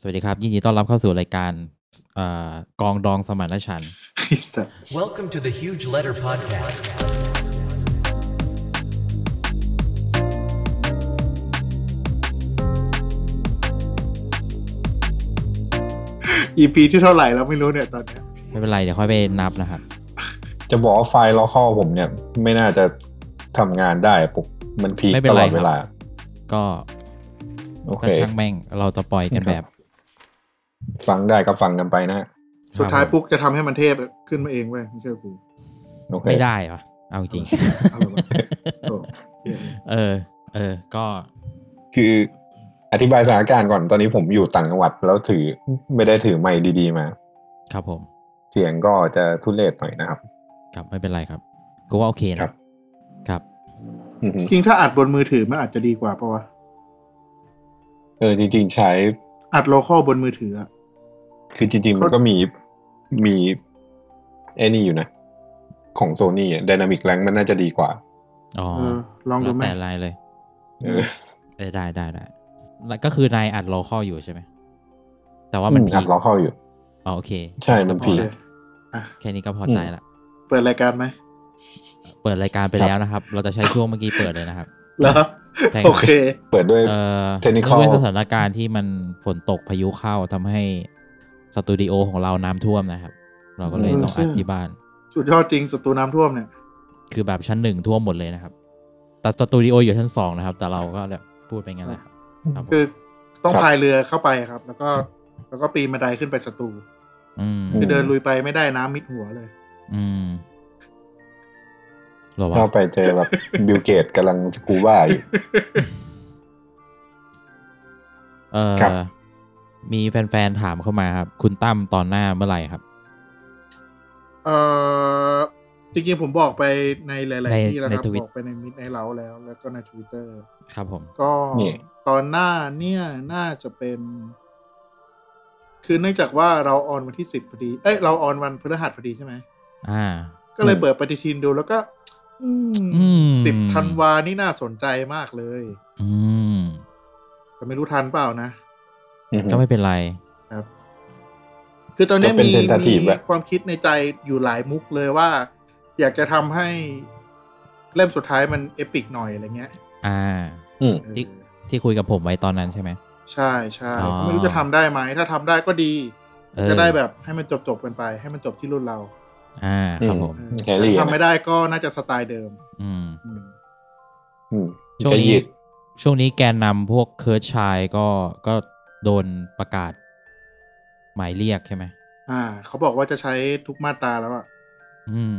สวัสดีครับ ยินดีต้อนรับเข้าสู่รายการเอ่อกองดองสมานฉันท์ ไอ้สัส Welcome to the Huge Letter Podcast. อีพีที่เท่าไหร่แล้วไม่รู้เนี่ยตอนเนี้ย ไม่เป็นไร เดี๋ยวค่อยไปนับนะครับ จะบอกว่าไฟล์ล็อกข้อผมเนี่ย ไม่น่าจะทำงานได้ปุ๊บมันพีค ไม่เป็น ตล ไร อดเวลา ครับ ก็ โอเค ก็ช่างแม่งเราจะปล่อยกันแบบ ฟังได้ก็ฟังกันไปนะ สุดท้าย ครับ ปุ๊กจะทำให้มันเทพขึ้นมาเองเว้ยไม่เชื่อกู โอเค ไม่ได้เหรอเอาจริง เอาละวะโอ้เหี้ย เออ เออ ก็ คืออธิบายสถานการณ์ก่อนตอนนี้ผมอยู่ต่างจังหวัดแล้วถือไม่ได้ถือไมค์ดีๆมา ครับผม เสียงก็จะทุเรศหน่อยนะครับ ครับไม่เป็นไรครับกูว่าโอเคนะ ค ค รั รับ บ อือหือ จริงถ้าอัดบนมือถือมันอาจจะดีกว่าเพราะว่า เออจริง ๆ ใช้ อัดโลคอลบนมือถืออะ คือจริง ๆ มันก็มีมีไอ้นี่อยู่นะ ของโซนี่ดนามิกแรงมันน่าจะดีกว่า อ๋อ เออ ลองดู แล้ว ไหม แต่รายเลย เออ เออได้ได้ได้แล้วก็คือนายอัดโลคอลอยู่ใช่ไหม แต่ ว่ามันพี อัดล็อกข้ออยู่ อ๋อโอเค ใช่มันพี โอเคคแล้ว อ่ะ แค่นี้ก็พอใจละ เปิดรายการไหม เปิดรายการไปแล้วนะครับ เราจะใช้ช่วงเมื่อกี้เปิดเลยนะครับ เหรอ ใช่ครับ โอเค เปิดด้วย เอ่อ Technical ด้วยสถานการณ์ที่มันฝนตกพายุเข้าทำให้สตูดิโอของเราน้ำท่วมนะครับ เราก็เลย อืม ต้องอัด ใช่ ที่บ้าน สุดยอดจริงสตูน้ำท่วมเนี่ย คือแบบชั้นหนึ่งท่วมหมดเลยนะครับ แต่สตูดิโออยู่ชั้นสองนะครับ แต่เราก็แบบพูดไปงั้นแหละครับครับผม คือต้อง ครับ พายเรือเข้าไปครับ แล้วก็แล้วก็ปีนบันไดขึ้นไปสตู อืม คือเดินลุยไปไม่ได้น้ำมิดหัวเลย อืมเหรอวะ เข้าไปเจอแบบบิลเกตกำลังสกูบ้าอยู่ เออ ครับ มีแฟนๆถามเข้ามาครับ คุณตั้มตอนหน้าเมื่อไหร่ครับ เอ่อจริงๆผมบอกไปในหลาย ใน ๆ ที่แล้วครับ ใน Twitter บอกไปในมิดในเราแล้ว แล้วก็ในทวิตเตอร์ ครับผม ก็ นี่ ตอนหน้าเนี่ยน่าจะเป็น คือเนื่องจากว่าเราออนวันที่สิบพอดี เอ้ยเราออนวันพฤหัสพอดีใช่ไหม อ่า ก็เลยเปิดปฏิทินดูแล้วก็ อื อืม สิบธันวานี่น่าสนใจมากเลย อืม แต่ไม่รู้ทันเปล่านะ อือหือ ก็ไม่เป็นไร ครับ คือตอนนี้ ก็เป็น มี tentative มี อะ ความคิดในใจอยู่หลายมุกเลยว่า อยากจะทำให้เล่มสุดท้ายมันเอปิกหน่อยอะไรเงี้ย อ่า อืม ที่ ที่คุยกับผมไว้ตอนนั้นใช่ไหม ใช่ใช่ อ๋อ ไม่รู้จะทำได้ไหม ถ้าทำได้ก็ดี เออ จะได้แบบให้มันจบจบๆกันไป ให้มันจบที่รุ่นเรา อ่า ครับ อืผมม แฮร์รี่อะนะ ทำไม่ได้ก็น่าจะสไตล์เดิม อืม อืม อืม ช่วง จะห นี้ ยิด ช่วงนี้แกนนำพวกเคิร์ดชายก็ก็โดนประกาศ หมายเรียกใช่ไหม อ่า เขาบอกว่าจะใช้ทุกมาตราแล้วอะ อืม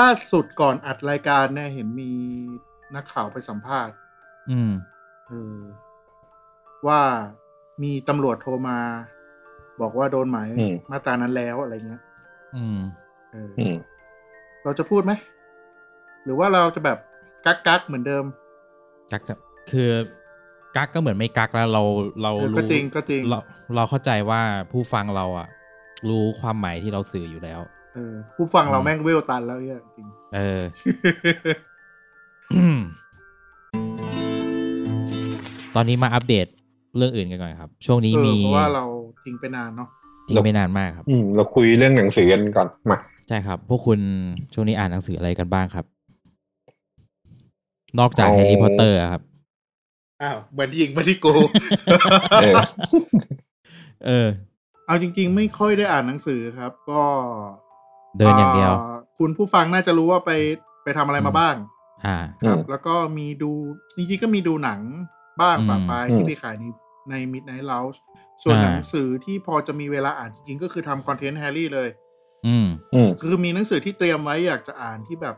ล่าสุดก่อนอัดรายการเนี่ยเห็นมีนักข่าวไปสัมภาษณ์ อืม เออว่ามีตำรวจโทรมา บอกว่าโดนหมายมาตรานั้นแล้วอะไรเงี้ย อืม เออ อืม เราจะพูดไหมหรือว่าเราจะแบบกักกักๆเหมือนเดิม กักคือ กักก็เหมือนไม่กักแล้วเราเรา เออ รู้ ก็จริงก็จริง เราเราเข้าใจว่าผู้ฟังเราอ่ะ รู้ความหมายที่เราสื่ออยู่แล้ว เออผู้ฟังเราแม่งเวลตันแล้วเนี่ยจริง เออ ตอนนี้มาอัปเดตเรื่องอื่นกันก่อนครับ ช่วงนี้ เออ มี เพราะว่าเราทิ้งไปนานเนาะ ทิ้งไม่นานมากครับ อืมเราคุยเรื่องหนังสือกันก่อน มา ใช่ครับ พวกคุณช่วงนี้อ่านหนังสืออะไรกันบ้างครับ นอกจากแฮร์รี่พอตเตอร์ครับ อ้าวเหมือนยิงมาที่กู เออ เออ เอาจริง ๆ ไม่ค่อยได้อ่านหนังสือครับ ก็ เดินอย่างเดียว คุณผู้ฟังน่าจะรู้ว่าไปไปทำอะไรมาบ้าง อ่า ครับ อืม แล้วก็มีดู จริงๆก็มีดูหนังบ้าง อืม ปะปาย อืม ที่ไปขายในใน Midnight Lounge ส่วน อ่า หนังสือที่พอจะมีเวลาอ่านจริงๆ ก็คือทำคอนเทนต์แฮร์รี่เลย อืม อืม คือมีหนังสือที่เตรียมไว้อยากจะอ่านที่แบบ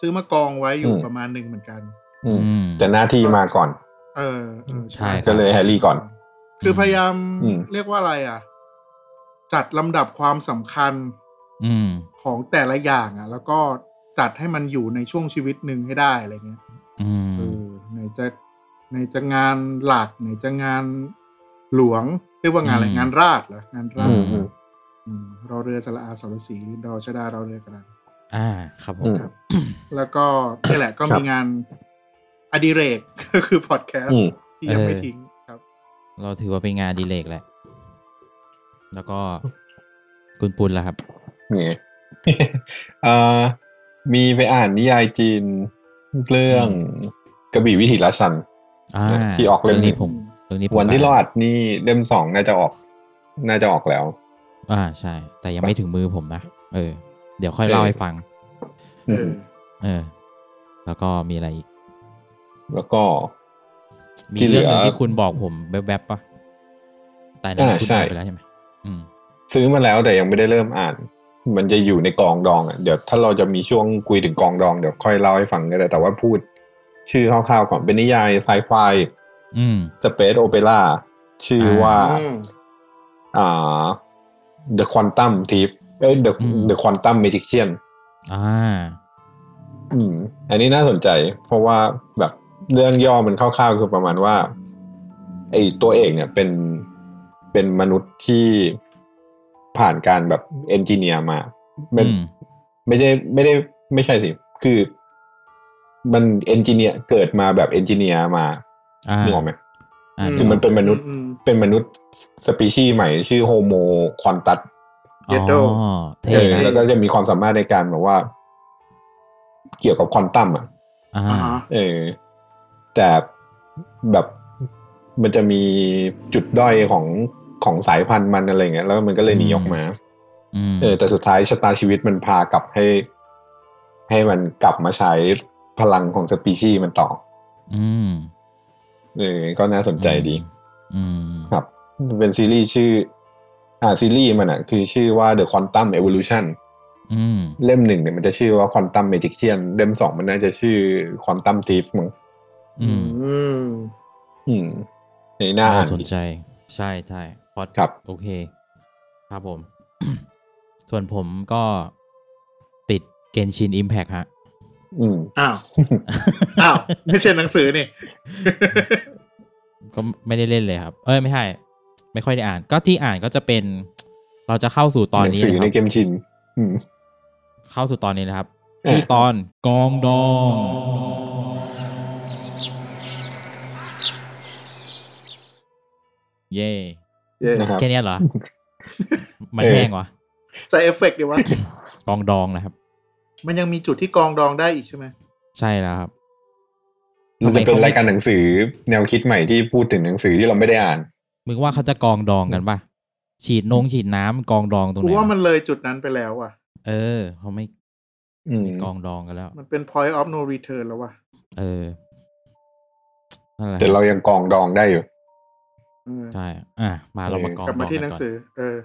ซื้อมากองไว้อยู่ อืม ประมาณหนึ่งเหมือนกัน อืม อืม แต่หน้าที่มาก่อน เออเออ ใช่ ใช่ ครับ ก็เลยแฮร์รี่ก่อน คือพยายาม อืม เรียกว่าอะไรอ่ะ จัดลำดับความสำคัญ อืม ของแต่ละอย่างอ่ะ แล้วก็จัดให้มันอยู่ในช่วงชีวิตหนึ่งให้ได้อะไรเงี้ย อืม เออไหนจะไหนจะงานหลักไหนจะงานหลวงเรียกว่างานอะไร อืม งานราชเหรองานรา อื ช มอืม อืมรอเรือสระอาสระสีดอชดาเราเรือกระดาน อ่า ครับผ อื ม ม ครับ แล้วก็นี่แหละก็มีงานอดิเรกก็คือพอดแคส อื ต์ ม ที่ยังไม่ เออ ทิ้งครับ เราถือว่าเป็นงานอดีเลกแหละ แล้วก็คุณปุณล่ะครับ เนี่ย เอ่อมีไปอ่านนิยายจีนเรื่องกระบี่วิถีละชัน อ่า ที่ออกเล่ม เรื่องนี้ผมเรื่องนี้ผม วันที่เรา อ่าน อัดนี่เล่มสองน่าจะออก น่าจะออกแล้ว อ่าใช่ แต่ยังไม่ถึงมือผมนะเออ เดี๋ยวค่อยเล่า เออ ให้ฟัง เออ เออ แล้วก็มีอะไรอีก แล้วก็ มี ที่เหลื เรื่อง อ หนึ่งที่คุณบอกผมแวบๆปะแต่นั้น อ่า คุณ ใช่ อ่านไปแล้วใช่ไหมอืม ซื้อมาแล้วแต่ยังไม่ได้เริ่มอ่าน มันจะอยู่ในกองดองอ่ะเดี๋ยวถ้าเราจะมีช่วงคุยถึงกองดองเดี๋ยวค่อยเล่าให้ฟังก็ได้แต่ว่าพูด ชื่อคร่าวๆก่อนเป็นนิยายไซไฟ อืม สเปซโอเปร่าชื่อว่า อืม อ่า The Quantum Thief เอ้ย The อืม The Quantum Magician อ่า อืม อันนี้น่าสนใจ เพราะว่าแบบเรื่องย่อมันคร่าวๆคือประมาณว่าไอตัวเอกเนี่ยเป็นเป็นมนุษย์ที่ผ่านการแบบเอนจิเนียร์มาไม่ อืม ไม่ได้ไม่ได้ไม่ใช่สิ คือมันเอนจิเนียร์เกิดมาแบบเอนจิเนียร์มา อ่า นึกออกไหม อ่า อืม คือมันเป็นมนุษย์ อืม เป็นมนุษย์สปีชีส์ใหม่ ชื่อโฮโมควอนตัส อ๋อ Yellow เท่ เออ นะ แล้วก็จะมีความสามารถในการแบบว่า เกี่ยวกับควอนตัมอ่ะ อ่า อ่าฮะ เออ แต่แบบมันจะมีจุดด้อยของของสายพันธุ์มันอะไรเงี้ยแล้วมันก็เลยหนี อืม ออกมา อืม เออ แต่สุดท้ายชะตาชีวิตมันพากลับให้ ให้มันกลับมาใช้พลังของสปีชีส์มันต่อ อืม เออ ก็น่าสนใจดี อืม ครับ เป็นซีรีส์ชื่อ อ่าซีรีส์มันอ่ะ คือชื่อว่า The Quantum Evolution อืม เล่มหนึ่งเนี่ยมันจะชื่อว่าควอนตัมเมจิกเชียนเล่มสองมันน่าจะชื่อควอนตัมทีฟมั้ง อืม อืม อืมในหน้าอ่า น่าน สนใจ ใช่ใช่พอด ครับ โอเค ครับผม ส่วนผมก็ติดเกนชินอิมแพกฮะ อืม อ้าว อ้าว ไม่ใช่หนังสือนี่ ก็ไม่ได้เล่นเลยครับ เอ้ยไม่ใช่ไม่ค่อยได้อ่าน ก็ที่อ่านก็จะเป็น เราจะเข้าสู่ตอนนี้ หงสื นะค ใน รับ เกมชิน อืม เข้าสู่ตอนนี้นะครับ อ่ะ ที่ตอนกองดอง เย่ เย่ นะครับ แค่เนี้ยเหรอ มัน เออ แห้งวะ ใส่เอฟเฟกต์ดีวะ กองดองนะครับ มันยังมีจุดที่กองดองได้อีกใช่ไหม ใช่แล้วครับ มันจะเป็น ทำไมเขาไม่ รายการหนังสือ แนวคิดใหม่ที่พูดถึงหนังสือที่เราไม่ได้อ่าน มึงว่าเขาจะกองดองกันปะฉีดนงฉีดน้ำกองดองตรงไห กู น ว่ามัน วะ เลยจุดนั้นไปแล้วอ่ะ เออเขาไม่ อืม กองดองกันแล้ว มันเป็น point of no return แล้วว่ะ เออนั่นแหละ แต่เรายังกองดองได้อยู่ เออ ใช่อ่ะมาเรามากองดกลั อบ ง มาที่ กั ห น นัง ก่อน สือ เออ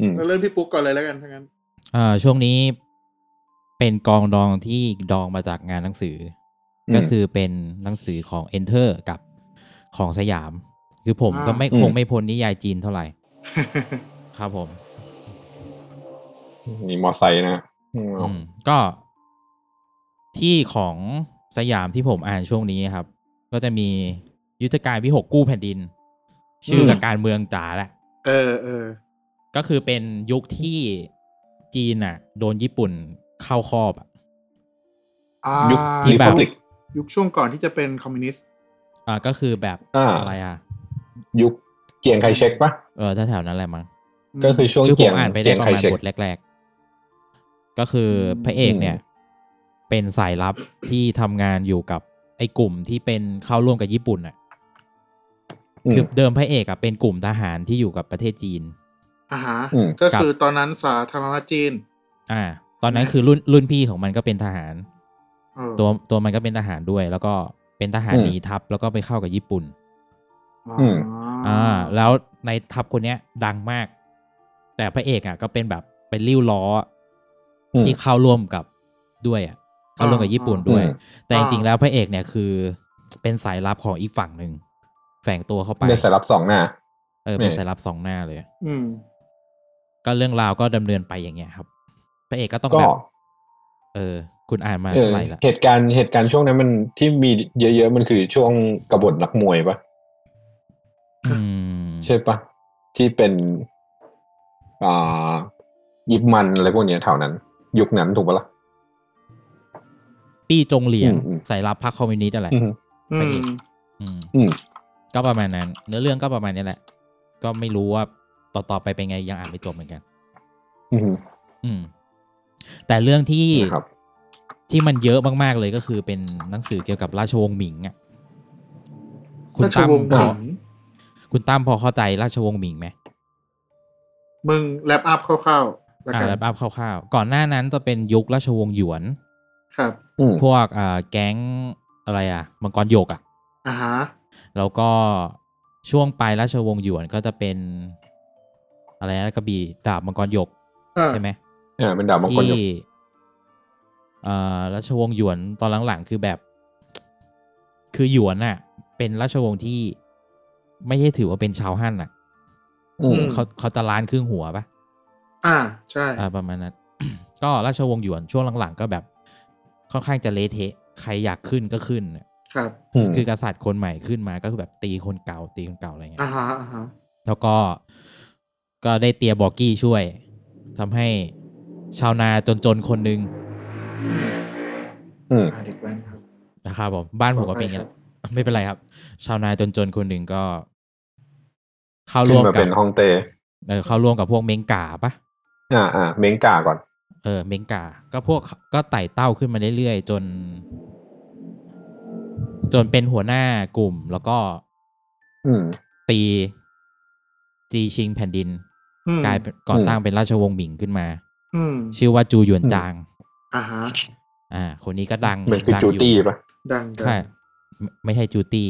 อืม แล้วเริ่มที่ปุ๊กก่อนเลยแล้วกันทั้างนั้น เอ่อช่วงนี้เป็นกองดองที่ดองมาจากงานหนังสืออ ม ก็คือเป็นหนังสือของ Enter กับของสยาม คือผม อ่า ก็ไม่ อืม คงไม่พ้นนิยายจีนเท่าไหร่ ครับผม มีมอไซค์นะอืม อืมก็ ที่ของสยามที่ผมอ่านช่วงนี้ครับ ก็จะมียุทธการวิหกกู้แผ่นดิน ชื่อกับการเมืองจ๋าแหละ เออเออ ก็คือเป็นยุคที่จีนอ่ะ โดนญี่ปุ่นเข้าครอบอ่ะ อ่า ยุค ที่แบบ ลิก ยุคช่วงก่อนที่จะเป็นคอมมิวนิสต์ อ่าก็คือแบบ อ่า ไรอ่ะ ยุคเกียงไคเช็กปะ เออถ้าแถวนั้นแหละมั้ง ก็คือช่วง คือผ เกีย ม ง อ่านไป เกี ได้ ยง ประ ไค มาณ เช็ก บทแรก ๆ ก็คือพระเอกเนี่ย อื เป็นสายลับที่ทำงานอยู่กับไอ้กลุ่มที่เป็นเข้าร่วมกับญี่ปุ่นอ่ะ อื คือ ม เดิมพระเอกอ่ะเป็นกลุ่มทหารที่อยู่กับประเทศจีน อ่าฮะ อืม ก็คือตอนนั้นสาธารณจีน อ่า ตอนนั้นคือรุ่นรุ่นพี่ของมันก็เป็นทหาร เออ ตัวตัวมันก็เป็นทหารด้วย แล้วก็เป็นทหาร อืม หนีทัพแล้วก็ไปเข้ากับญี่ปุ่น อืม อ่า แล้วในทัพคนเนี้ยดังมาก แต่พระเอกอ่ะ ก็เป็นแบบเป็นริ้วล้ออ ม ที่เข้าร่วมกับด้วยอ่ะเข้าร่วมกับญี่ปุ่นด้วย อืม แต่จริงๆแล้วพระเอกเนี่ยคือ เป็นสายลับของอีกฝั่งหนึ่งแฝงตัวเข้าไป ได้สายรับสองหน้า เออเป็น เนี่ย สายลับสองหน้าเลย อืม ก็เรื่องราวก็ดำเนินไปอย่างเงี้ยครับ พระเอกก็ต้อง ก็ แบบเออ คุณอ่านมา เอ เท่า อ ไหร่ละ เหตุการณ์เหตุการณ์ช่วงนั้นมันที่มีเยอะๆมันคือช่วงกบฏนักมวยปะ อืม ใช่ปะที่เป็นอ่ายิบมันอะไรพวกเนี้ยแถวนั้น ยุคนั้นถูกปะล่ะ ปี้จงเหลียง อืมอืม สายลับพรรคคอมมิวนิสต์อะไร อืมพอืระ ม เอก อืม อืม ก็ประมาณนั้น เนื้อเรื่องก็ประมาณนี้แหละ ก็ไม่รู้ว่า ต่อๆไปเป็นไงยังอ่านไม่จบเหมือนกัน อืม อืม แต่เรื่องที่ ครับ ที่มันเยอะมากๆเลยก็คือเป็นหนังสือเกี่ยวกับราชวงศ์หมิงอ่ะคุณ ราช ตั้ม วงศ์ พ ห อ มิง คุณตั้มพอเข้าใจราชวงศ์หมิงไหม มึงแลปอัพคร่าวๆแล้ว อ่า กัน แล้วบ้าคร่าวๆก่อนหน้านั้นจะเป็นยุคราชวงศ์หยวน ครับ อืม พวกอ่าแก๊งอะไรอ่ะ มังกรหยกอ่ะ อ่าฮะ แล้วก็ช่วงปลายราชวงศ์หยวนก็จะเป็น อะไรนะกระบี่ดาบมังกรหยก อ่า ใช่ไหม อ่าเป็นดาบมังกร ที่ หยก เอ่อราชวงศ์หยวนตอนหลังๆคือแบบ คือหยวนน่ะ เป็นราชวงศ์ที่ไม่ใช่ถือว่าเป็นชาวฮั่นน่ะ อืม เขาเขาจะล้านครึ่งหัวปะ อ่าใช่ อ่าประมาณนั้น ก็ราชวงศ์หยวนช่วงหลังๆ ก็แบบค่อนข้างจะเละเทะใครอยากขึ้นก็ขึ้นน่ะ ครับ คือกษัตริย์คนใหม่ขึ้นมาก็คือแบบตีคนเก่าตีคนเก่าอะไรเงี้ย อ่าฮะอ่าฮะ แล้วก็ก็ได้เตียบอกกี้ช่วยทำให้ชาวนาจนๆคนหนึ่ง อืม อ่าเด็กแว้นครับ นะครับผมบ้านผมก็เป็นอย่าง นี้แหละไม่เป็นไรครับ ชาวนาจนๆคนหนึ่งก็ เข้า ขึ้ ร่ น วม มา กับ เป็นฮ่องเต้ เออเข้าร่วมกับพวกเมงกาปะ อ่าอ่าเมงกาก่อน เออเมงกา ก็พวกก็ไต่เต้าขึ้นมาเรื่อยๆจน จนเป็นหัวหน้ากลุ่ม แล้วก็ อืม ตีจีชิงแผ่นดิน อืม กลายเป็นก่อตั้งเป็นราชวงศ์หมิงขึ้นมา อืม ชื่อว่าจูหยวน อืม จาง อ่าฮะ อ่า คนนี้ก็ดัง มันคือ ดัง จู ยู่ ตี้ปะ ดังๆ ใช่ไม่ไม่ใช่จูตี้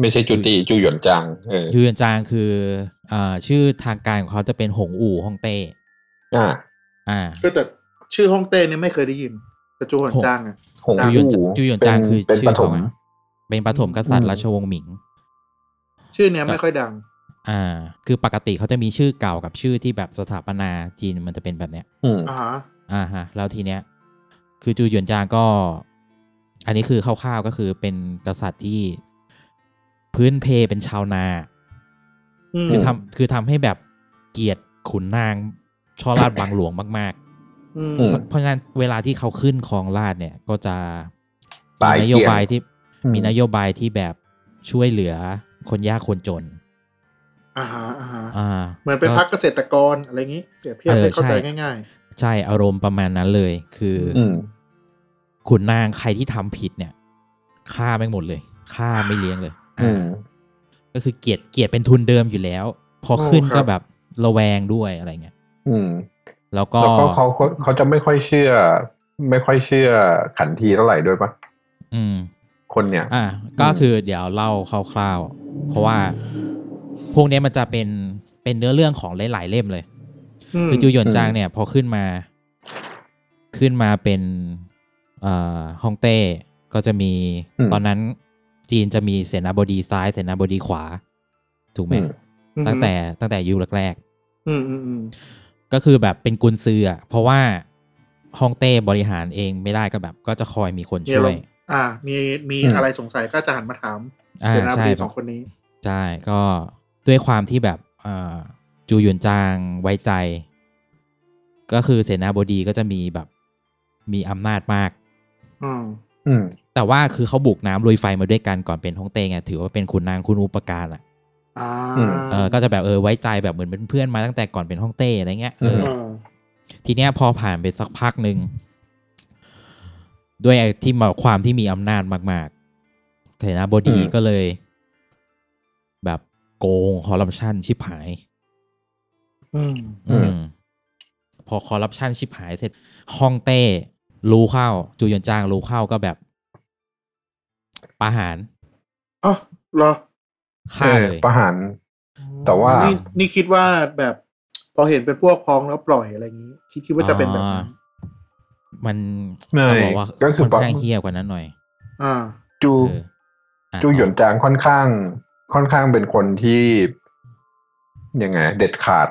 ไม่ใช่จูตี้จูหยวนจางเออ จูเยนจางคืออ่าชื่อทางการของเขาจะเป็นหงอู่ฮ่องเต้ อ่า อ่า ก็แต่ชื่อฮ่องเต้เนี่ยไม่เคยได้ยินกระจูหวนจ้างอ่ะ หง จูหยวน อู่ จูหยวนจางคือ เป็น ชื่ ป อ ฐ เขา ม อะเป็นปฐมกษัตริ อื ย์ ม ราชวงศ์หมิง ชื่อเนี้ยไม่ค่อยดัง อ่า คือปกติเขาจะมีชื่อเก่ากับชื่อที่แบบสถาปนาจีนมันจะเป็นแบบเนี้ย อืม อ่าฮะ อ่าฮะ แล้วทีเนี้ย คือจูหยวนจางก็ อันนี้คือคร่าวๆก็คือเป็นกษัตริย์ที่พื้นเพเป็นชาวนา ม คือทำคือทำให้แบบเกลียรติขุนนางช่อราชบางหลวงมาก อืม อืม ๆ เพราะฉะนั้นเวลาที่เขาขึ้นครองราชเนี่ยก็จะ ปลาย มีนโยบายที่ อืม มีนโยบายที่แบบช่วยเหลือคนยากคนจน อ่าฮะอ่าฮะ อ่า เหมือนเป็นพักเกษตรกรอะไรอย่างงี้เปรียบเทียบให้เข้าใจง่าย ใช่อารมณ์ประมาณนั้นเลย คืออ อืม ขุนนางใครที่ทำผิดเนี่ยฆ่าไม่งหมดเลยฆ่าไม่เลี้ยงเลย อืม อ่าก็คือเกลียดเกลียดเป็นทุนเดิมอยู่แล้ว พอ โอ้ ขึ้น ครับ ก็แบบระแวงด้วยอะไรเงี้ย อืม แล้วก็ แล้วก็เขาเขาเขาจะไม่ค่อยเชื่อ ไม่ค่อยเชื่อขันทีเท่าไหร่ด้วยปะ อืม คนเนี่ย อ่าก็คือเดี๋ยวเล่าคร่าวๆ เพราะว่าพวกเนี้ยมันจะเป็นเป็นเนื้อเรื่องของหลายๆเล่มเลย ๆอืม คือจูหยวนจางเนี่ย พอขึ้นมา ขึ้นมาเป็นเอ่อฮ่องเต้ก็จะมี อืม ตอนนั้นจีนจะมีเสนาบดีซ้าย เสนาบดีขวา ถูกไหม อืม ตั้งแต่ตั้งแต่ยุคแรก อืมอืมอืม ๆก็คือแบบเป็นกุนซืออะเพราะว่าฮ่องเต้บริหารเองไม่ได้ก็แบบ ก็จะคอยมีคน มีอา ช่ ร ว ม ย ณ์อ่า มีมี อืม อะไรสงสัยก็จะหันมาถาม อ่า เสนาบ ใช่ ดี แบบ สองคนนี้ ใช่ก็ด้วยความที่แบบเอ่อจูหยวนจางไว้ใจ ก็คือเสนาบดีก็จะมีแบบมีอำนาจมาก อืม อืม แต่ว่าคือเขาบุกน้ำลุยไฟมาด้วยกันก่อนเป็นฮ่องเต้ไงถือว่าเป็นขุนนางคุณอุปการอ่ะ อ่า อืม เออก็จะแบบเออไว้ใจแบบเหมือนเป็นเพื่อนมาตั้งแต่ก่อนเป็นฮ่องเต้อะไรเงี้ยเออ เอ อ อ ทีเนี้ยพอผ่านไปสักพักหนึ่งด้วยไอ้ที่มาความที่มีอำนาจมากๆเสนาบดี อืม ก็เลย แบบโกงคอร์รัปชันชิบหาย อืม อื อื ม ม พอคอร์รัปชันชิบหายเสร็จฮ่องเต้รู้เข้า จูหยวนจางรู้เข้าก็แบบประหาร อ๋อเหรอ ฆ่า เออ เลย ประหาร แต่ว่า นี่นี่คิดว่าแบบพอเห็นเป็นพวกพ้องแล้วปล่อยอะไรอย่างนี้ คิดคิดว่าจะเป็นแบบนั้น มัน ไม่ ต้องบอกว่า ก็คือ ค่อนข้าง ปะ เฮี้ยกว่านั้นหน่อย อ่า จู เอออ่ะ จูหยวนจางค่อนข้าง ค่อนข้างเป็นคนที่ยังไง เด็ดขาด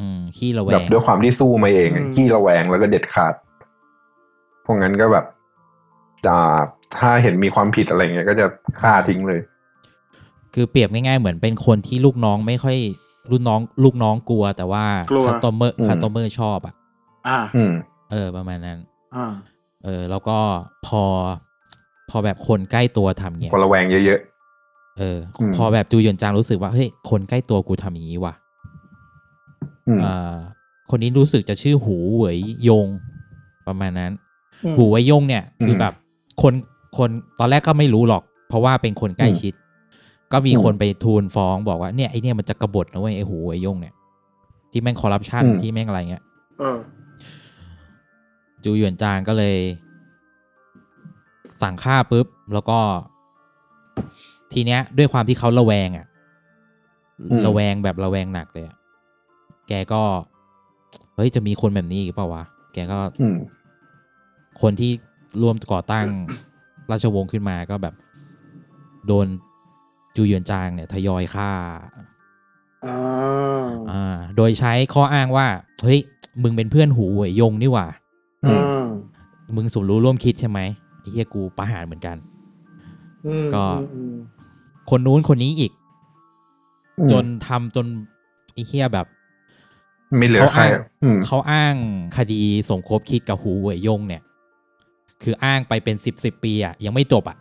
อืมขี้ระแว แบบ ง ด้วยความที่สู้มาเองอะ อืม ขี้ระแวงแล้วก็เด็ดขาด พวกนั้นก็แบบจะถ้าเห็นมีความผิดอะไรเงี้ยก็จะฆ่าทิ้งเลย คือเปรียบง่ายๆ เหมือนเป็นคนที่ลูกน้องไม่ค่อยลูกน้อง ลูกน้องกลัว แต่ว่าก ลัว คัสตอมเมอร์ อืม คัสตอมเมอร์ชอบอ่ะ อ่า อืม เออประมาณนั้น อ่า เออ แล้วก็พอพอแบบคนใกล้ตัวทำเงี้ย คนระแวงเยอะ เอออ ม พอแบบจูหยวนจางรู้สึกว่าเฮ้ยคนใกล้ตัวกูทำอย่างนี้ว่ะ อืม เอ่อคนนี้รู้สึกจะชื่อหูเหวยยงประมาณนั้น อืม หูเหวยยงเนี่ย คืออ ม แบบคนคนตอนแรกก็ไม่รู้หรอก เพราะว่าเป็นคนใกล้ อืม ชิด ก็มี อืม คนไปทูลฟ้องบอกว่าเนี่ยไอเนี่ยมันจะกบฏนะเว้ยไอหูเหวยยงเนี่ย ที่แม่งคอร์รัปชัน อืม ที่แม่งอะไรเงี้ย เออ จูหยวนจางก็เลย สั่งฆ่าปุ๊บ แล้วก็ ทีเนี้ย ด้วยความที่เขาระแวงอะ่ะ อืม ระแวงแบบระแวงหนักเลยอะแกก็เฮ้ยจะมีคนแบบนี้อีกเปล่าวะแกก็ อืม คนที่ร่วมก่อตั้ง ราชวงศ์ขึ้นมาก็แบบ โดนจูหยวนจางเนี่ยทยอยฆ่า อ่า อ่า โดยใช้ข้ออ้างว่า เฮ้ย มึงเป็นเพื่อนหูเหวยยงนี่หว่า อืม อ่า มึงสมรู้ร่วมคิดใช่ไหมไอ้เหี้ยกูประหารเหมือนกัน อืม ก็ อืม คนนู้นคนนี้อีก จนทำจนไอ้เหี้ยแบบ ไม่เหลือใคร เขาอ้าง อืม เขาอ้างคดีสมคบคิดกับหูเหวยยงเนี่ย คืออ้างไปเป็นสิบสิบปีอ่ะยังไม่จบอ่ะ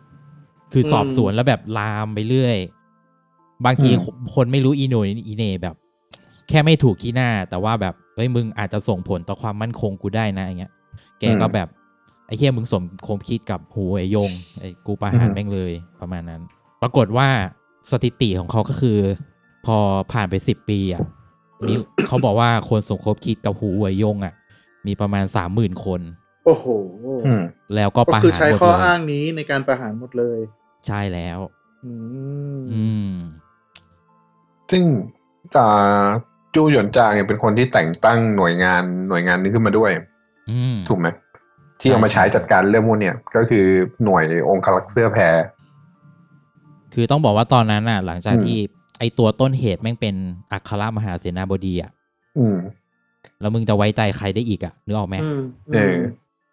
คือสอบสวนแล้วแบบลามไปเรื่อย บางที อืม คนไม่รู้อีโหนยอีเหนแบบ แค่ไม่ถูกขี้หน้า แต่ว่าแบบเฮ้ยมึงอาจจะส่งผลต่อความมั่นคงกูได้นะอย่างเงี้ย แกก็แบบไอ้เหี้ยมึงสมคบคิดกับหูเหวยยงไอ้กูประหารแม่งเลยประมาณนั้น ปรากฏว่าสถิติของเขาก็คือ พอผ่านไปสิบปีอ่ะมี เขาบอกว่าคนสมคบคิดกับหูเหวยยงอ่ะ มีประมาณสามหมื่นคน โอ้โห อืม แล้วก็ประหารหมก็คื ด อใช้ข้อ เล อ้าง ย นี้ในการประหารหมดเลย ใช่แล้ว อืม อืม ซึ่งอ่าจูหยวนจางเนี่ยเป็นคนที่แต่งตั้งหน่วยงานหน่วยงานนี้ขึ้นมาด้วย อืม ถูกไหมที่เอามา ใช่ ใช้จัดการเรื่องพวกเนี่ยก็คือหน่วยองค์กรเสื้อแพร คือต้องบอกว่าตอนนั้นอ่ะ หลังจาก อืม ที่ไอตัวต้นเหตุแม่งเป็นอัครมหาเสนาบดีอ่ะ อืม แล้วมึงจะไว้ใจใครได้อีกอ่ะนึกออกไหม อืม เออ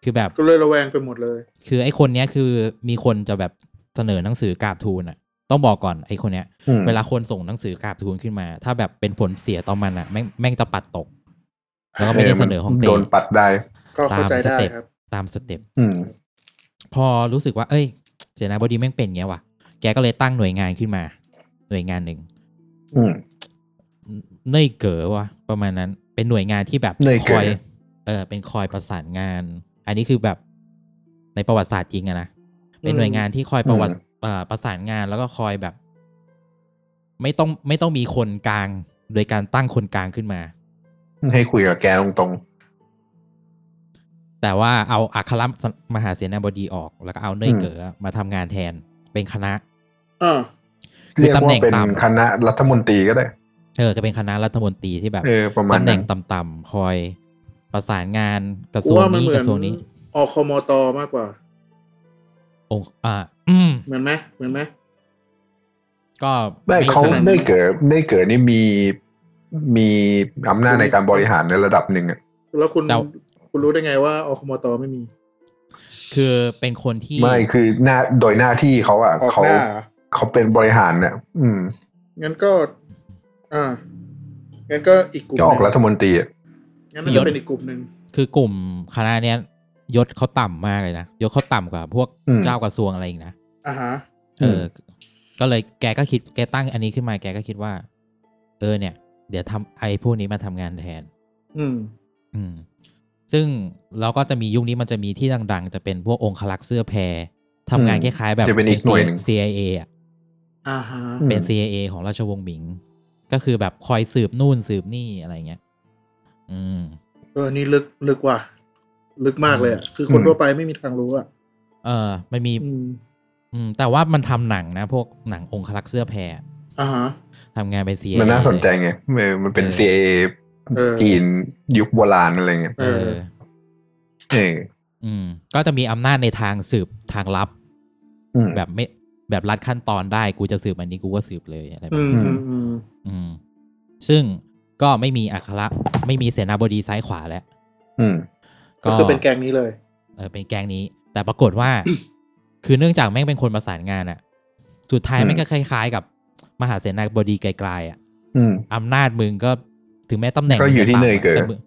คือแบบ ก็เลยระแวงไปหมดเลย คือไอคนเนี้ยคือมีคนจะแบบเสนอหนังสือกราบทูลอ่ะ ต้องบอกก่อนไอคนเนี้ย อืม เวลาคนส่งหนังสือกราบทูลขึ้นมา ถ้าแบบเป็นผลเสียต่อมันอ่ะแม่งแม่งจะปัดตก แล้วก็ไม่ได้เสนอของเต้ โดนปัดได้ ก็เข้าใจ ตามส ได้ เต็ป ครับ ตามสเต็ป อืม พอรู้สึกว่า เอ้ย เสนาบดีแม่งเป็นเงี้ยว่ะ แกก็เลยตั้งหน่วยงานขึ้นมา หน่วยงานหนึ่ง อืม เนยเก๋อวะประมาณนั้น เป็นหน่วยงานที่แบบ เน่ย ค เก๋อ อย เออ เป็นคอยประสานงาน อันนี้คือแบบในประวัติศาสตร์จริงอะนะ เป็นหน่วยงานที่คอยประวัติเอ่อประสานงานแล้วก็คอยแบบ ไม่ต้องไม่ต้องมีคนกลาง โดยการตั้งคนกลางขึ้นมา ให้คุยกับแกตรง แต่ว่าเอาอัครมหาเสนาบดีออก แล้วก็เอาเนยเก๋อมาทำงานแทน เป็นคณะ อ่า ๆ คือ เรียก ตำแห ว่า น่ง เป็น ต่ำ คณะรัฐมนตรีก็ได้ เออจะเป็นคณะรัฐมนตรีที่แบบ เออ ประมาณ ตำแหน่ นั้ ง น ต่ำๆคอยประสานงานกระทรวกูง ว่ามัน นี้ เหมื ก อน ระทรวงนี้ อคมตมากกว่า องค์อ่าอืม เหมือนไหมเหมือนไหม ก็ ไม่เขา สนับ ไม่ ได้เกิดได้เกิดนี่มีมีอำนาจในการบริหารในระดับหนึ่งอะ แล้วคุณ แต่ คุณรู้ได้ไงว่าอคมตไม่มี คือเป็นคนที่ ไม่คือหน้าโดยหน้าที่เขาอะ ออก เขา หน้าเหรอ เขาเป็นบริหารเนี่ยอืม งั้นก็ อ่างั้นก็อีกกลุ่ม จะออก ห รั นึ่ง ฐมนตรีอะ งั้นมันจะเป็นอีกกลุ่มหนึ่ง คือกลุ่มคณะเนี้ยยศเขาต่ำมากเลยนะยศเขาต่ำกว่าพวกเจ้ากระทรวงอะไรอีกนะ อ่าฮะ เออ ก็เลยแกก็คิดแกตั้งอันนี้ขึ้นมาแกก็คิดว่า เออเนี่ย เดี๋ยวทำไอ้พวกนี้มาทำงานแทน อืม อืม ซึ่งเราก็จะมียุคนี้มันจะมีที่ดัง ๆ จะเป็นพวกองคลักษ์เสื้อแพรทำงานคล้ายๆ แบบ จะเป็นอีกหน่วยหนึ่ง CIA อ่ะ อ่าฮะ อืม เป็น CIA ของราชวงศ์หมิง ก็คือแบบคอยสืบนู่นสืบนี่อะไรเงี้ย อืม เออ นี่ลึกลึกว่ะ ลึกมากเลยอ่ะ คือคนทั่วไปไม่มีทางรู้อ่ะ เออ มันมี อืม อืม แต่ว่ามันทำหนังนะ พวกหนังองคลักษ์เสื้อแพร อ่าฮะ ทำงานเป็น CIA มันน่าสนใจ เลย ไงเออมันเป็น เออ CIA เออ จีนยุคโบราณอะไรเงี้ย เออเออ เออ อืม ก็จะมีอำนาจในทางสืบทางลับ อืม แบบไม่แบบรัดขั้นตอนได้กูจะสืบอันนี้กูก็สืบเลยอะไรแบบ อื นี้ มอืมอืม อืม ซึ่งก็ไม่มีอัคระไม่มีเสนาบดีซ้ายขวาแล้ว อืม ก็คือเป็นแกงนี้เลย เออเป็นแก๊งนี้ แต่ปรากฏ ว่า คือเนื่องจากแม่งเป็นคนประสานงานอะสุดท้าย อืม แม่งก็คล้ายๆ กับมหาเสนาบดีไกลๆอะ อืม อำนาจมึงก็ถึงแม้ตำแหน่ง ก็อยู่ที่ มึง เน จะ ยเกิด แต่มึง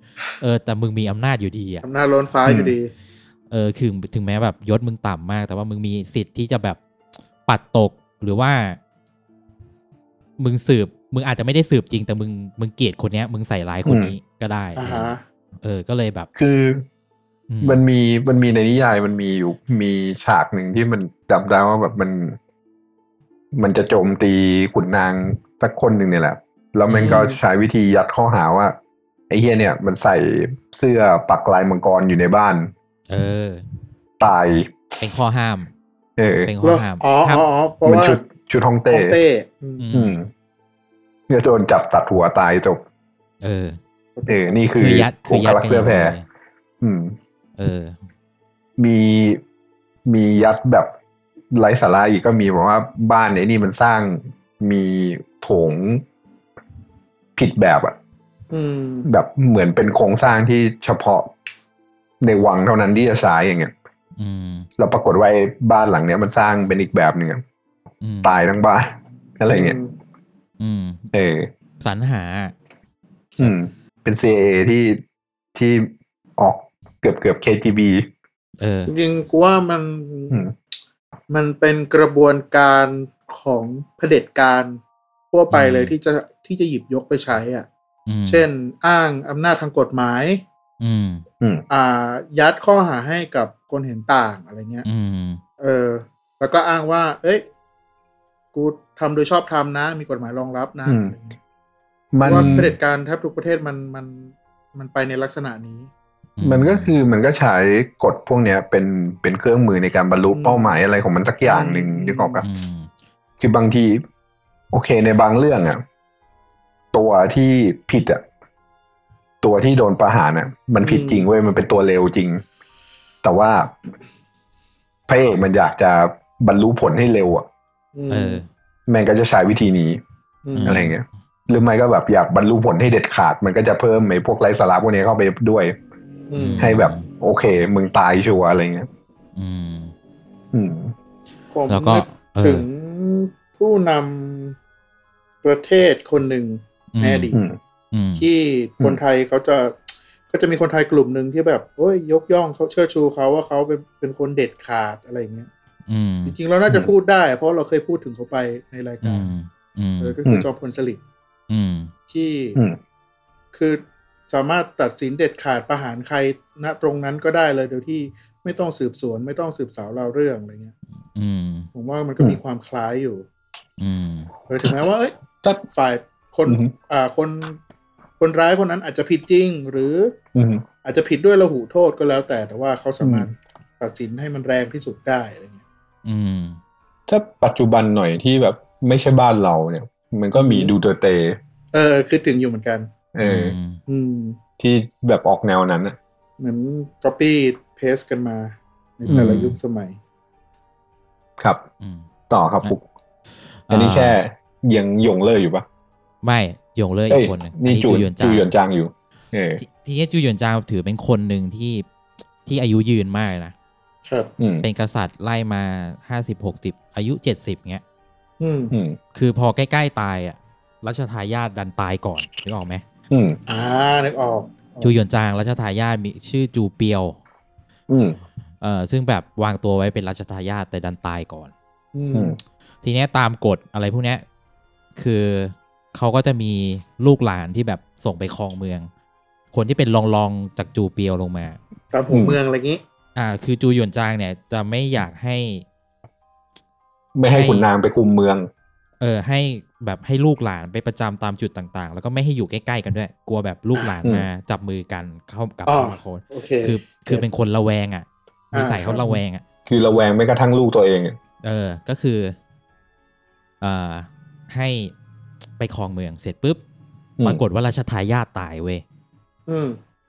เออแต่มึงมีอำนาจอยู่ดีอะ อำนาจล้นฟ้าอยู่ดี เออคือถึงแม้แบบยศมึงต่ำมาก แต่ว่ามึงมีสิทธิ์ที่จะแบบปัดตกหรือว่า มึงสืบ มึงอาจจะไม่ได้สืบจริง แต่มึงมึงเกลียดคนเนี้ย มึงใส่ร้ายคนนี้ก็ได้ อ่าฮะ เออ ก็เลยแบบ คือ อื มันมีมันมีในนิยายมันมีอยู่มีฉากหนึ่งที่มันจำได้ว่าแบบมัน มันจะโจมตีขุนนางสักคนหนึ่งเนี่ยแหละ แล้วมันก็ อืม ใช้วิธียัดข้อหาว่าไอ้เฮียเนี่ย มันใส่เสื้อปักลายมังกรอยู่ในบ้าน เออ ตาย เป็นข้อห้าม เออ เป็นข้อแล้ว ห้าม อ๋อ ห้าม อ๋ออ๋อเพราะ มัน ว่า ชุดชุดฮอง ข เต้ องเต้อืม อื อืม มเนี่ยโดนจับตัดหัวตายจบ เออ เออ นี่คือ คือยัดคือยัด ลัก กัน เสื้อแพร ย่างเดียวเลย อืม เออ มีมียัดแบบไร้สาระอีกก็มีบอกว่าบ้านไอ้นี่มันสร้างมีโถงผิดแบบอะ อืม แบบเหมือนเป็นโครงสร้างที่เฉพาะในวังเท่านั้นที่จะใช้อย่างเงี้ย อืม เราปรากฏว่าไอ้บ้านหลังเนี้ยมันสร้างเป็นอีกแบบหนึ่งอะ อืม ตายทั้งบ้านอะไรเงี้ย อืม เออ สรรหา อืม เป็น CIA ที่ที่ออกเกือบเกือบ KGB เออ จริงๆกูว่ามัน อืม มันเป็นกระบวนการของเผด็จการทั่วไปเลย อืม ที่จะที่จะหยิบยกไปใช้อ่ะ อืม เช่น อ้างอำนาจทางกฎหมาย อืม อืม อ่า ยัดข้อหาให้กับคนเห็นต่างอะไรเงี้ย อืม เออ แล้วก็อ้างว่า เอ้ย กูทำโดยชอบทำนะ มีกฎหมายรองรับนะ อืม มัเพนราะว่าเผด็จการแทบทุกประเทศมันมันมันไปในลักษณะนี้ มันก็คือมันก็ใช้กฎพวกเนี้ยเป็นเป็นเครื่องมือในการบรรลุ อืม เป้าหมายอะไรของมันสักอย่างหนึ่ง อืม นึกออกปะ อืม คือบางที โอเคในบางเรื่องอะตัวที่ผิดอะตัวที่โดนประหารอะมันผิดจริงเว้ยมันเป็นตัวเลวจริง แต่ว่าพระเอกมันอยากจะบรรลุผลให้เร็วอะ ม เออ แม่งก็จะใช้วิธีนี้ ม อะไรเงี้ย หรือไม่ก็แบบอยากบรรลุผลให้เด็ดขาด มันก็จะเพิ่มไอ้พวกไร้สาระพวกนี้เข้าไปด้วย อืม ให้แบบ โอเค มึงตายชัวร์อะไรเงี้ย อืม อืม ผม แล้วก็ นึก เออ ถึงผู้นำประเทศคนหนึ่งในอดีต อืม อืม ที่คนไทยเขาจะก็จะมีคนไทยกลุ่มหนึ่งที่แบบโอ้ยยกย่องเขาเชิดชูเขาว่าเขาเป็นเป็นคนเด็ดขาดอะไรเงี้ย อืม จริงๆเราน่าจะ อืม พูดได้ เพราะเราเคยพูดถึงเขาไปในราย อื การ มอืม เออก็คืออ ม จอมพลสฤษดิ์ อืม ที่ อืม คือสามารถตัดสินเด็ดขาดประหารใครณตรงนั้นก็ได้เลยโดยที่ไม่ต้องสืบสวนไม่ต้องสืบสาวราวเรื่องอะไรเงี้ย อืม ผมว่ามันก็ อืม มีความคล้ายอยู่ อืม เออถึงแม้ว่าเอ้ย ก็ ฝ่ายคน อือฮึ อ่าคนคนร้ายคนนั้นอาจจะผิดจริง หรือ อืม อาจจะผิดด้วยระหูโทษก็แล้วแต่แต่ว่าเขาสามารถตัดสินให้มันแรงที่สุดได้อะไรเงี้ย อืม ถ้าปัจจุบันหน่อยที่แบบไม่ใช่บ้านเราเนี่ย มันก็มี อืม ดูเตอร์เต เออคิดถึงอยู่เหมือนกัน เอออ อืม ที่แบบออกแนวนั้นน่ะ เหมือน copy paste กันมา ในแต่ละ อืม ยุคสมัย ครับ อืม ต่อครับ อ่ะ ปุ๊กอันนี้แค่ยังหยงเล่ยอยู่ปะ ไม่หยงเลยอี เอ้ย กคนหนึง นี่ อั จู จู หย ห วน นจาจูง หยวนจางอยู่ เออ ทีทีนี้จูหยวนจางถือเป็นคนหนึ่งที่ที่อายุยืนมากนะ ครับ อืม เป็นกษัตริย์ไล่มาห้าสิบหกสิบอายุเจ็ดสิบเงี้ย อืม อืม คือพอใกล้ๆตายอ่ะรัชทายาทดันตายก่อนนึกออกไหม อืม อ่า นึกออก จูหยวนจางรัชทายาทมีชื่อจูเปียว อืม เอ่อซึ่งแบบวางตัวไว้เป็นรัชทายาทแต่ดันตายก่อน อืม อืม ทีเนี้ยตามกฎอะไรพวกเนี้ยคือเขาก็จะมีลูกหลานที่แบบส่งไปครองเมือง คนที่เป็นรองรองๆจากจูเปียวลงมา ตามหัวเมืองอะไรงี้ อ่า คือจูหยวนจางเนี่ยจะไม่อยากให้ ไม่ให้ ให้ คุณนางไปคุมเมือง เออให้แบบให้ลูกหลานไปประจำตามจุดต่างๆ แล้วก็ไม่ให้อยู่ใกล้ๆกันด้วย กลัวแบบลูกหลาน อืม มาจับมือกันเข้ากับ อ๋อ เข้ามาโคน โอเค คือคือเป็นคนระแวงอ่ะนิสัยเขา อ่าครับ ระแวงอ่ะ คือระแวงแม้กระทั่งลูกตัวเองอะ เออ ก็คือเอ่อให้ไปครองเมืองเสร็จปุ๊บ ปรากฏว่าราชทายาทตายเว้ย อืม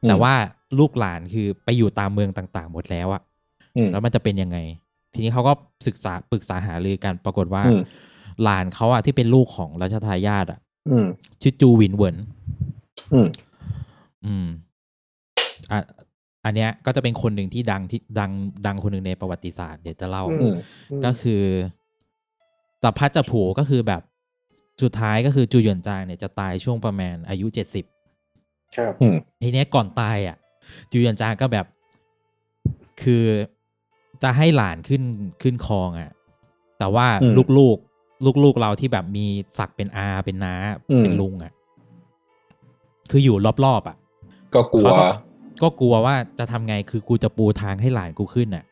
แต่ว่าลูกหลานคือไปอยู่ตามเมืองต่างๆ หมดแล้วอะ อืม แล้วมันจะเป็นยังไง ทีนี้เขาก็ศึกษาปรึกษาหารือกัน ปรากฏว่า อืม หลานเขาอะที่เป็นลูกของรัชทายาทอะ อืม ชื่อจูหวินเหวิน อืม อืมอ่ะอันเนี้ยก็จะเป็นคนหนึ่งที่ดังที่ดังดังคนหนึ่งในประวัติศาสตร์เดี๋ยวจะเล่า อื อืม ก็คือจับพลัดจับผลูก็คือแบบสุดท้ายก็คือจูหยวนจางเนี่ยจะตายช่วงประมาณอายุเจ็ดสิบ ครับ อืม ทีเนี้ยก่อนตายอ่ะ จูหยวนจางก็แบบ คือจะให้หลานขึ้นขึ้นครองอ่ะ แต่ว่า อืม ลูก ลูกๆเราที่แบบมีศักดิ์เป็นอาเป็นน้า อืม เป็นลุงอะ่ะ คืออยู่รอบๆอะ่ะ ก็กลัว เขาต้อง ก็กลัวว่าจะทำไงคือกูจะปูทางให้หลานกูขึ้นอ่ะ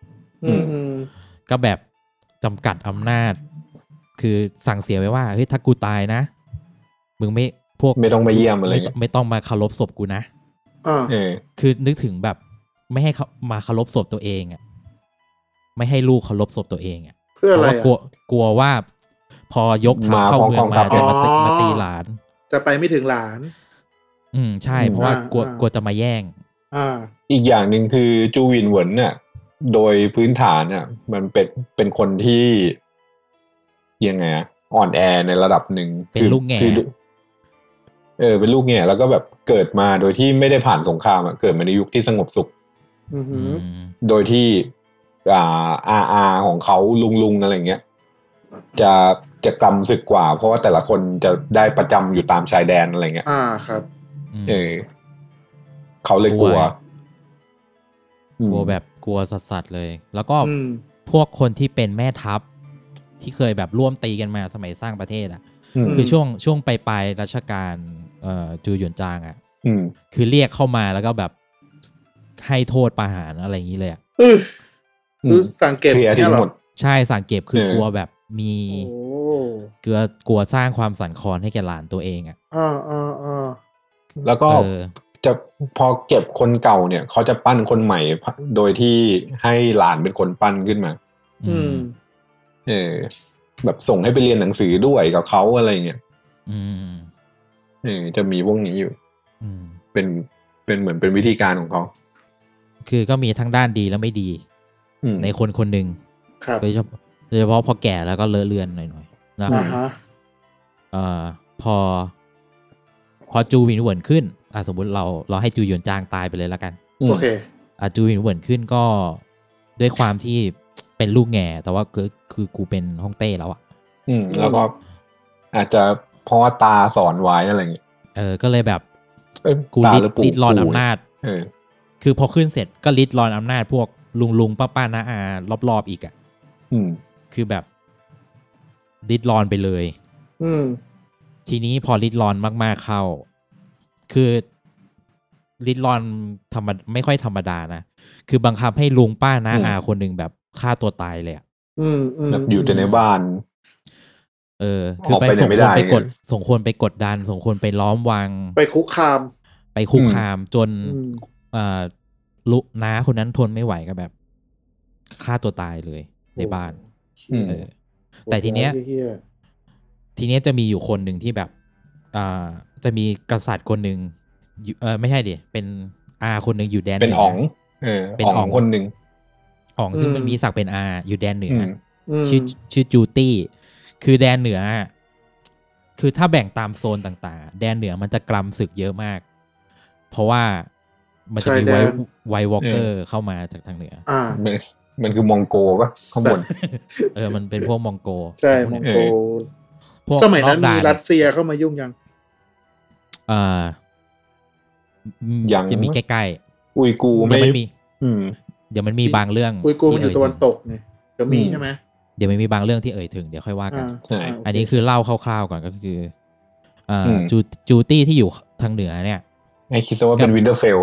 อือืม มอืม ก็แบบจำกัดอำนาจ คือสั่งเสียไว้ว่าเฮ้ยถ้ากูตายนะ มึงไม่พวก ไม่ต้องมาเยี่ยมอะไร ไม่ต้องเงี้ย ไม่ต้องมาเคารพศพกูนะ อ่า เออ คือนึกถึงแบบไม่ให้เขามาเคารพศพตัวเองอ่ะไม่ให้ลูกเคารพศพตัวเองอ่ะ เพื่อ เพ อะไร ราะว่า อะ กลัวกลัวว่า พอยกทัพ มา เข้าเมืองมา พร้ จะ อมๆมานกัตีมาตีหลาน จะไปไม่ถึงหลาน อืมใช่ อืม เพราะว่า อ่าก ลัว อ่ากก ลัวจะมาแย่ง อ่า อีกอย่างหนึ่งคือจูวินเหวินเนี่ยโดยพื้นฐานเนี่ยมันเป็นเป็นคนที่ยังไงอะอ่อนแอในระดับหนึ่ง เป็น คือ ลูกแง่ คือเออ เป็นลูกแง่แล้วก็แบบเกิดมาโดยที่ไม่ได้ผ่านสงครามอะเกิดมาในยุคที่สงบสุข อือหือ อืม โดยที่อ่าอาอาของเขาลุงลุงอะไรเงี้ยจะจะกำศึกกว่า เพราะว่าแต่ละคนจะได้ประจำอยู่ตามชายแดนอะไรเงี้ย อ่าครับ อืม เออเขาเลยกลักลัวว อืม กลัวแบบกลัวสัสๆเลย แล้วก็ อืม พวกคนที่เป็นแม่ทัพ ที่เคยแบบร่วมตีกันมาสมัยสร้างประเทศอ่ะ อืม คือช่วงช่วงปลายปลายๆรัชกาลเอ่อจูหยวนจางอ่ะ อืม คือเรียกเข้ามาแล้วก็แบบให้โทษประหารอะไรอย่างนี้เลยอะ อือ อืม คือสั่งเก็บ เคลียร์ เนี่ ทิ้ ย ง เหร หม อ ด ใช่สั่งเก็บคือ เออ กลัวแบบมี โอ้ เกลัวกลัวสร้างความสั่นคลอนให้แก่หลานตัวเองอ่ะ อ่าอ่าอ่า แล้วก็ เออ จะพอเก็บคนเก่าเนี่ย เขาจะปั้นคนใหม่ โดยที่ให้หลานเป็นคนปั้นขึ้นมา อื อื ม ม เออ แบบส่งให้ไปเรียนหนังสือด้วยกับเขาอะไรเงี้ย อืม เออจะมีพวกนี้อยู่ อืม เป็นเป็นเหมือนเป็นวิธีการของเขา คือก็มีทั้งด้านดีและไม่ดี อืม ในคนคนหนึ่ง ครับ โดยเฉพาะโดยเฉพาะพอแก่แล้วก็เลอะเลือนหน่อยๆนะครั อ่า บ ฮะ เอ่อพอ พอจูหวินเหวินขึ้นอ่ะสมมติเราเราให้จูหยวนจางตายไปเลยแล้วกัน อืม โอเค อาจูหินเหวินขึ้นก็ด้วยความที่เป็นลูกแง่แต่ว่าคือคือกูเป็นฮ่องเต้แล้วอะ อืม แล้วก็อาจจะเพราะว่าตาสอนไว้อะไรเงี้ย เออก็เลยแบบ เอ้ย กู ตา ลิด หรือปู่ ลิดรอนอำนาจ เออ คือพอขึ้นเสร็จก็ลิดรอนอำนาจพวกลุงลุงป้าป้าน้าอารอบๆอีกอะ อืม คือแบบลิดรอนไปเลย อืม ทีนี้พอลิดรอนมากๆเข้า คือลิดรอนธรรมดไม่ค่อยธรรมดานะคือบังคับให้ลุงป้าน้าอา อืม คนหนึ่งแบบฆ่าตัวตายเลยอะ อืมอืม แบบอยู่แต่ในบ้าน เออ คือ ออก ไป ไปไหน ส่ง ไม่ ค ได้ นไปกด ไง ส่งคนไปกดดันส่งคนไปล้อมวัง ไปคุกคาม ไปคุก อืม คามจน อืม เอ่อลุน้าคนนั้นทนไม่ไหวก็แบบฆ่าตัวตายเลยในบ้าน อืม เออ แต่ทีเนี้ย หี้ย ทีเนี้ยจะมีอยู่คนหนึ่งที่แบบอ่าจะมีกษัตริย์คนหนึ่งอยู่เออไม่ใช่ดิเป็นอาคนหนึ่งอยู่แดน เป็น ห อ๋อง นะ เออ เป็นอ๋ อ๋ อ อง งคนหนึ่ง อ๋องซึ่งมันมีศักดิ์เป็นอาอยู่แดนเหนือ อื อ ม ม ชื่อชื่อจูตี้ คือแดนเหนืออะคือถ้าแบ่งตามโซนต่างๆ แดนเหนือมันจะกลัมศึกเยอะมาก เพราะว่ามันจะมีไวไววอลเกอร์เข้ามาจากทางเหนือ อ่า มันมันคือมองโกปะข้าง บน เออ มันเป็นพวกมองโก ใช่ พวก มอง เนี่ย โก พวก สมัยนั้น อบ มี ด่า รัสเซียเข้ามายุ่งยัง เอ่อ ยัง จะมีใกล้ อุยกู ๆ เดี๋ ไม่ ยวมันมี อืม เดี๋ยวมันมี จริง บางเรื่อง อุยกูมันอยู่ ที่ ตะ เถึง วันตกเนี่ยเดี๋ยวมี อืม ใช่ไหม เดี๋ยวมันมีบางเรื่องที่เอ่ยถึง เดี๋ยวค่อยว่ากัน อ่า ใช่ าโเ อันนี้คือเล่าคร่าวๆก่อนก็คือเอ่ออ ม จูจูตี้ที่อยู่ทางเหนือเนี่ย ไอคิดซะว่าเป็นวินเดอร์เฟล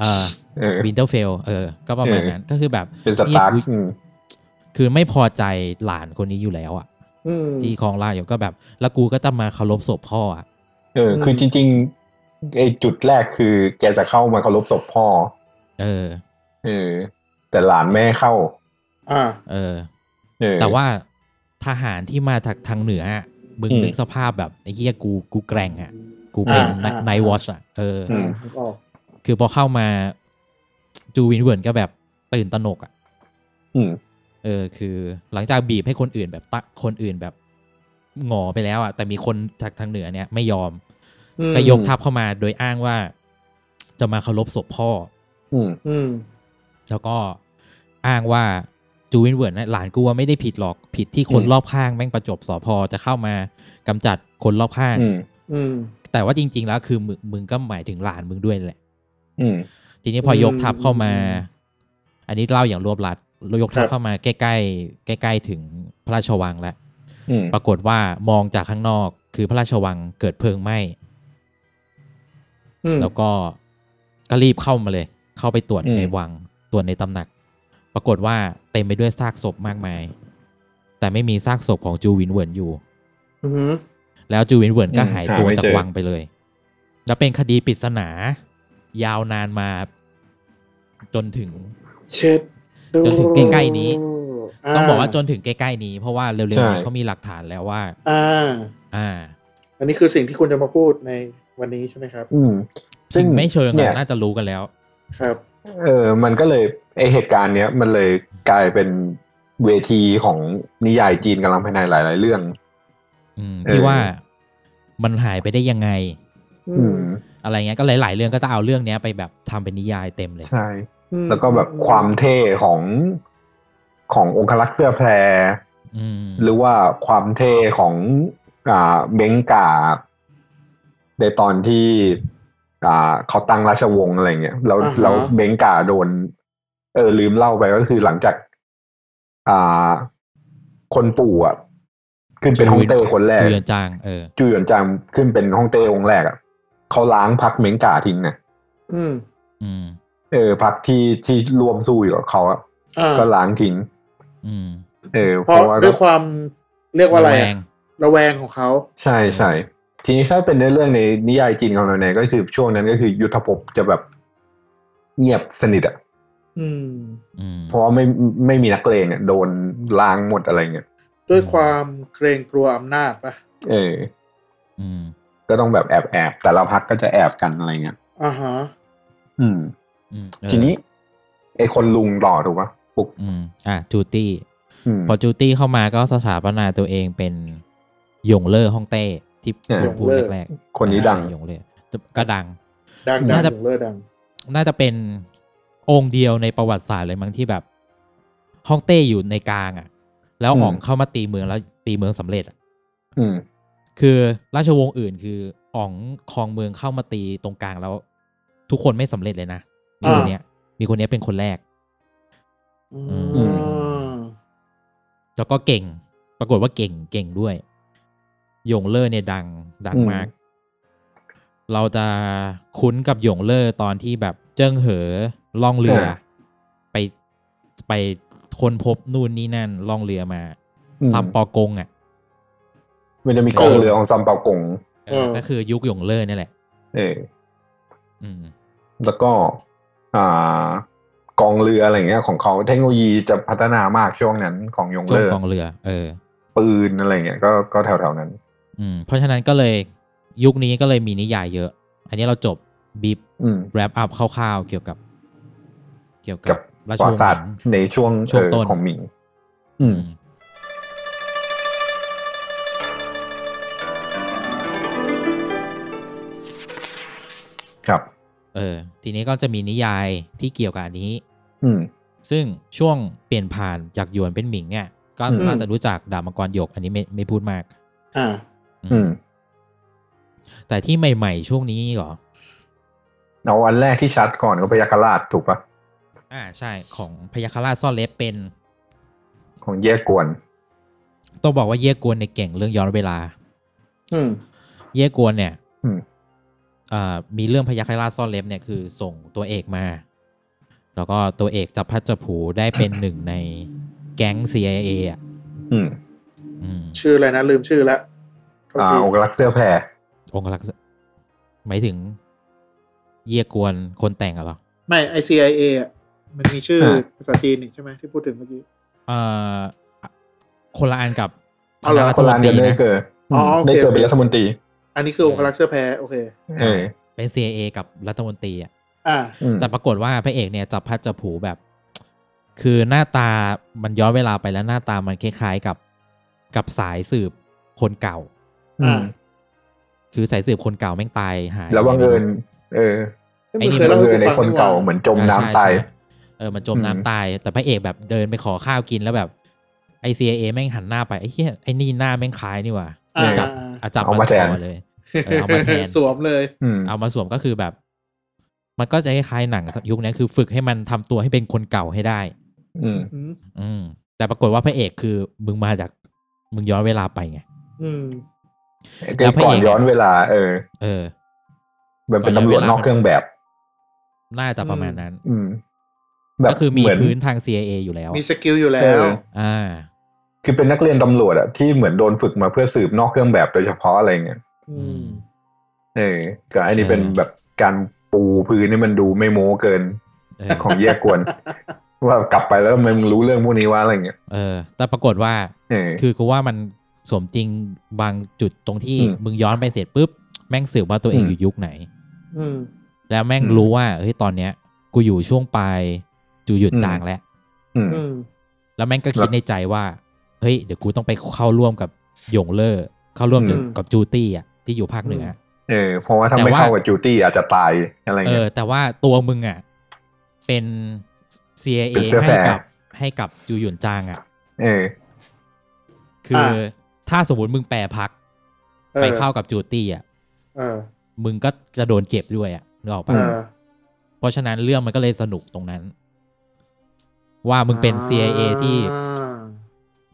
เออ เออ วินเทอร์เฟล เออ ก็ประมาณ เออ นั้น ก็คือแบบ เป็นสตาร์ค กู อืม คือไม่พอใจหลานคนนี้อยู่แล้วอะ อืม ที่ครองราชอยู่ก็แบบ แล้วกูก็จะมาเคารพศพพ่ออะ เออ คือจริงๆไอจุดแรกคือ แกจะเข้ามาเคารพศพพ่อ เออ เออ แต่หลานแม่ให้เข้า อ่า เออ เออ แต่ว่าทหารที่มาจากทางเหนืออะมึง อืม นึกสภาพแบบไอ้เหี้ยกูกูแกร่งอะกูเป็น อ่าอ่า นายวอชอะเอออ อ่าม นึกออก คือพอเข้ามาจูวินเวิร์นก็แบบตื่นตระหนกอะ อืม เออ คือหลังจากบีบให้คนอื่นแบบตะคนอื่นแบบหงอไปแล้วอะแต่มีคนจากทางเหนือเนี่ยไม่ยอม อืม ก็ยกทัพเข้ามาโดยอ้างว่า จะมาเคารพศพพ่อ อืม อืม แล้วก็อ้างว่าจูวินเวิร์ดนะหลานกูว่าไม่ได้ผิดหรอกผิดที่คน อืม รอบข้างแม่งประจบสอพอจะเข้ามากำจัดคนรอบข้าง อืม อืม แต่ว่าจริง ๆ แล้วคือมึงมึงก็หมายถึงหลานมึงด้วยแหละ อืม ทีนี้พออ ม ยกทัพเข้ามา อืม อันนี้เล่าอย่างรวบลัดยกทัพ ครับ เข้ามาใกล้ๆใกล้ ๆ ถึงพระราชวังแล้ว อืม ปรากฏว่ามองจากข้างนอกคือพระราชวังเกิดเพลิงไหม้ อืม แล้วก็ก็รีบเข้ามาเลย เข้าไปตรวจในวัง ตรวจในตำหนัก ปรากฏว่าเต็มไปด้วยซากศพมากมาย แต่ไม่มีซากศพของจูวินเหวินอยู่ อือหือ แล้วจูวินเหวินก็หายตัวจากวังไปเลย แล้วเป็นคดีปริศนา ยาวนานมาจนถึง เช็ด จนถึงใกล้ๆนี้ า ต้องบอกว่าจนถึงใกล้ๆนี้ เพราะว่าเร็วๆนี้ ใช่ เขามีหลักฐานแล้วว่า อ่า อ่า อันนี้คือสิ่งที่คุณจะมาพูดในวันนี้ใช่ไหมครับ อืม ถึงไม่เชิงหรอก เนี่ย น่าจะรู้กันแล้ว ครับ เออ มันก็เลยไอเหตุการณ์เนี้ยมันเลยกลายเป็นเวทีของนิยายจีนกำลังภายในหลาย ๆ เรื่อง อืม เออ ที่ว่ามันหายไปได้ยังไง อื อื ม ม อะไรเงี้ยก็หลายๆเรื่องก็จะเอาเรื่องเนี้ยไปแบบทำเป็นนิยายเต็มเลย ใช่ อืม แล้วก็แบบความเท่ของขององคลักษ์เสื้อแพร อืม หรือว่าความเท่ของอ่าเบงกาในตอนที่อ่าเขาตั้งราชวงศ์อะไรเงี้ยแล้ว าฮะ แล้วเบงกาโดน เออลืมเล่าไปก็คือหลังจาก อ่า คนปู่อ่ะ ขึ้นเป็นฮ่องเต้คนแรก จูเยนจางเออ จูหยวนจางขึ้นเป็นฮ่องเต้องค์แรกอ่ะเขาล้างพักเมงกาทิ้งนะ อืม อืม เออพักที่ที่รวมสู้อยู่กับเขาอะ อ่า ก็ล้างทิ้ง อืม เออ เพราะด้ ก็ วยความเรียกว่าอะไร แร อะ ง ระแวงของเขา ใช่ใช่ ทีนี้ถ้าเป็นในเรื่องในนิยายจีนของเราเนี่ยก็คือช่วงนั้นก็คือยุทธภพจะแบบเงียบสนิทอ่ะ อืม อืม เพราะว่าไม่ไม่มีนักเลงอะโดนล้างหมดอะไรเงี้ย ด้วยความเกรงกลัวอำนาจปะ เออ อืม ก็ต้องแบบแอบแอบแต่ละพักก็จะแอบกันอะไรเงี้ย อ่าฮะ อืม อืมเออ ทีนี้ไอคนลุงต่อถูกปะปุก อืมอ่ะจูตี้ อืม พอจูตี้เข้ามาก็สถาปนาตัวเองเป็นหยงเล่อฮ่องเต้ที่ อ่า ผมพูด หยงเล่อ แรกๆ คนนี้ดัง อ่าหยงเล่อจะก็ดัง ดังดั น่าง จะ เลอดัง น่าจะเป็นองค์เดียวในประวัติศาสตร์เลยมั้งที่แบบฮ่องเต้อยู่ในกลางอ่ะ แล้วอ๋อง อืม เข้ามาตีเมืองแล้วตีเมืองสำเร็จอะ อืม คือราชวงศ์อื่นคืออ๋องครองเมืองเข้ามาตีตรงกลางแล้ว ทุกคนไม่สำเร็จเลยนะมีคน อ่า เนี้ย มีคนเนี้ยเป็นคนแรก อื อื ม แล้วก็เก่ง ปรากฏว่าเก่งเก่งด้วยหยงเล่อเนี่ยดัง ดังมาก อืม เราจะคุ้นกับหยงเล่อตอนที่แบบเจิ้งเหอล่องเรือ ไปไปคนพบนู่นนี่นั่นล่องเรือมา อืม ซัมปอกงอ่ะ มันจะมีกองเรือของซัมเปากง เออก็คือยุคหยงเล่อเนี่ยแหละ เออ อืม แล้วก็ อ่ากองเรืออะไรเงี้ย ของเขาเทคโนโลยีจะพัฒนามากช่วงนั้นของยง ช่วง เลอร์ กองเรือ เออ ปืนอะไรเงี้ยก็ก็แถวๆนั้น อืม เพราะฉะนั้นก็เลยยุคนี้ก็เลยมีนิยายเยอะ อันนี้เราจบบีบ อืม แรปอัพคร่าวๆเกี่ยวกับ เกี่ยว กั กับบ ราชวปราง ศ์ห สา มิ ท ง ในช่วง ช่วง เอ่อ ต้น ของหมิง อืม ครับ เออ ทีนี้ก็จะมีนิยายที่เกี่ยวกับอันนี้ อืม ซึ่งช่วงเปลี่ยนผ่านจากหยวนเป็นหมิงเนี่ยก็ อืม น่าจะรู้จักดาบมังกรหยก อันนี้ไม่ไม่พูดมาก อ่า อืม แต่ที่ใหม่ๆ ช่วงนี้เหรอ เอาอันแรกที่ชัดก่อนก็พยาคราชถูกปะ อ่าใช่ของพยาคฆราชซ่อนเล็บเป็น ของแย่กวน ต้องบอกว่าเย่กวนในยเก่งเรื่องย้อนเวลา อืม เย่กวนเนี่ย อืม อ่ามีเรื่องพยาคฆราชซ่อนเล็บเนี่ยคือส่งตัวเอกมา แล้วก็ตัวเอกจับพลัดจับผลูได้เป็นหนึ่งในแก๊ง CIA อ่ะ อืม อืม ชื่ออะไรนะลืมชื่อละโทษ อ่า ที องค์รักษ์เสื้อแพร องค์ลักษณ์หมายถึง เย่กวนคนแต่งอะเหรอ ไม่ ICIA อ่ะมันมีชื่ออา ภาษาจีนนี่ใช่ไหมที่พูดถึงเมื่อกี้ เอ่อคนละอันกับ เอาเหรอ คณะรั ค ฐ น ม ละอัน ต กัน รี ได้ นะ เกิด อ๋อโอเค ได้เกิดเป็นรัฐมนตรี อันนี้คือองค์ลักษณ์เสื้อแพรโอเค เออ เป็น CIA กับรัฐมนตรีอ่ะ อ่า อืม แต่ปรากฏว่าพระเอกเนี่ยจับพัดจับผลูแบบ คือหน้าตามันย้อนเวลาไปแล้วหน้าตามันคล้ายๆกับกับสายสืบคนเก่า อืม คือสายสืบคนเก่าแม่งตายหาย แล้วบังเอิญเออ ไอ้นี่ ค เย บั ล่าง ให้ เอิ กู ญใน ฟัง คน ดีกว่า เก่าเหมือนจมน้ำ ใช่ ตาย ใช่เออมันจมน้ำ อืม ตาย แต่พระเอกแบบเดินไปขอข้าวกินแล้วแบบไอซีเอแม่งหันหน้าไปไอ้เหี้ยไอ้นี่หน้าแม่งคล้ายนี่หว่า อ่า จับอ่ะจับ เอามาแทน ต่อเลย เออเอามาแทน สวมเลย อืม เอามาสวมก็คือแบบ มันก็จะคล้ายๆหนังยุคนี้คือฝึกให้มันทำตัวให้เป็นคนเก่าให้ได้ อืม อืม อืมแต่ปรากฏว่าพระเอกคือมึงมาจาก มึงย้อนเวลาไปไง อืม แล้วพระ ก่อ เอน ก ย้อนเวลา เออ เออ มันเป็นตำรวจนอกเครื่องแบบ น่าจะประมาณนั้น อืม แบบ ก็คือมี เหน พื้นทาง CIA อยู่แล้ว มีสกิลอยู่ เอ แล้ว อ อ่า คือเป็นนักเรียนตำรวจอะที่เหมือนโดนฝึกมาเพื่อสืบนอกเครื่องแบบโดยเฉพาะอะไรเงี้ย อื อื ม ม เออกับไอ้นี่ ใช่ เป็นแบบการปูพื้นนี่มันดูไม่โม้เกิน เออ ของเย่กวน ว่ากลับไปแล้วมันรู้เรื่องพวกนี้ว่าอะไรเงี้ย เออ แต่ปรากฏว่า เออ คือกูว่ามันสมจริงบางจุดตรงที่ อืม มึงย้อนไปเสร็จปุ๊บ แม่งสืบว่าตัวเอง อืม อยู่ยุคไหน อืม แล้วแม่ง อืม รู้ว่าเฮ้ยตอนเนี้ย กูอยู่ช่วงปลายจูหยุด อืม จางแล้ว อืม อืม แล้วแม่งก็คิดในใจว่า เฮ้ย เดี๋ยวกูต้องไปเข้าร่วมกับหยงเลอร์เข้าร่วมกับ อืม กับจูตี้อ่ะที่อยู่ภาคเหนืออ เออเพราะว่าถ้า แต่ ไม่ ว่า เข้ากับจูตี้อาจจะตายอะไร เอ เงี้ อ ย แต่ว่าตัวมึงอ่ะเป็น CIA เป็นเสื้อ ให้ แฟร์ กับให้กับจูหยุนจางอ่ะ เออ คือ อ่า ถ้าสมมติมึงแปรพัก ออ ไปเข้ากับจูตี้อ่ะ เออ มึงก็จะโดนเก็บด้วยอ่ะนึกออก เอ ปะ อ เพราะฉะนั้นเรื่องมันก็เลยสนุกตรงนั้น ว่ามึงเป็น CIA ที่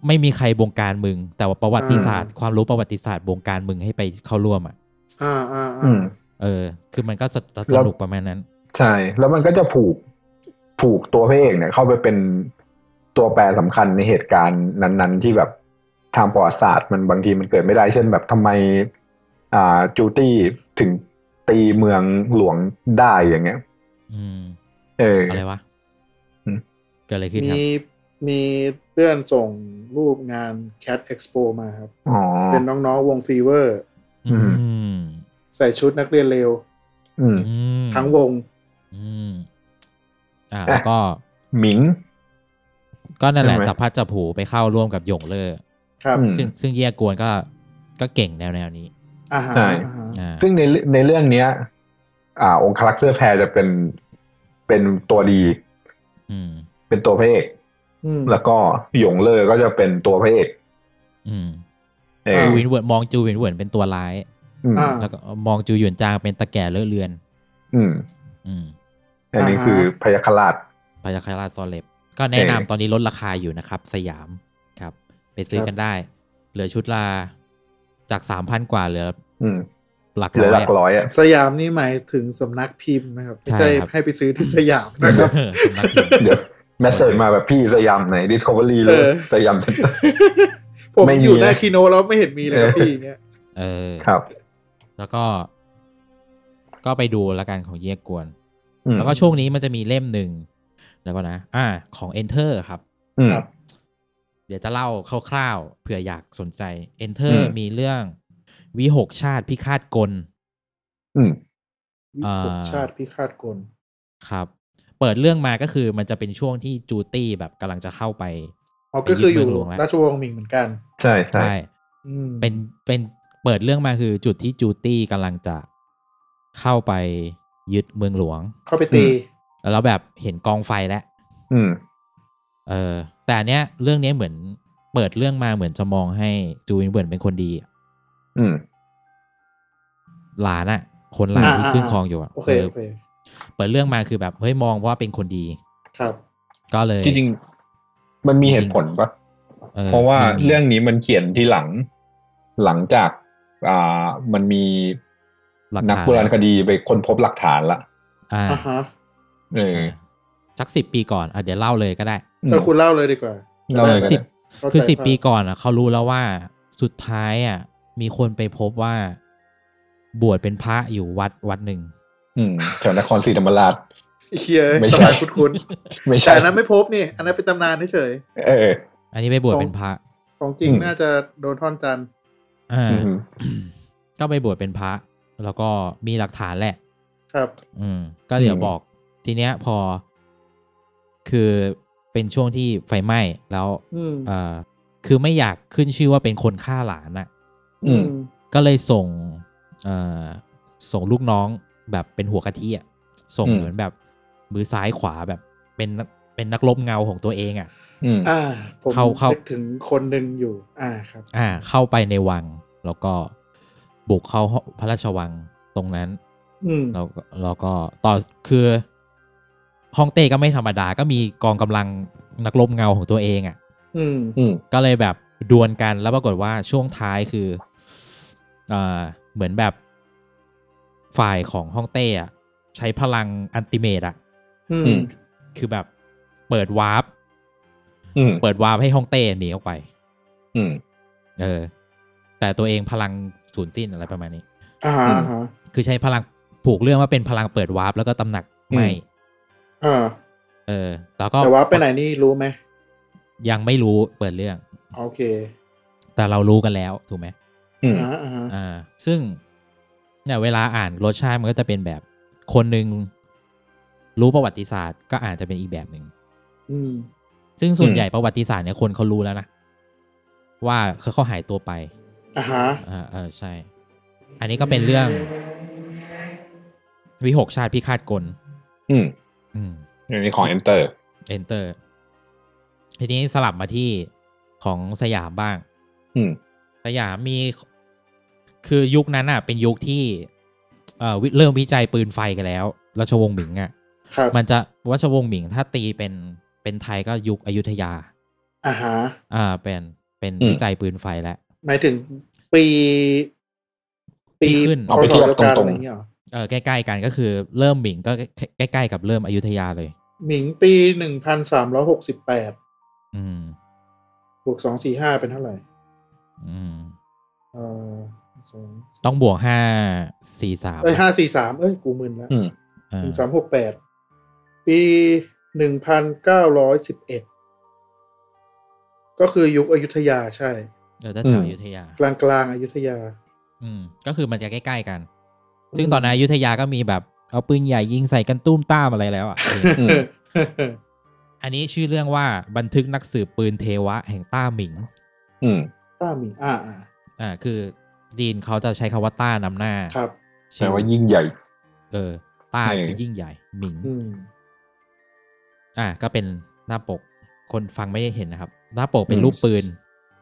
ไม่มีใครบงการมึง แต่ว่าประวัติศาสตร์ ความรู้ประวัติศาสตร์บงการมึงให้ไปเข้าร่วมอ่ะ อ่าอ่า อื อ่าม เออ คือมันก็สนสนุกประมาณนั้น ใช่ แล้วมันก็จะผูกผูกตัวพระเอกเนี่ย เข้าไปเป็นตัวแปรสำคัญในเหตุการณ์นั้น ๆ ที่แบบทางประวัติศาสตร์มันบางทีมันเกิดไม่ได้ เช่นแบบทำไม อ่าจูตี้ถึงตีเมืองหลวงได้อย่างเงี้ย อืม เออ อะไรวะ อืม เกิดอะไรขึ้นครั มี บ มีเพื่อนส่งรูปงาน Cat Expo มาครับ อ๋อ เป็นน้องๆวงฟีเวอร์ อืม อืม ใส่ชุดนักเรียนเลว อืม อืม ทั้งวง อืมอ่าแล้วก็ หมิง ก็นั่นแหละ ใช่ไหม แต่พัดจะผูไปเข้าร่วมกับหยงเลอร์ ครับ อืม ซึ่งซึ่งเย่กวนก็ก็เก่งแนวแนวๆนี้ อาหาร ใช่ อาหาร อ่า ซึ่งในในเรื่องเนี้ย อ่า องค์คลักษ์เสื้อแพรจะเป็นเป็นตัวดี อืม เป็นตัวพระเอก อืม แล้วก็หยงเลอก็จะเป็นตัวพระเอก อืม เออ จู ม วินเวิร์ดมองจูวินเวิร์ดเป็นตัวร้าย อืม อ่า แล้วก็มองจูหยวนจางเป็นตะแก่เลอะเลือน อืม อืม อันนี้ อ่าฮะ คือพยาคราช พยาคาราซอเล็บ ก็แนะนำ เออ ตอนนี้ลดราคาอยู่นะครับ สยามครับ ไปซื้อกันได้ เหลือชุดลาจากสามพันกว่าเหลือ อืม หลัก เหลือหลัก ร้อย ร้ อยอ่ะ สยามนี่หมายถึงสำนักพิมพ์นะครับ ไม่ ใช่ ใช่ ครับ ให้ไปซื้อที่สยามนะครับ เออสำนักพิมพ์ เดี๋ยวแมสเซจมาแบบพี่สยามไหน Discovery เล เอย อ สยามเซ็นเตอร์ ผม ไม่มี อยู่หน้า นะ คีโนแล้วไม่เห็นมีเลยครับ เออ พี่อย่างเงี้ย เออ ครับ แล้วก็ ก็ไปดูละกันของเยกกวน อืม แล้วก็ช่วงนี้มันจะมีเล่มหนึ่งแล้วก็นะ อ่า ของ Enter ครับ อืม ครับ เดี๋ยวจะเล่าคร่าวๆเผื่ออยากสนใจ Enter อืม มีเรื่องวิหกชาติพิฆาตกล อืม วิ อ่า กฤตชาติพิฆาตกล ครับ เปิดเรื่องมาก็คือมันจะเป็นช่วงที่จูตี้แบบกำลังจะเข้าไป อ๋อ ก็คืออเป็นยุยู่คเมืองหลวงแล้ว ราชวงศ์หมิงเหมือนกัน ใช่ใช่ อืม เป็นเป็นเปิดเรื่องมาคือจุดที่จูตี้กำลังจะเข้าไปยึดเมืองหลวง เข้าไปตี อื แล้วเราแบบเห็นกองไฟแล้ว อืม เออ แต่อันเนี้ยเรื่องเนี้ยเหมือนเปิดเรื่องมาเหมือนจะมองให้จูวินเบิร์นเป็นคนดี อืม หลานอะคนหลานที่ขึ้นครองอยู่อะ โอเค เออ โอเค เปิดเรื่องมาคือแบบเฮ้ยมองว่าเป็นคนดี ครับ ก็เลย ที่จริงๆมันมีเหตุผลปะ ออ เพราะว่า มีมี เรื่องนี้มันเขียนที่หลัง หลังจาก อ่ามันมี หลัก นัก ฐาน โบราณคดีไปค้นพบหลักฐานละ อ่า อ่าฮะ เออ สักสิบปีก่อนอ่ะเดี๋ยวเล่าเลยก็ได้ อืม แล้วคุณเล่าเลยดีกว่า เล่าเลยกัน สิบ เข้าใจ คือสิบ ภาพ ปีก่อนอ่ะเขารู้แล้วว่าสุดท้ายอ่ะ มีคนไปพบว่า บวชเป็นพระอยู่วัดวัดหนึ่ง อืมแถวนครศรีธรรมราช เฮีย ไม่ใช่ ตำนานคุณคุณ ไม่ แต่ ใช่ อันนั้นไม่พบนี่ อันนั้นเป็นตำนานเฉย เออ อันนี้ไปบวช ของ เป็นพระ ๆของจริง อืม น่าจะโดนท่อนจันทร์ อ่า อืม ก็ไปบวชเป็นพระ แล้วก็มีหลักฐานแหละ ครับ อืม ก็เดี๋ยว อืม บอก ทีเนี้ยพอ คือเป็นช่วงที่ไฟไหม้แล้ว อืม เอ่อคือไม่อยากขึ้นชื่อว่าเป็นคนฆ่าหลานอ่ะ อืม ก็เลยส่งเอ่อส่งลูกน้องแบบเป็นหัวกะทิอ่ะส่ง อืม เหมือนแบบมือซ้ายขวาแบบเป็นนักเป็นนักลบเงาของตัวเองอ่ะ อืม อ่า ผม เข้าเข้า นึกถึงคนหนึ่งอยู่ อ่าครับ อ่า เข้าไปในวัง แล้วก็บุกเข้าพระราชวังตรงนั้น อืม แล้วก็แล้วก็ต่อคือฮ่องเต้ก็ไม่ธรรมดาก็มีกองกำลังนักลบเงาของตัวเองอ่ะ อืม อืม ก็เลยแบบ ดวลกันแล้วปรากฏว่าช่วงท้ายคือเอ่อเหมือนแบบฝ่ายของฮ่องเต้อะใช้พลังอันติเมตอะ อื อื ม ม คือแบบเปิดวาร์ป อืม เปิดวาร์ปให้ฮ่องเต้หนีออกไป อืม เออ แต่ตัวเองพลังสูญสิ้นอะไรประมาณนี้ อ่าฮะอ่าฮะ คือใช้พลังผูกเรื่องว่าเป็นพลังเปิดวาร์ปแล้วก็ตำหนักไหม อืม อ่า เออ แล้วก็ แต่ว่าไปไหนนี่รู้ไหม ยังไม่รู้เปิดเรื่อง โอเค แต่เรารู้กันแล้วถูกไหม อืม อ่าฮะอ่าฮะ อ่าซึ่งเนี่ยเวลาอ่านรสชาติมันก็จะเป็นแบบคนหนึ่งรู้ประวัติศาสตร์ก็อาจจะเป็นอีกแบบหนึ่ง อืม ซึ่งส่วนใหญ่ประวัติศาสตร์เนี่ยคนเขารู้แล้วนะ ว่าเขาเขาหายตัวไป อ่าฮะ อ่าเออใช่ อันนี้ก็เป็นเรื่อง วิหกชาติพิฆาตกล อืม อืม อันนี้ของ enter enter ทีนี้สลับมาที่ของสยามบ้าง อืม สยามมีคือยุคนั้นอ่ะ เป็นยุคที่เอ่อวิเริ่มวิจัยปืนไฟกันแล้วราชวงศ์หมิงอ่ะ ครับ มันจะราชวงศ์หมิงถ้าตีเป็นเป็นไทยก็ยุคอยุธยา อ่าฮะ อ่าเป็นเป็น อืม วิจัยปืนไฟแล้ว หมายถึงปี ปี ที่ขึ้น พศเดียวกัน เอาไปเทียบตรอะงๆไรอย่างเงี้ยเหรอ เออใกล้ๆกันก็คือเริ่มหมิงก็ใกล้ๆกับเริ่มอยุธยาเลย หมิงปีหนึ่งพันสามร้อยหกสิบแปด อืม บวกสองสี่ห้าเป็นเท่าไหร่ อืม เออสอง ต้องบวกห้าสี่สาม เอ้ยห้าสี่สามเอ้ย กูมึนแล้ว อืม หนึ่งสามหกแปดปีหนึ่งพันเก้าร้อยสิบเอ็ดก็คือยุคอยุธยาใช่ เออถ้าแถวอยุธยา กลางกลางๆอยุธยา อืม ก็คือมันจะใกล้ๆกัน ซึ่งตอนนั้นอยุธยาก็มีแบบเอาปืนใหญ่ยิงใส่กันตุ้มต้ามอะไรแล้ว อ่ะ อืม อันนี้ชื่อเรื่องว่าบันทึกนักสืบปืนเทวะแห่งต้าหมิง อืม ต้าหมิงอ่าอ่า อ่า คือจีนเขาจะใช้คำว่าต้านำหน้า ครับ แปลว่ายิ่งใหญ่ เออ ต้า เออ คือยิ่งใหญ่หมิง อืม อ่า ก็เป็นหน้าปก คนฟังไม่ได้เห็นนะครับ หน้าปกเป็นรูปปืน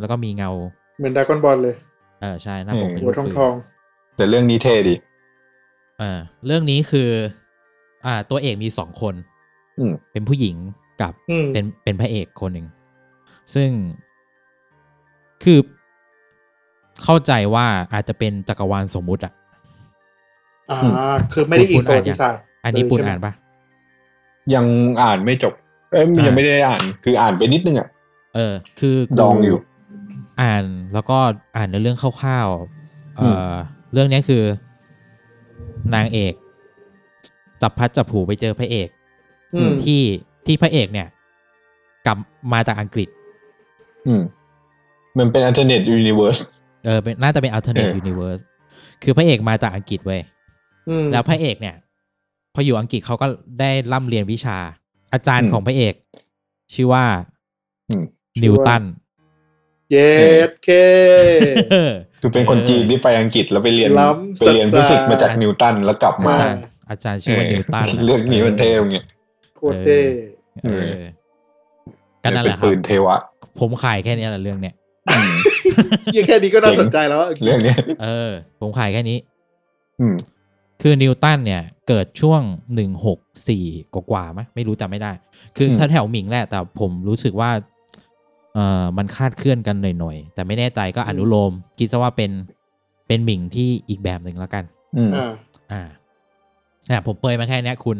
แล้วก็มีเงา เหมือนดรากอนบอลเลย เออใช่ หน้าปกเป็น หั รู ว ป ทอง ปืน ทอง แต่เรื่องนี้เท่ดี เออเรื่องนี้คือ อ่า ตัวเอกมีสองคน อืม เป็นผู้หญิงกับ อืม เป็นเป็นพระเอกคนหนึ่ง ซึ่งคือเข้าใจว่าอาจจะเป็นจักรวาลสมมุติอะ อ่า คือไม่ได้อี คุ ก ณ ป อ่าน ระวัติศาสตร์ อันนี้ เลย ปูน ใช่ไหม อ่านปะ ยังอ่านไม่จบ เอ้ย อ่ายั ยังไม่ได้อ่าน คืออ่านไปนิดนึงอ่ะ เออ คือกู ดองอยู่ อ่านแล้วก็อ่านในเรื่องคร่าวๆเออ ม อเรื่องเนี้ยคือ นางเอก จับพัดจับผูไปเจอพระเอก อืม ที่ที่พระเอกเนี่ย กลับมาจากอังกฤษ อืม มันเป็น alternate universe เออเป็นน่าจะเป็น alternate เออ universe คือพระเอกมาจากอังกฤษเว้ย อืม แล้วพระเอกเนี่ย พออยู่อังกฤษเขาก็ได้ร่ำเรียนวิชา อาจารย์ อืม ของพระเอก ชื่อว่า อืม นิวตัน เย็ดเค คือเป็นคนจีนที่ไปอังกฤษแล้วไปเรียน ล้ำ ไปเรียนฟิสิกส์มาจาก ศึกษา นิวตันแล้วกลับ อา มา จารย์อาจารย์ชื่อว่านิวตัน เออเรื่องนี้มันเท่ตรงเนี้ย โคตรเท่ เออ เออ ก็นั่นแหละครับเป็ปืนเทวะ ผมขายแค่เนี้ยแหละเรื่องเนี้ย อืม เหี้ยังแค่นี้ก็น่า เจ๋ง สนใจแล้วอะ เรื่องเนี้ย เออ ผมขายแค่นี้ อืม คือนิวตันเนี่ย เกิดช่วงหนึ่งหกสี่กว่าๆไหมไม่รู้จำไม่ได้ คือ อืม แถวๆหมิงแหละ แต่ผมรู้สึกว่า เออมันคาดเคลื่อนกันหน่อยๆ แต่ไม่แน่ใจก็อนุโลม คิดซะว่าเป็นเป็นหมิงที่อีกแบบหนึ่งแล้วกัน อืม อ่า อ่าอ่ะผมเปรยมาแค่เนี้ยคุณ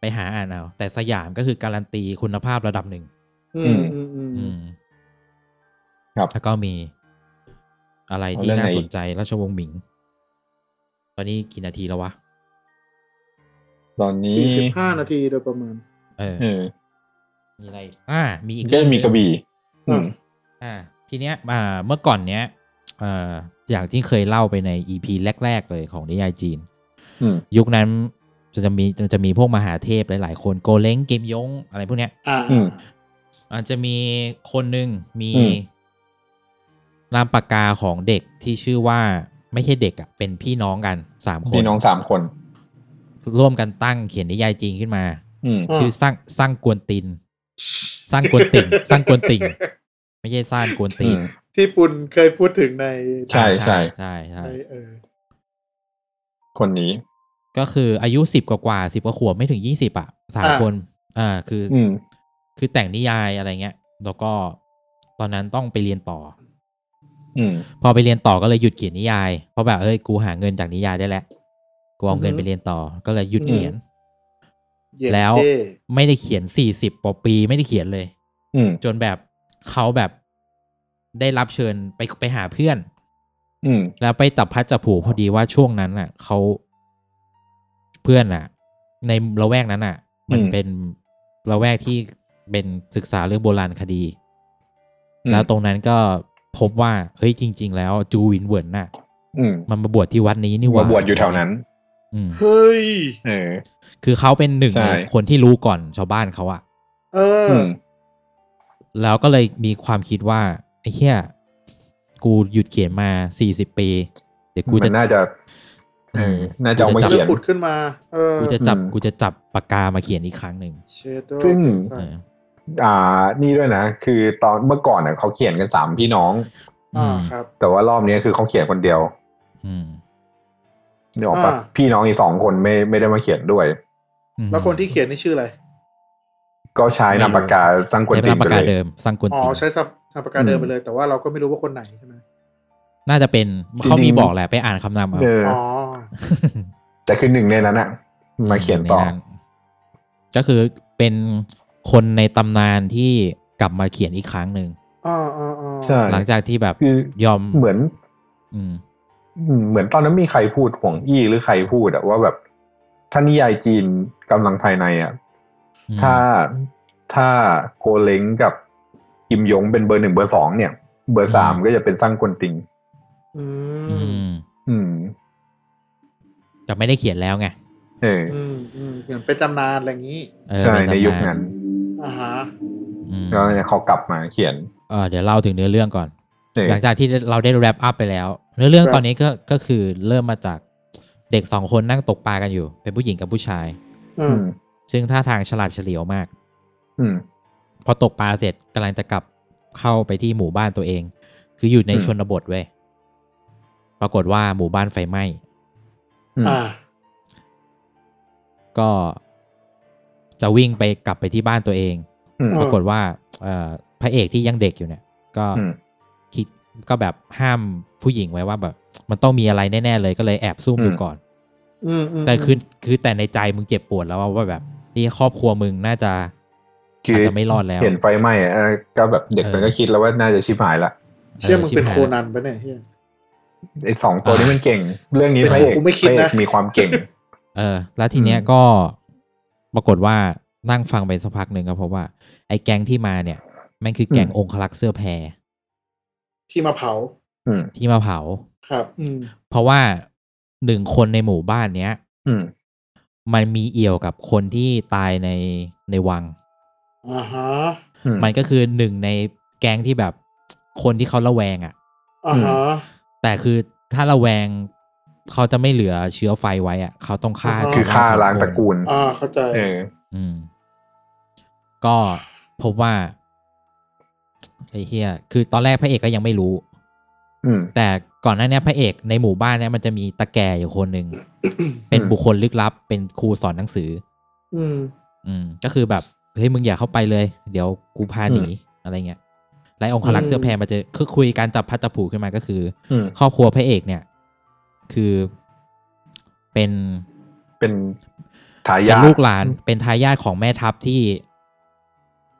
ไปหาอ่านเอา แต่สยามก็คือการันตีคุณภาพระดับหนึ่ง อืมอืมอืม อืม ครับ แล้วก็มีอะไร เอา ที่ เรื่อง น่า ไหน สนใจราชวงศ์หมิง ตอนนี้กี่นาทีแล้ววะ ตอนนี้ สี่สิบห้านาทีโดยประมาณ เออ เออ มีอะไรอีกอ่า มีอีก ก็ เรื่อง มีกระบี่ อืม อ่า ทีเนี้ยอ่าเมื่อก่อนเนี้ยเอ่ออย่างที่เคยเล่าไปในอีพีแรก ๆ เลยของนิยายจีน อืม ยุคนั้นจะจะมีจะมีพวกมหาเทพหลาย ๆ คนโกเล้งเกมยงอะไรพวกเนี้ย อ่า อืม อาจจะมีคนหนึ่งมี อืม นามปากกาของเด็กที่ชื่อว่าไม่ใช่เด็กอะเป็นพี่น้องกันสามคน พี่น้องสามคน ร่วมกันตั้งเขียนนิยายจีนขึ้นมา อืม ชื่อสร้างสร้างกวนติน สร้างกวน ติ่ง สร้างกวนติ่ง ไม่ใช่สร้างกวน อื ติน ม ที่ปุณเคยพูดถึงใน ใช่ ใช่ใช่ใช่ ในเออ คนนี้ ก็คืออายุสิบกว่าสิบกว่าขวบไม่ถึงยี่สิบอะสามคน อ่าคืออ อืม คือแต่งนิยายอะไรเงี้ย แล้วก็ ตอนนั้นต้องไปเรียนต่อ อืม พอไปเรียนต่อก็เลยหยุดเขียนนิยาย เพราะแบบเฮ้ยกูหาเงินจากนิยายได้แล้วกูเอาเงิน อือฮึ ไปเรียนต่อก็เลยหยุดเขียน เหยียด แล้ว เท่ ไม่ได้เขียนสี่สิบกว่าปีไม่ได้เขียนเลย อืม จนแบบเขาแบบได้รับเชิญไปไปหาเพื่อน อืม แล้วไปจับพลัดจับผลูพอดีว่าช่วงนั้นน่ะเขาเพื่อนน่ะ ในละแวกนั้นน่ะ มัน อืม เป็นละแวกที่เป็นศึกษาเรื่องโบราณคดี แล้วตรงนั้นก็พบว่าเฮ้ยจริง ๆ แล้วจูวินเหวินน่ะ อืม มันมาบวชที่วัดนี้นี่ห มา ว่า บวชอยู่แถวนั้น อืม เฮ้ย เออ คือเขาเป็นหนึ่ง ใช่ ในคนที่รู้ก่อนชาวบ้านเขาอะ เออ อืม แล้วก็เลยมีความคิดว่าไอ้เหี้ยกูหยุดเขียนมาสี่สิบปี เดี๋ยวกู มั จะ นน่าจะเออ อืม น่าจะเอามา จับ จะ เขียน ขุดขึ้นมา เออ กูจะจับ อืม กูจะจับปากกามาเขียนอีกครั้งหนึ่ง เชดโดว์ ซึ่ง เออ อ่า นี่ด้วยนะ คือตอนเมื่อก่อนน่ะเขาเขียนกันสามพี่น้อง อ่า อืม ครับ แต่ว่ารอบนี้คือเขาเขียนคนเดียว อืม นี่ออกปะ อ่า พี่น้องอีกสองคนไม่ไม่ได้มาเขียนด้วย อืม แล้วคนที่เขียนนี่ชื่ออะไร ก็ใช้นามปากกาสร้างคน ใช้ จริ นาง ม ไป ปาก เล กาย เดิมสั่งกวน อ๋อ ตีน ใช้สับสับปากกาเดิมไปเลย แต่ว่าเราก็ไม่รู้ว่าคนไหนใช่ไหม น่าจะเป็น จริงๆ เขามีบอกแหละไปอ่านคำนำเอา เออ อ๋อ แต่คือหนึ่งในนั้นอะมาเขียนต่อ ใก็คือเป็นคนในตำนานที่กลับมาเขียนอีกครั้งหนึ่ง อ่าอ่าอ่า ใช่ หลังจากที่แบบ คือย อม เหมือน อืม อืมเหมือนตอนนั้นมีใครพูดห่วงอี้หรือใครพูดอะว่าแบบถ้านิยายจีนกำลังภายในอะ อืม ถ้าถ้าโกเล้งกับกิมยงเป็นเบอร์หนึ่งเบอร์สองเนี่ย เบอร์สาม อืม ก็จะเป็นสร้างกวนติง อื อื ม ม อืม แต่ไม่ได้เขียนแล้วไง เออ อืมอืมเหมือนเป็นตำนานอะไรอย่างนี้ เออ ใช่ เป็ ใน ตำา ยุคนั้น อ่าฮะ อืม แล้วเนี่ยเขากลับมาเขียน เออเดี๋ยวเล่าถึงเนื้อเรื่องก่อน เออ หลังจากที่เราได้แรปอัพไปแล้ว เนื้อเรื่องตอนนี้ก็ก็คือเริ่มมาจากเด็กสองคนนั่งตกปลากันอยู่ เป็นผู้หญิงกับผู้ชาย อื อื ม ม ซึ่งท่าทางฉลาดเฉลียวมาก อืม พอตกปลาเสร็จกำลังจะกลับเข้าไปที่หมู่บ้านตัวเอง คืออยู่ใน อืม ชนบทเว้ยปรากฏว่าหมู่บ้านไฟไหม้ อืม อ่า ก็จะวิ่งไปกลับไปที่บ้านตัวเอง อืม ปรากฏว่าเอ่อพระเอกที่ยังเด็กอยู่เนี่ย ก็ อืม คิดก็แบบห้ามผู้หญิงไว้ว่าแบบ มันต้องมีอะไรแน่ๆเลยก็เลยแอบซุ่มอยู่ก่อน อืมอืม แต่คือคือแต่ในใจมึงเจ็บปวดแล้วว่าแบบนี่ครอบครัวมึงน่าจะอาจจะไม่รอดแล้ว เห็นไฟไหม้อะเออก็แบบเด็กมัเออนก็คิดแล้วว่าน่าจะชิบหายละ เชื่อมึงเป็น ออ โค ชิบหาย นันปะเนี่ยเฮีย ไอ้สองตัวนี้มันเก่ง เรื่องนี้พระเอก กูไม่คิด พระเอ นะ กมีความเก่ง เออแล้วทีเนี้ย อืม ก็ปรากฏว่านั่งฟังไปสักพักหนึ่งก็พบว่า ไอ้แก๊งที่มาเนี่ยแม่งคือแก๊งองคลักษ์เสื้อแพร ที่มาเผา อืม ที่มาเผา ครับ อืม เพราะว่าหนึ่งคนในหมู่บ้านเนี้ย อืม มันมีเอี่ยวกับคนที่ตายในในวัง อ่าฮะ อืม มันก็คือหนึ่งในแก๊งที่แบบคนที่เขาระแวงอะ่ะ อ่าฮะ แต่คือถ้าระแวงเขาจะไม่เหลือเชื้อไฟไว้อะ่ะ เขาต้องฆ่า คือฆ่า ทั้ ล้าง คน ตระกูล อ่าเข้าใจ เออ อืม ก็พบว่าไอ้เฮียคือตอนแรกพระเอกก็ยังไม่รู้ อืม แต่ก่อนหน้าเนี้ยพระเอกในหมู่บ้านเนี้ยมันจะมีตาแก่อยู่คนหนึ่ง เป็นบุคคลลึกลับ เป็นครูสอนหนังสือ อืม อืม ก็คือแบบเฮ้ยมึงอย่าเข้าไปเลย เดี๋ยวกูพาหนีอะไรเงี้ยและองคลักษ์เสื้อแพรมาเจอคือคุยการจับพัดตะผูขึ้นมาก็คืออ ม ครอบครัวพระเอกเนี่ย คือเป็น เป็นทา เป็ ยาน ท ลูกหลานเป็นทายาทของแม่ทัพที่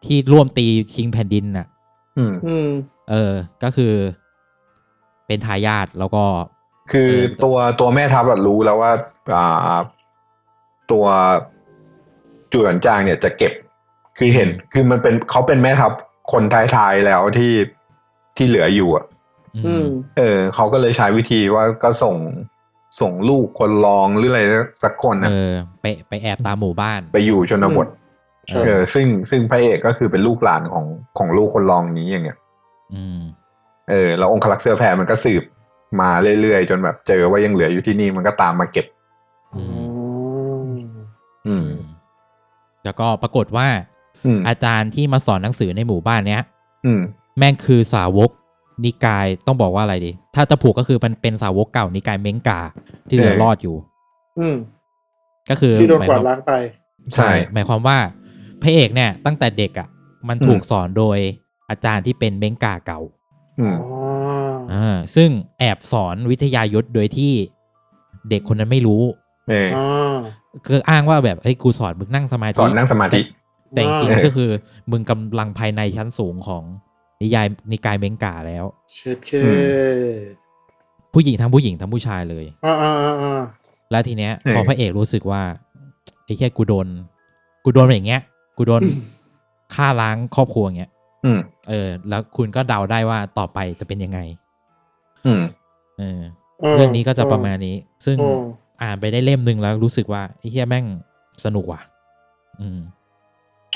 ที่ร่วมตีชิงแผ่นดินน่ะ อืม อืม เออ ก็คือเป็นทายาทแล้วก็ คือ เออ ตัวตัวแม่ทัพอะรู้แล้วว่าอ่าตัวจุ่ยหยวนจางเนี่ยจะเก็บ คือเห็น คือมันเป็นเขาเป็นแม่ทัพคนท้ายๆแล้วที่ที่เหลืออยู่อะ อื อื ม ม เออเขาก็เลยใช้วิธีว่าก็ส่งส่งลูกคนรองหรืออะไรสักคน เอ นะ อ ไปไปแอบตามหมู่บ้าน ไปอยู่ชนบท ใช่ เออซึ่งซึ่งพระเอกก็คือเป็นลูกหลานของของลูกคนรองนี้อย่างเงี้ย อืม เออแล้วองคลักษ์เสื้อแพรมันก็สืบมาเรื่อยๆ จนแบบเจอว่ายังเหลืออยู่ที่นี่มันก็ตามมาเก็บ อื อื ม ม อืม แล้วก็ปรากฏว่า อืม อาจารย์ที่มาสอนหนังสือในหมู่บ้านเนี้ย อืม แม่งคือสาวกนิกายต้องบอกว่าอะไรดี ถ้าจะผูกก็คือมันเป็นสาวกเก่านิกายเมงกาที่เหลือรอดอยู่ อืม ก็คือ ที่โดนกวาดล้างไป หมายความว่าพระเอกเนี่ย ตั้งแต่เด็กอะ่ะ มันถูกสอนโดย อาจารย์ที่เป็นเม้งกาเก่า อืม อ๋อ อ่าซึ่งแอบสอนวิทยายศโดยที่เด็กคนนั้นไม่รู้ เออ อ๋อ คืออ้างว่าแบบเฮ้ยกูสอนมึงนั่งสมาธิ สอนนั่งสมาธิ แต่จริง เออ ๆก็คือมึงกำลังภายในชั้นสูงของนิยายนิกายเม้งกาแล้ว เชดเค อื ผู้หญิงทั้งผู้หญิงทั้งผู้ชายเลย อ่าอ่าอ่าอ่า แล้วทีเนี้ย เออ พอพระเอกรู้สึกว่าไอ้แค่กูโดน กูโดนอย่างเงี้ย กูโดนฆ่าล้างครอบครัวอย่างเงี้ย อืม เออ แล้วคุณก็เดาได้ว่าต่อไปจะเป็นยังไง อืม เออเรื่องนี้ก็จะประมาณนี้ ซึ่ง อ๋อ อ่านไปได้เล่มหนึ่งแล้วรู้สึกว่าไอ้แค่แม่งสนุกว่ะ อืม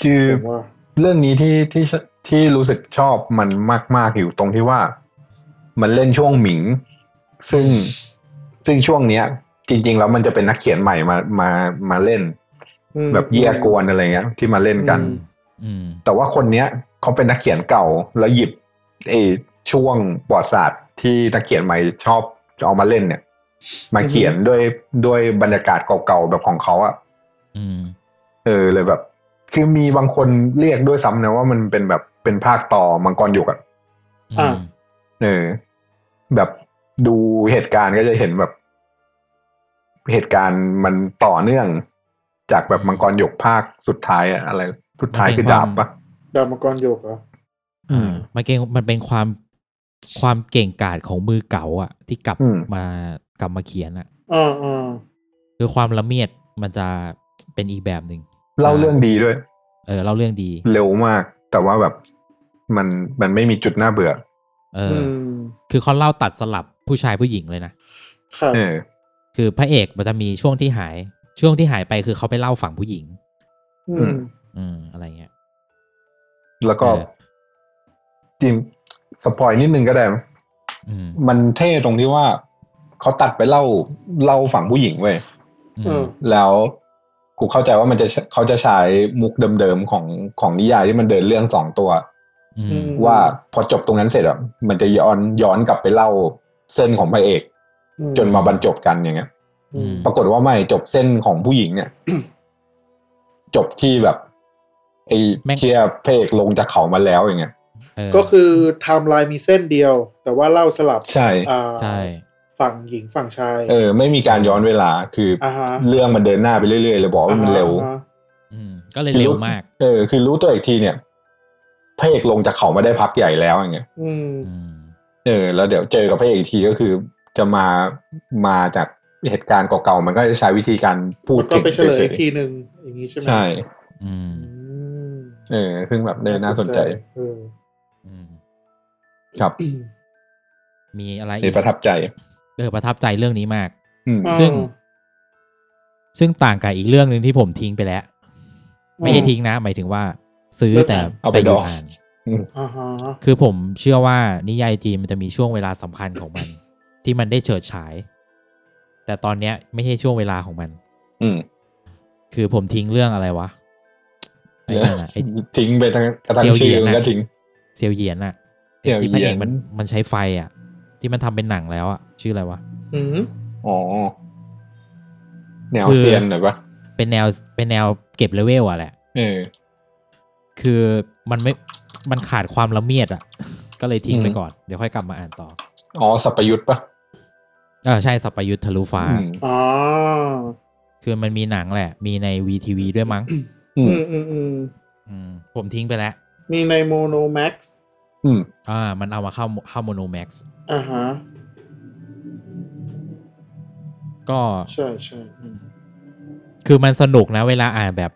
คือ เจ๋งว่ะ เรื่องนี้ที่ที่ที่รู้สึกชอบมันมาก ๆ อยู่ตรงที่ว่า มันเล่นช่วงหมิง ซึ่งซึ่งช่วงเนี้ย จริง ๆ แล้วมันจะเป็นนักเขียนใหม่มามามาเล่น อืม แบบเยียกวนอะไรเงี้ย ที่มาเล่นกัน อืม อืม แต่ว่าคนเนี้ยเขาเป็นนักเขียนเก่าแล้วหยิบไอ้ช่วงประวัติศาสตร์ที่นักเขียนใหม่ชอบจะเอามาเล่นเนี่ย มาเขียนด้วยด้วยบรรยากาศเก่าๆแบบของเขาอะ อืม เออเลยแบบ คือมีบางคนเรียกด้วยซ้ำนะว่ามันเป็นแบบเป็นภาคต่อมังกรหยกอะ อื อ่ะ ม เออ แบบดูเหตุการณ์ก็จะเห็นแบบ เหตุการณ์มันต่อเนื่อง จากแบบมังกรหยกภาคสุดท้ายอะอะไร สุดท้ายคือดาบปะ ดาวมังกรโยกเหรอ อืม มันเก่งมันเป็นความความเก่งกาจของมือเก่าอะที่กลับ อืม มากลับมาเขียนอะ อ่าอ่า คือความละเมียดมันจะเป็นอีกแบบหนึ่ง เล่าเรื่องดีด้วย เออเล่าเรื่องดี เร็วมาก แต่ว่าแบบมันมันไม่มีจุดน่าเบื่อ เอ อื ออ ม คือเขาเล่าตัดสลับผู้ชายผู้หญิงเลยนะครับ เออ คือพระเอกมันจะมีช่วงที่หาย ช่วงที่หายไปคือเขาไปเล่าฝั่งผู้หญิง อืม อืมอะไรเงี้ย แล้วก็ เออ จริงสปอยนิดนึงก็ได้ อืม มันเท่ตรงที่ว่าเขาตัดไปเล่าเล่าฝั่งผู้หญิงเว้ย อื เอ ม อ แล้วกูเข้าใจว่ามันจะเขาจะใช้มุกเดิมๆของของนิยายที่มันเดินเรื่องสองตัว อืม อืม ว่าพอจบตรงนั้นเสร็จอะมันจะย้อนย้อนกลับไปเล่าเส้นของพระเอก อื จนมาบรรจบกันอย่างเงี้ย อืม ปรากฏว่าไม่จบเส้นของผู้หญิง เนี่ย จบที่แบบไอ้เชียพระเอกลงจากเขามาแล้วอย่างเงี้ย เออ ก็คือไทม์ไลน์มีเส้นเดียว แต่ว่าเล่าสลับ ใช่ อ่า ใช่ ฝั่งหญิงฝั่งชาย เออ ไม่มีการย้อนเวลาคืออ อ่าฮะ เรื่องมันเดินหน้าไปเรื่อยๆเลยบอกว่ามันเร็ว อ่าฮะ อืมก็เลยเร็วมาก เออ คือรู้ตัวอีกทีเนี่ยพระเอกลงจากเขามาได้พักใหญ่แล้วอย่างเงี้ย อืม อืม เออ แล้วเดี๋ยวเจอกับพระเอกอีกทีก็คือ จะมา มาจากเหตุการณ์เก่าๆ มันก็จะใช้วิธีการพูด แล้วก็ ถึง ไปเฉลย ฉ อีกที ย หนึ่งอย่างนี้ใช่ไหม ๆใช่ อืม อืม เออ ซึ่งแบบเออน่าสนใจ เออ อืม ครับ มีอะไร เล อี ย ก ประทับใจ เออประทับใจเรื่องนี้มาก อืม ซึ่ง ซึ่งต่างกับอีกเรื่องหนึ่งที่ผมทิ้งไปแล้ว ไม่ได้ทิ้งนะ หมายถึงว่า ซื้อแต่ เอาไป แต่หยุ ด ด อง อ่าน อ่าฮะ คือผมเชื่อว่านิยายจีนมันจะมีช่วงเวลาสำคัญของมัน ที่มันได้เฉิดฉาย แต่ตอนเนี้ยไม่ใช่ช่วงเวลาของมัน อืม คือผมทิ้งเรื่องอะไรวะไอ้นั่นน่ะไอ้ ทิ้งไปทั้งกระทั่ง เซียวเห ชื่ ยี อย น มันก็ น่ะ ทิ้ง เซียวเหยียนน่ะไอ้ เซียวที่พเหยียนระเอกมันมันใช้ไฟอ่ะ ที่มันทำเป็นหนังแล้วอ่ะชื่ออะไรวะ อืม อ๋อ แนว คือ เซียนหน่อยปะ เป็นแนวเป็นแนวเก็บเลเวลอ่ะแหละ เออ คือมันไม่มันขาดความละเมียดอ่ะ ก็เลยทิ้งไป อืม ก่อนเดี๋ยวค่อยกลับมาอ่านต่อ อ๋อสัปยุทธ์ปะ เออใช่สัปยุทธทะลุฟ้า อืม อ๋อ คือมันมีหนังแหละ มีใน VTV ด้วยมั้ง อื อื ม มอืมอืม อืมผมทิ้งไปแล้ว มีในโมโนแม็กซ์ อืม อ่า มันเอามาเข้าเข้าโมโนแม็กซ์ อ่าฮะ ก็ ใช่ใช่อืม คือมันสนุกนะ เวลาอ่านแบบ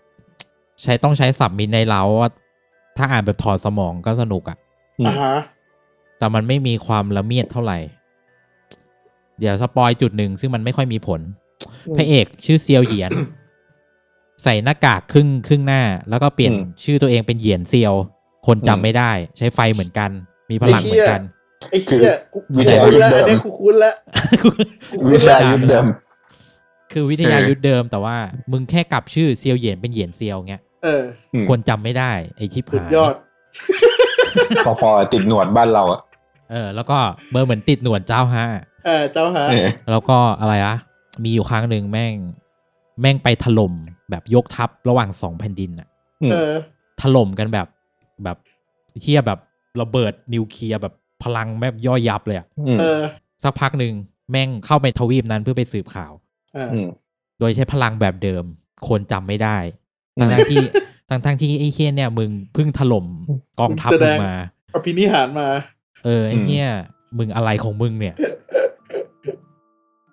ใช้ต้องใช้สับมินในเล้าอะถ้าอ่านแบบถอดสมองก็สนุกอะ่ะ อืม อ่าฮะ แต่มันไม่มีความละเมียดเท่าไหร่ เดี๋ยวสปอยจุดหนึ่งซึ่งมันไม่ค่อยมีผล อืม พระเอกชื่อเซียวเหยียน ใส่หน้ากากครึ่งครึ่งหน้า แล้วก็เปลี่ยน อืม ชื่อตัวเองเป็นเหยียนเซียว คนจำ อืม ไม่ได้ ใช้ไฟเหมือนกัน มีพลังเหมือนกัน ไอ้เหี้ยกู วิ คุ้น ทยายุทธ์ แล้ว เดิม อันนี้กูคุ้นแล้ว วิชายุทธเดิม คือวิทยายุทธเดิมแต่ว่า มึงแค่กลับชื่อเซียวเหยียนเป็นเหยียนเซียวเงี้ย เออ อืม คนจำไม่ได้ไอชิป สุด หาย อด พอพอติดหนวดบ้านเราอะ เออ แล้วก็เบอร์เหมือนติดหนวดเจ้าฮะ เออเจ้าฮะ เออ แล้วก็อะไรอะมีอยู่ครั้งหนึ่งแม่ง แม่งไปถล่มแบบยกทัพระหว่างสองแผ่นดินอะ อืม เออ ถล่มกันแบบแบบเทียแบบ ระเบิดนิวเคลียร์แบบพลังแมบย่อยยับเลยอะ อืม เออ สักพักหนึ่งแม่งเข้าไปทวีปนั้นเพื่อไปสืบข่าว เออ อืม โดยใช้พลังแบบเดิม คนจำไม่ได้ อื ทั้ ม งๆที่ทั้งทั้งๆที่ไอ้เฮียเนี่ยมึงเพิ่งถล่มกองทัพมึงมา อภินิหารมา เออไอ้เฮียมึงอะไรของมึงเนี่ย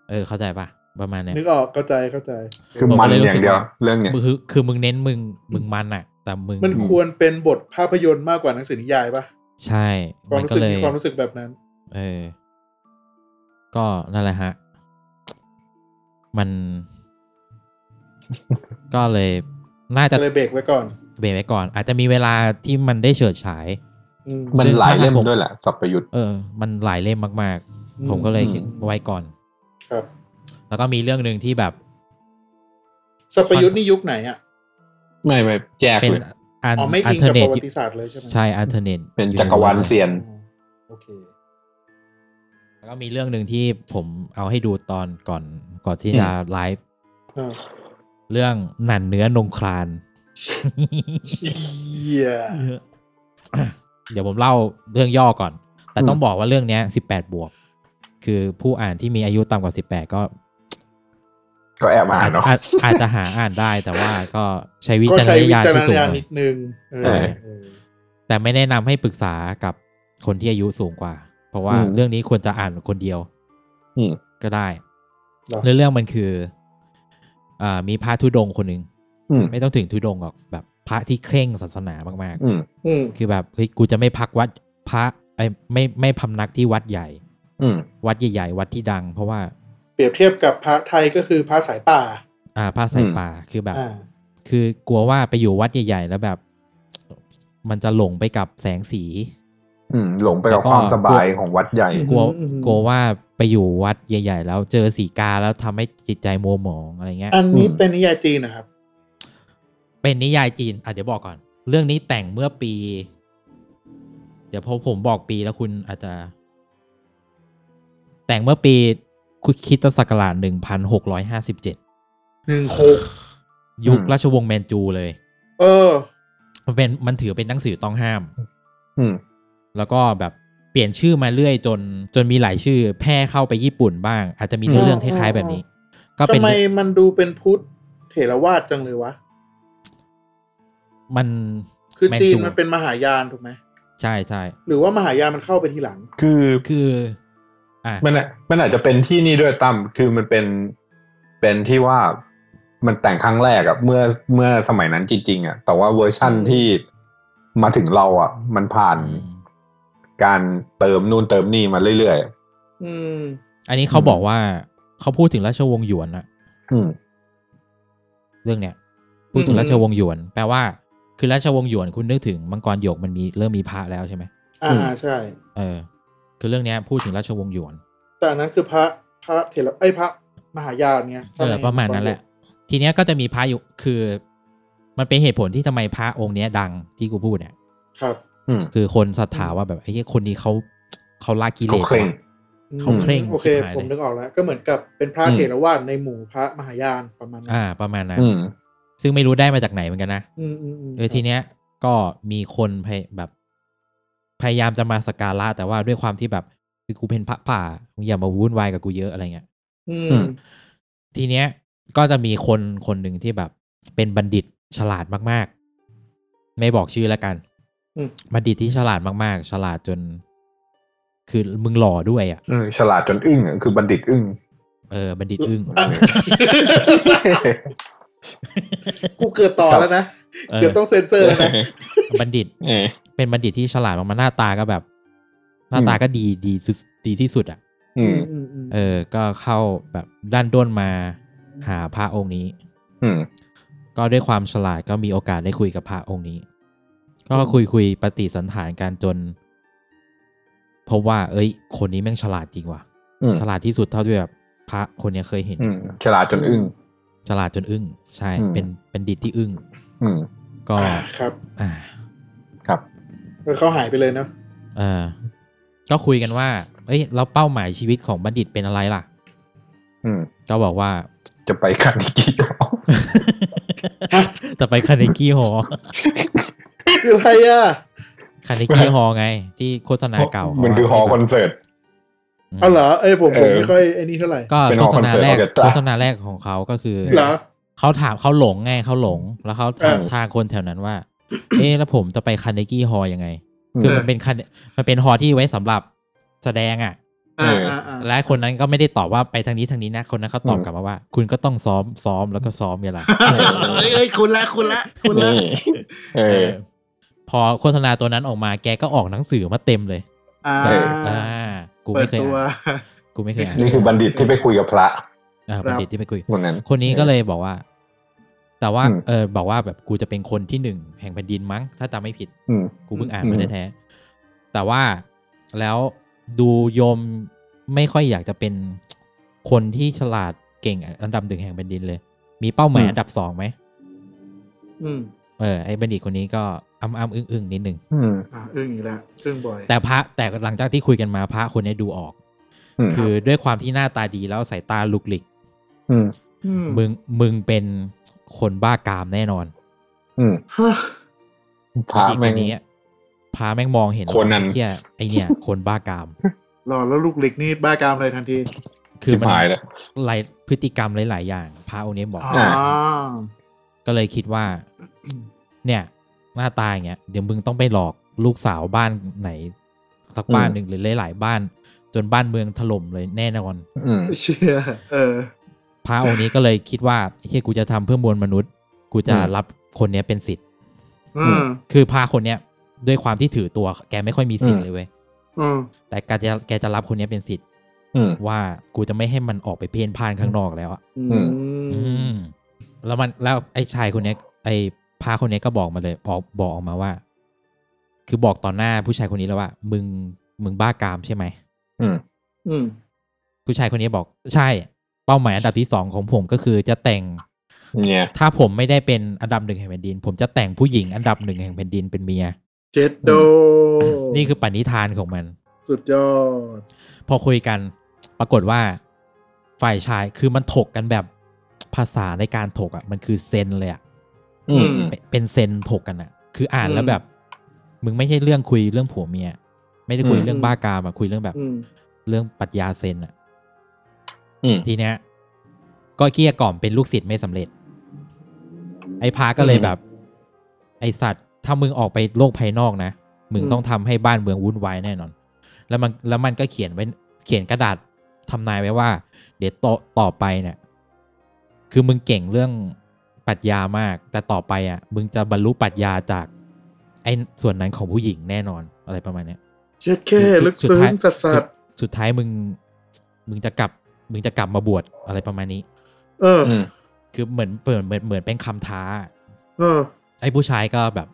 เออเข้าใจปะประมาณเนี้ย นึกออกเข้าใจเข้าใจ คือมันอย่างเดียว เรื่องเนี้ย มึงคือคือมึงเน้นมึงมึงมันอะแต่มึง มันควรเป็นบทภาพยนตร์มากกว่าหนังสือนิยายปะ ใช่ ความ มันก็รู้สึก เลย มีความรู้สึกแบบนั้น เออ ก็นั่นแหละฮะ มัน ก็เลยน่าจะ ก็เลยเบรกไว้ก่อน เบรกไว้ก่อน อาจจะมีเวลาที่มันได้เฉิดฉาย อืม มันหลายเล่ม ซึ่งถ้าผม ด้วยแหละสับประยุทธ์ เออ มันหลายเล่มมาก อืม ๆ ผมก็เลยคิดไว้ก่อน ครับ แล้วก็มีเรื่องหนึ่งที่แบบ สปยุทธ์นี่ยุคไหนอ่ะ ไม่ไม่แยก เป็น เลย อัน อ๋อไม่ อัน อิง เทอ กับ ร์เนตประวัติศาสตร์เลยใช่ไหม ใช่อันเทอร์เนต เป็นจักรวาลเซียน อ๋อโอเค แล้วก็มีเรื่องหนึ่งที่ผมเอาให้ดูตอนก่อนก่อนที่จะไลฟ์ อ่า เรื่องหนันเนื้อนงคลาน เหี้ย เดี๋ยวผมเล่าเรื่องย่อก่อน แต่ต้องบอกว่าเรื่องเนี้ยสิบแปดบวก คือผู้อ่านที่มีอายุต่ำกว่าสิบแปดก็ ก็แอบอ่า อาจ นเนาะ อาจอาจจะหาอ่านได้ แต่ว่าก็ใช้วิ ก็ จาร ใช้ ณ วิ ญาณ จาร ที่ ณ สูง ญาณ หน่ นิ อย ดนึงเออ ใช่ เออ แต่ไม่แนะนำให้ปรึกษากับคนที่อายุสูงกว่า เพราะว่า อืม เรื่องนี้ควรจะอ่านคนเดียว อืม ก็ได้ เหรอ เรื่องเรื่องมันคืออ่ามีพระธุดงค์คนหนึ่ง อืม ไม่ต้องถึงธุดงค์หรอกแบบพระที่เคร่งศาสนามาก อืม อืม ๆ คือแบบเฮ้ยกูจะไม่พักวัดพระไอ้ไม่ไม่พำนักที่วัดใหญ่ อืม วัดใหญ่ๆวัดที่ดัง เพราะว่า เปรียบเทียบกับพระไทยก็คือพระสายป่า อ่าพระสาย อืม ป่าคือแบบ อ่า คือกลัวว่าไปอยู่วัดใหญ่ ๆ แล้วแบบ มันจะหลงไปกับแสงสี อืมหลงไปกับ แล้วก็ ความสบายของวัดใหญ่ อืม กลัว อืม กลัวว่าไปอยู่วัดใหญ่ ๆ แล้วเจอสีกาแล้วทำให้จิตใจมัวหมองอะไรเงี้ย อันนี้เป็นนิยายจีนนะครับ เป็นนิยายจีน อ่ะเดี๋ยวบอกก่อน เรื่องนี้แต่งเมื่อปี เดี๋ยวพอผมบอกปีแล้วคุณอาจจะ แต่งเมื่อปีคุคริดศักราชหนึ่งพันหกร้อยห้าสิบเจ็ด หนึ่งโคก ยุค อืม ราชวงศ์แมนจูเลย เออ มันเป็นมันถือเป็นหนังสือต้องห้าม อืม แล้วก็แบบเปลี่ยนชื่อมาเรื่อยจน จนมีหลายชื่อ แพร่เข้าไปญี่ปุ่นบ้าง อาจจะมีเนื้อเรื่องคล้ายๆแบบนี้ ก็เป็น ทำไมมันดูเป็นพุทธเถรวาทจังเลยวะ มัน คือ แม จีน จู มันเป็นมหายานถูกไหม ใช่ใช่ หรือว่ามหายานมันเข้าไปทีหลัง คือ คือ อ่ะ มันอะมันอาจจะเป็นที่นี่ด้วยตั้มคือมันเป็นเป็นที่ว่ามันแต่งครั้งแรกอะเมื่อเมื่อสมัยนั้นจริงๆอะแต่ว่าเวอร์ชั่น อืม ที่มาถึงเราอะมันผ่าน อืม การเติมนู่นเติมนี่มาเรื่อย อืม อันนี้เขาบอกว่าเขาพูดถึงราชวงศ์หยวนอะ ๆอืม เรื่องเนี้ยพูดถึง อืม ราชวงศ์หยวน แปลว่า คือราชวงศ์หยวนคุณนึกถึงมังกรหยกมันมีเริ่มมีพระแล้วใช่ไหม อ่า อืม ใช่ เออ คือเรื่องเนี้ยพูดถึงราชวงศ์หยวน แต่อันนั้นคือพระพระเถรไอ้ยพระมหายานเนี้ย เออประมาณนั้นแหละ ทีเนี้ยก็จะมีพระอยู่คือ มันเป็นเหตุผลที่ทำไมพระองค์เนี้ยดังที่กูพูดเนี่ย ครับ อืม คือคนศรัทธาว่าแบบไอ้เหี้ยคนนี้เขาเขาละกิเล เขา ส เคร่ง ว่ะ เขาเคร่ง อืมโอเค ชิบหายเลย ผมนึกออกแล้ว ก็เหมือนกับเป็นพระ อืม เถรวาทในหมู่พระมหายานประมาณนั้น อ่า ประมาณนั้น อืม ซึ่งไม่รู้ได้มาจากไหนเหมือนกันนะ อืมอืมอืม เออทีเนี้ยก็มีคนพยแบบ พยายามจะมาสักการะแต่ว่าด้วยความที่แบบคือกูเป็นพระป่ามึงอย่ามาวุ่นวายกับกูเยอะอะไรเงี้ย อื อื ม ม ทีเนี้ยก็จะมีคนคนหนึ่งที่แบบ เป็นบัณฑิตฉลาดมากๆ ไม่บอกชื่อแล้วกัน อืม บัณฑิตที่ฉลาดมากๆ ฉลาดจน คือมึงหล่อด้วยอ่ะ เออฉลาดจนอึ้งอะคือบัณฑิตอึ้ง เออบัณฑิตอึ้ง อ่ะ กูเกือบต่อแล้วนะ เออ เกือบต้องเซ็นเซอร์แล้วนะ บัณฑิต เออ เป็นบัณฑิตที่ฉลาดมากๆหน้าตาก็แบบ หน้าตาก็ดีดีสุดดีที่สุดอ่ะ อืม อืมอืม เออ ก็เข้าแบบด้านด้นมาหาพระองค์นี้ อืม ก็ด้วยความฉลาดก็มีโอกาสได้คุยกับพระองค์นี้ ก็คุยคุยปฏิสันถานกันจนพบว่า เอ้ย คนนี้แม่งฉลาดจริงว่ะ อืม ฉลาดที่สุดเท่าที่แบบพระคนเนี้ยเคยเห็น อืมฉลาดจนอึ้ง ฉลาดจนอึ้ง ใช่ อืม เป็นเป็นดิตที่อึ้ง อืม ก็ อ่าครับ อ่า ครับ แล้วเขาหายไปเลยเนาะ เออก็คุยกันว่า เอ้ยแล้วเป้าหมายชีวิตของบัณฑิตเป็นอะไรล่ะ อืม ก็บอกว่า จะไปคันกี่ดอก แต่ไปคาเนกี้หอ คืออะไรอ่ะ คานิกิฮอไง ที่โฆษณาเก่า มั มัน คือฮอลล์คอนเสิร์ต เอาเหรอเอ้ยผมผมไม่ เออ ค่อยไอ้นี่เท่าไหร่ ก็ เป็น โฆ hall ษณาแรก concert orchestra โฆษณาแรกของเขาก็คือ เหรอ เขาถามเขาหลงไงเขาหลง แล้วเขาถาม เออ ทางคนแถวนั้นว่า เอ๊ะแล้วผมจะไปคานิกิฮอยังไง คือ เออ มันเป็นคันมันเป็นฮอที่ไว้สำหรับแสดงอ่ะ อ่า เอออ่ อ่าอ่า และคนนั้นก็ไม่ได้ตอบว่าไปทางนี้ทางนี้นะ คนนั้นเขาตอบกลับมาว่า คุณก็ต้องซ้อมซ้อมแล้วก็ซ้อมเวลา เอ้ยเอ้ยคุณละคุณละคุณละ นี่ เอ เอออพอโฆษณาตัวนั้นออกมาแกก็ออกหนังสือมาเต็มเลย อ่า เออ อ่ากู เปิ ไม่ ด เคย ตัว อ่านกูไม่เคยอ่าน นี่คือบัณฑิตที่ไปคุยกับพระ อ่า ครับ บัณฑิตที่ไปคุย คนนั้น คนนี้ก็เลยบอกว่า แต่ว่า อืม เออบอกว่าแบบกูจะเป็นคนที่หนึ่งแห่งแผ่นดินมั้ง ถ้าจำไม่ผิด อืม กูเพิ่งอ่าน อืม มาแท้ๆแต่ว่าแล้วดูโยมไม่ค่อยอยากจะเป็นคนที่ฉลาดเก่งอันดับหนึ่งแห่งแผ่นดินเลย มีเป้าหมายอันดับสองไหม อืม เออไอ้บัณฑิตคนนี้ก็อ้ำอ้ำอึ้งอึ้งนิดหนึ่ง อืม อ่าเรื่องนี้ละเรื่องบ่อย แต่พระแต่หลังจากที่คุยกันมาพระคนนี้ดูออก อืม คือด้วยความที่หน้าตาดีแล้วสายตาลุกลิก อืม อืม มึงมึงเป็นคนบ้ากามแน่นอน อืม ฮะ พระ บัณฑิต แม่ ค ง นนี้พระแม่งมองเห็น โคนัน ไอ้เหี้ยไอเนี่ย คนบ้ากาม รอแล้วลูกหลิกนี่บ้ากามเลยทันที คือ ชิบ มัน หายแล้ว หลายพฤติกรรมหลาย ๆ อย่าง พระองค์นี้บอก อ๋อ อ่า ก็เลยคิดว่า เนี่ย หน้าตาอย่างเงี้ยเดี๋ยวมึงต้องไปหลอกลูกสาวบ้านไหน สักบ้านหนึ่งหรือหลาย ๆ บ้าน จนบ้านเมืองถล่มเลยแน่นอน อืม เชื่อเออ พระองค์นี้ก็เลยคิดว่าไอ้เฮียกูจะทำเพื่อมวลมนุษย์ กูจะ อืม รับคนเนี้ยเป็นสิทธิ์ อืม คือพระคนเนี้ยด้วยความที่ถือตัวแกไม่ค่อยมีสิทธิ์เลยเว้ย อืม แต่แกจะแกจะรับคนเนี้ยเป็นสิทธิ์ อืม ว่ากูจะไม่ให้มันออกไปเพ่นพ่านข้างนอกแล้วอะ อื อื อื ม มแล้วมันแล้วไอ้ชายคนเนี้ยไอ้พาคนเนี้ยก็บอกมาเลยบอกบอกออกมาว่า คือบอกต่อหน้าผู้ชายคนนี้แล้วว่า มึงมึงบ้ากามใช่ไหม อืม อืม ผู้ชายคนนี้บอกใช่ เป้าหมายอันดับที่สองของผมก็คือจะแต่ง เนี่ย ถ้าผมไม่ได้เป็นอันดับหนึ่งแห่งแผ่นดิน ผมจะแต่งผู้หญิงอันดับหนึ่งแห่งแผ่นดินเป็นเมีย เจ็ดโด นี่คือปณิธานของมัน สุดยอด พอคุยกันปรากฏว่าฝ่ายชายคือมันถกกันแบบภาษาในการถกอ่ะมันคือเซนเลยอ่ะ อืม เป็นเป็นเซนถกกันอะคืออ่าน อืม แล้วแบบ มึงไม่ใช่เรื่องคุยเรื่องผัวเมีย ไม่ได้คุย อืม เรื่องบ้ากามอะคุยเรื่องแบบ อืม เรื่องปรัชญาเซนอะ อืม ทีเนี้ย ก็เกลี้ยกล่อมเป็นลูกศิษย์ไม่สำเร็จ ไอ้พาก็เลย อืม แบบ ไอสัตว์ ถ้ามึงออกไปโลกภายนอกนะ มึงต้องทำให้บ้านเมืองวุ่นวายแน่นอน แล้วมันแล้วมันก็เขียนไว้เขียนกระดาษทำนายไว้ว่า เดี๋ยวต่อต่อไปเนี่ย คือมึงเก่งเรื่องปรัชญามาก แต่ต่อไปอ่ะ มึงจะบรรลุปรัชญาจากไอ้ส่วนนั้นของผู้หญิงแน่นอนอะไรประมาณเนี้ย เจ็ดแค่ลึกซึ้งสัสสัส สุดท้ายมึง มึงจะกลับ มึงจะกลับมาบวชอะไรประมาณนี้ เออ อืม คือเหมือนเปิดเหมือนเหมือนเป็นคำท้า เออ ไอ้ผู้ชายก็แบบ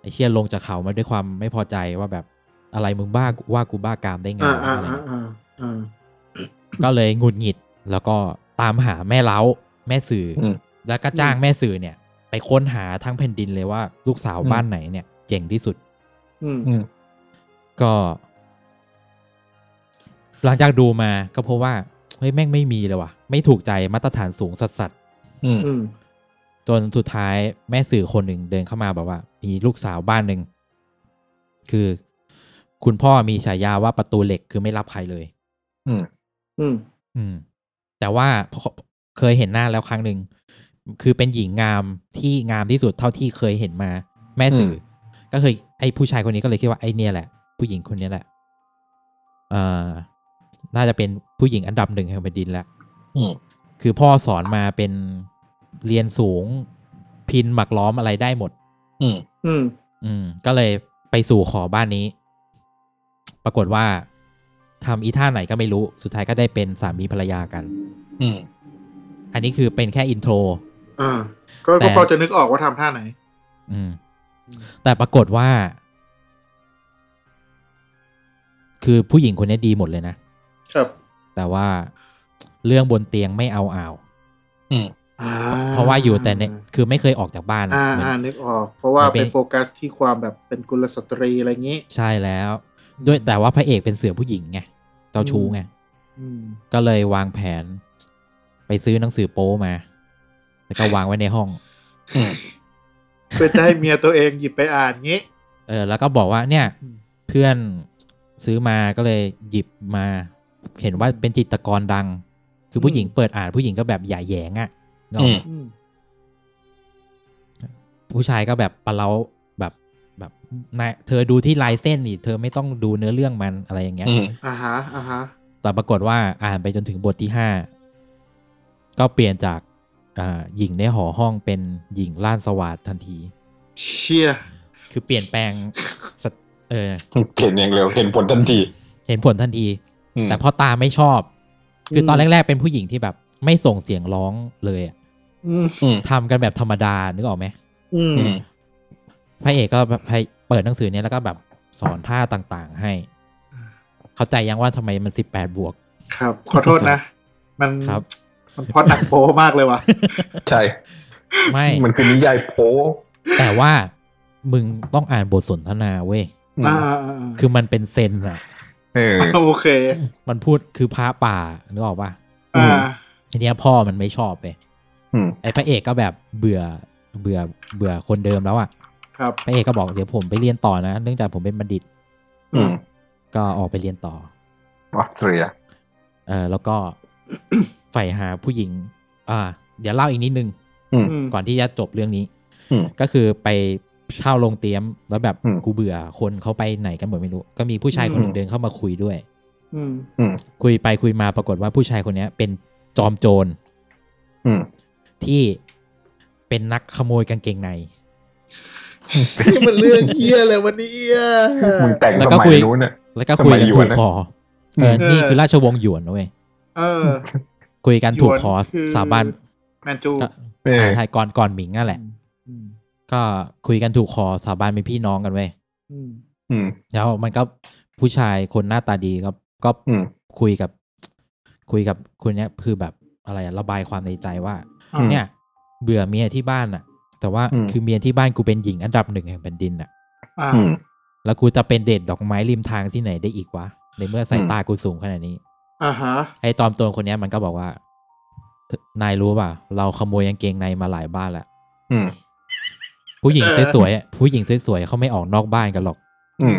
ไอ้เชี่ยลงจากเขามาด้วยความไม่พอใจว่าแบบอะไรมึงบ้าว่ากูบ้ากามได้อ่าวไงะ อ่า อะไร อ่า เงี้ย อ่าอ่า ก็เลยหงุดหงิดแล้วก็ตามหาแม่เล้าแม่สื่ออ ม แล้วก็จ้างแม่สื่อเนี่ย ไปค้นหาทั้งแผ่นดินเลยว่าลูกสาวบ้านไหนเนี่ย เจ๋งที่สุด อืม อืม ก็ หลังจากดูมาก็พบว่าเฮ้ยแม่งไม่มีเลยว่ะ ไม่ถูกใจมาตรฐานสูงสัสสัส อืม อืม ๆจนสุดท้ายแม่สื่อคนหนึ่งเดินเข้ามาแบบว่า มีลูกสาวบ้านหนึ่งคือ คุณพ่อมีฉายาว่าประตูเหล็กคือไม่รับใครเลย อืม อืม อืม แต่ว่าพอเคยเห็นหน้าแล้วครั้งหนึ่งคือเป็นหญิงงามที่งามที่สุดเท่าที่เคยเห็นมา แม่สื่ออก็เคยไอ้ผู้ชายคนนี้ก็เลยคิดว่าไอ้เนี่ยแหละ ผู้หญิงคนเนี้ยแหละเอ่อน่าจะเป็นผู้หญิงอันดับหนึ่งแห่งแผ่นดินแล้ว อืม คือพ่อสอนมาเป็นเรียนสูงพินหมักล้อมอะไรได้หมด อืม อืม อืม ก็เลยไปสู่ขอบ้านนี้ ปรากฏว่าทำอีท่าไหนก็ไม่รู้สุดท้ายก็ได้เป็นสามีภรรยากัน อืม อันนี้คือเป็นแค่อินโทร อ่าก็ แต่ ก็พอจะนึกออกว่าทำท่าไหน อืม แต่ปรากฏว่า คือผู้หญิงคนนี้ดีหมดเลยนะ ครับ แต่ว่าเรื่องบนเตียงไม่เอาอ่าว อืม อ่า เพราะว่าอยู่แต่ในคือไม่เคยออกจากบ้าน อ่า เหมือน อ่านึกออก เพราะว่า เหมือนเป็ ไป น โฟกัสที่ความแบบเป็นกุลสตรีอะไรอย่างงี้ ใช่แล้ว ด้วยแต่ว่าพระเอกเป็นเสือผู้หญิงไงเจ้าชู้ไง อืม ก็เลยวางแผน ไปซื้อหนังสือโป๊มา แล้วก็วางไว้ในห้อง อืม เพื่อจะให้เมียตัวเองหยิบไปอ่านงี้ เออแล้วก็บอกว่าเนี่ย อืม เพื่อนซื้อมาก็เลยหยิบมา เห็นว่าเป็นจิตรกรดัง คือผู้หญิงเปิดอ่านผู้หญิงก็แบบหย่าแหยงอะ่ะนึกออกไหม อืม ผู้ชายก็แบบปะเราแบบแบบนายเธอดูที่ลายเส้นนี่เธอไม่ต้องดูเนื้อเรื่องมันอะไรอย่างเงี้ย อืม อ่าฮะอ่าฮะ แต่ปรากฏว่าอ่านไปจนถึงบทที่ห้าก็เปลี่ยนจากอ่าหญิงในหอห้องเป็นหญิงล่านสวาดทันที เชี่ย คือเปลี่ยนแปลง สะเออ เปลี่ยนอย่างเร็วเห็นผลทันที เห็นผลทันที อืม แต่พ่อตาไม่ชอบ คือตอน อืม แรก ๆ เป็นผู้หญิงที่แบบไม่ส่งเสียงร้องเลยอะ อืม อืม ทำกันแบบธรรมดานึกออกไหม อืม อืม พระเอกก็แบบให้เปิดหนังสือเนี่ยแล้วก็แบบสอนท่าต่างๆให้ เข้าใจยังว่าทำไมมันสิบแปดบวก ครับ ขอโทษนะ มัน ครับ มันพอดหนักโปมากเลยว่ะ ใช่ ไม่ มันคือนิยายโป๊ แต่ว่ามึงต้องอ่านบทสนทนาเว้ย อืม อ่าอ่าอ่า คือมันเป็นเซนอะ เออ โอเค มันพูดคือพระป่านึกออกปะ อ่า อืม ทีเนี้ยพ่อมันไม่ชอบไป อืม ไอ้พระเอกก็แบบเบื่อเบื่อเบื่อคนเดิมแล้วอะ ครับ พระเอกก็บอกเดี๋ยวผมไปเรียนต่อนะ เนื่องจากผมเป็นบัณฑิต อืม ก็ออกไปเรียนต่อ ออสเตรีย เออแล้วก็ ใฝ่หาผู้หญิง อ่า เดี๋ยวเล่าอีกนิดนึง อืม อืม ก่อนที่จะจบเรื่องนี้ อืม ก็คือไปเช่าโรงเตรียมแล้วแบบ อืม กูเบื่อคนเขาไปไหนกันหมดไม่รู้ ก็มีผู้ชายคนหนึ่งเดินเข้ามาคุยด้วย อืม อืม คุยไปคุยมาปรากฏว่าผู้ชายคนเนี้ย เป็นจอมโจร อืม ที่เป็นนักขโมยกางเกงใน นี่มันเรื่องเฮี้ยอะไรวันนี้อ่ะ มึงแต่ง แล้ว ส ก็ มัย คุย นู้นน่ะ แล้วก็คุยกัน ทำไมหย ถู วน ก นะ คอเออ เออ นี่คือราชวงศ์หยวนนะเว้ย เออ คุยกันถูกคอ หยวนคือ สาบาน แมนจู ก็ เออ ใช่ก่อนก่อนหมิงนั่นแหละ อืม ก็คุยกันถูกคอสาบานเป็นพี่น้องกันเว้ย อืม อืม แล้วมันก็ผู้ชายคนหน้าตาดีก็ก็ อืม คุยกับ คุยกับคนเนี้ยคือแบบอะไรอะระบายความในใจว่า อ่ะ เนี่ย เบื่อเมียที่บ้านอะแต่ว่า อืม คือเมียที่บ้านกูเป็นหญิงอันดับหนึ่งแห่งแผ่นดินอะ อ่า อืม แล้วกูจะเป็นเด็ดดอกไม้ริมทางที่ไหนได้อีกวะในเมื่อสาย อืม ตากูสูงขนาดนี้ อ่าฮะ ไอ้ตอมโจรคนเนี้ยมันก็บอกว่าเธอนายรู้ป่ะเราขโมยกางเกงในมาหลายบ้านแล้ว อืม ผู้หญิง เออ สวยๆอะผู้หญิงสวยๆเขาไม่ออกนอกบ้านกันหรอก อืม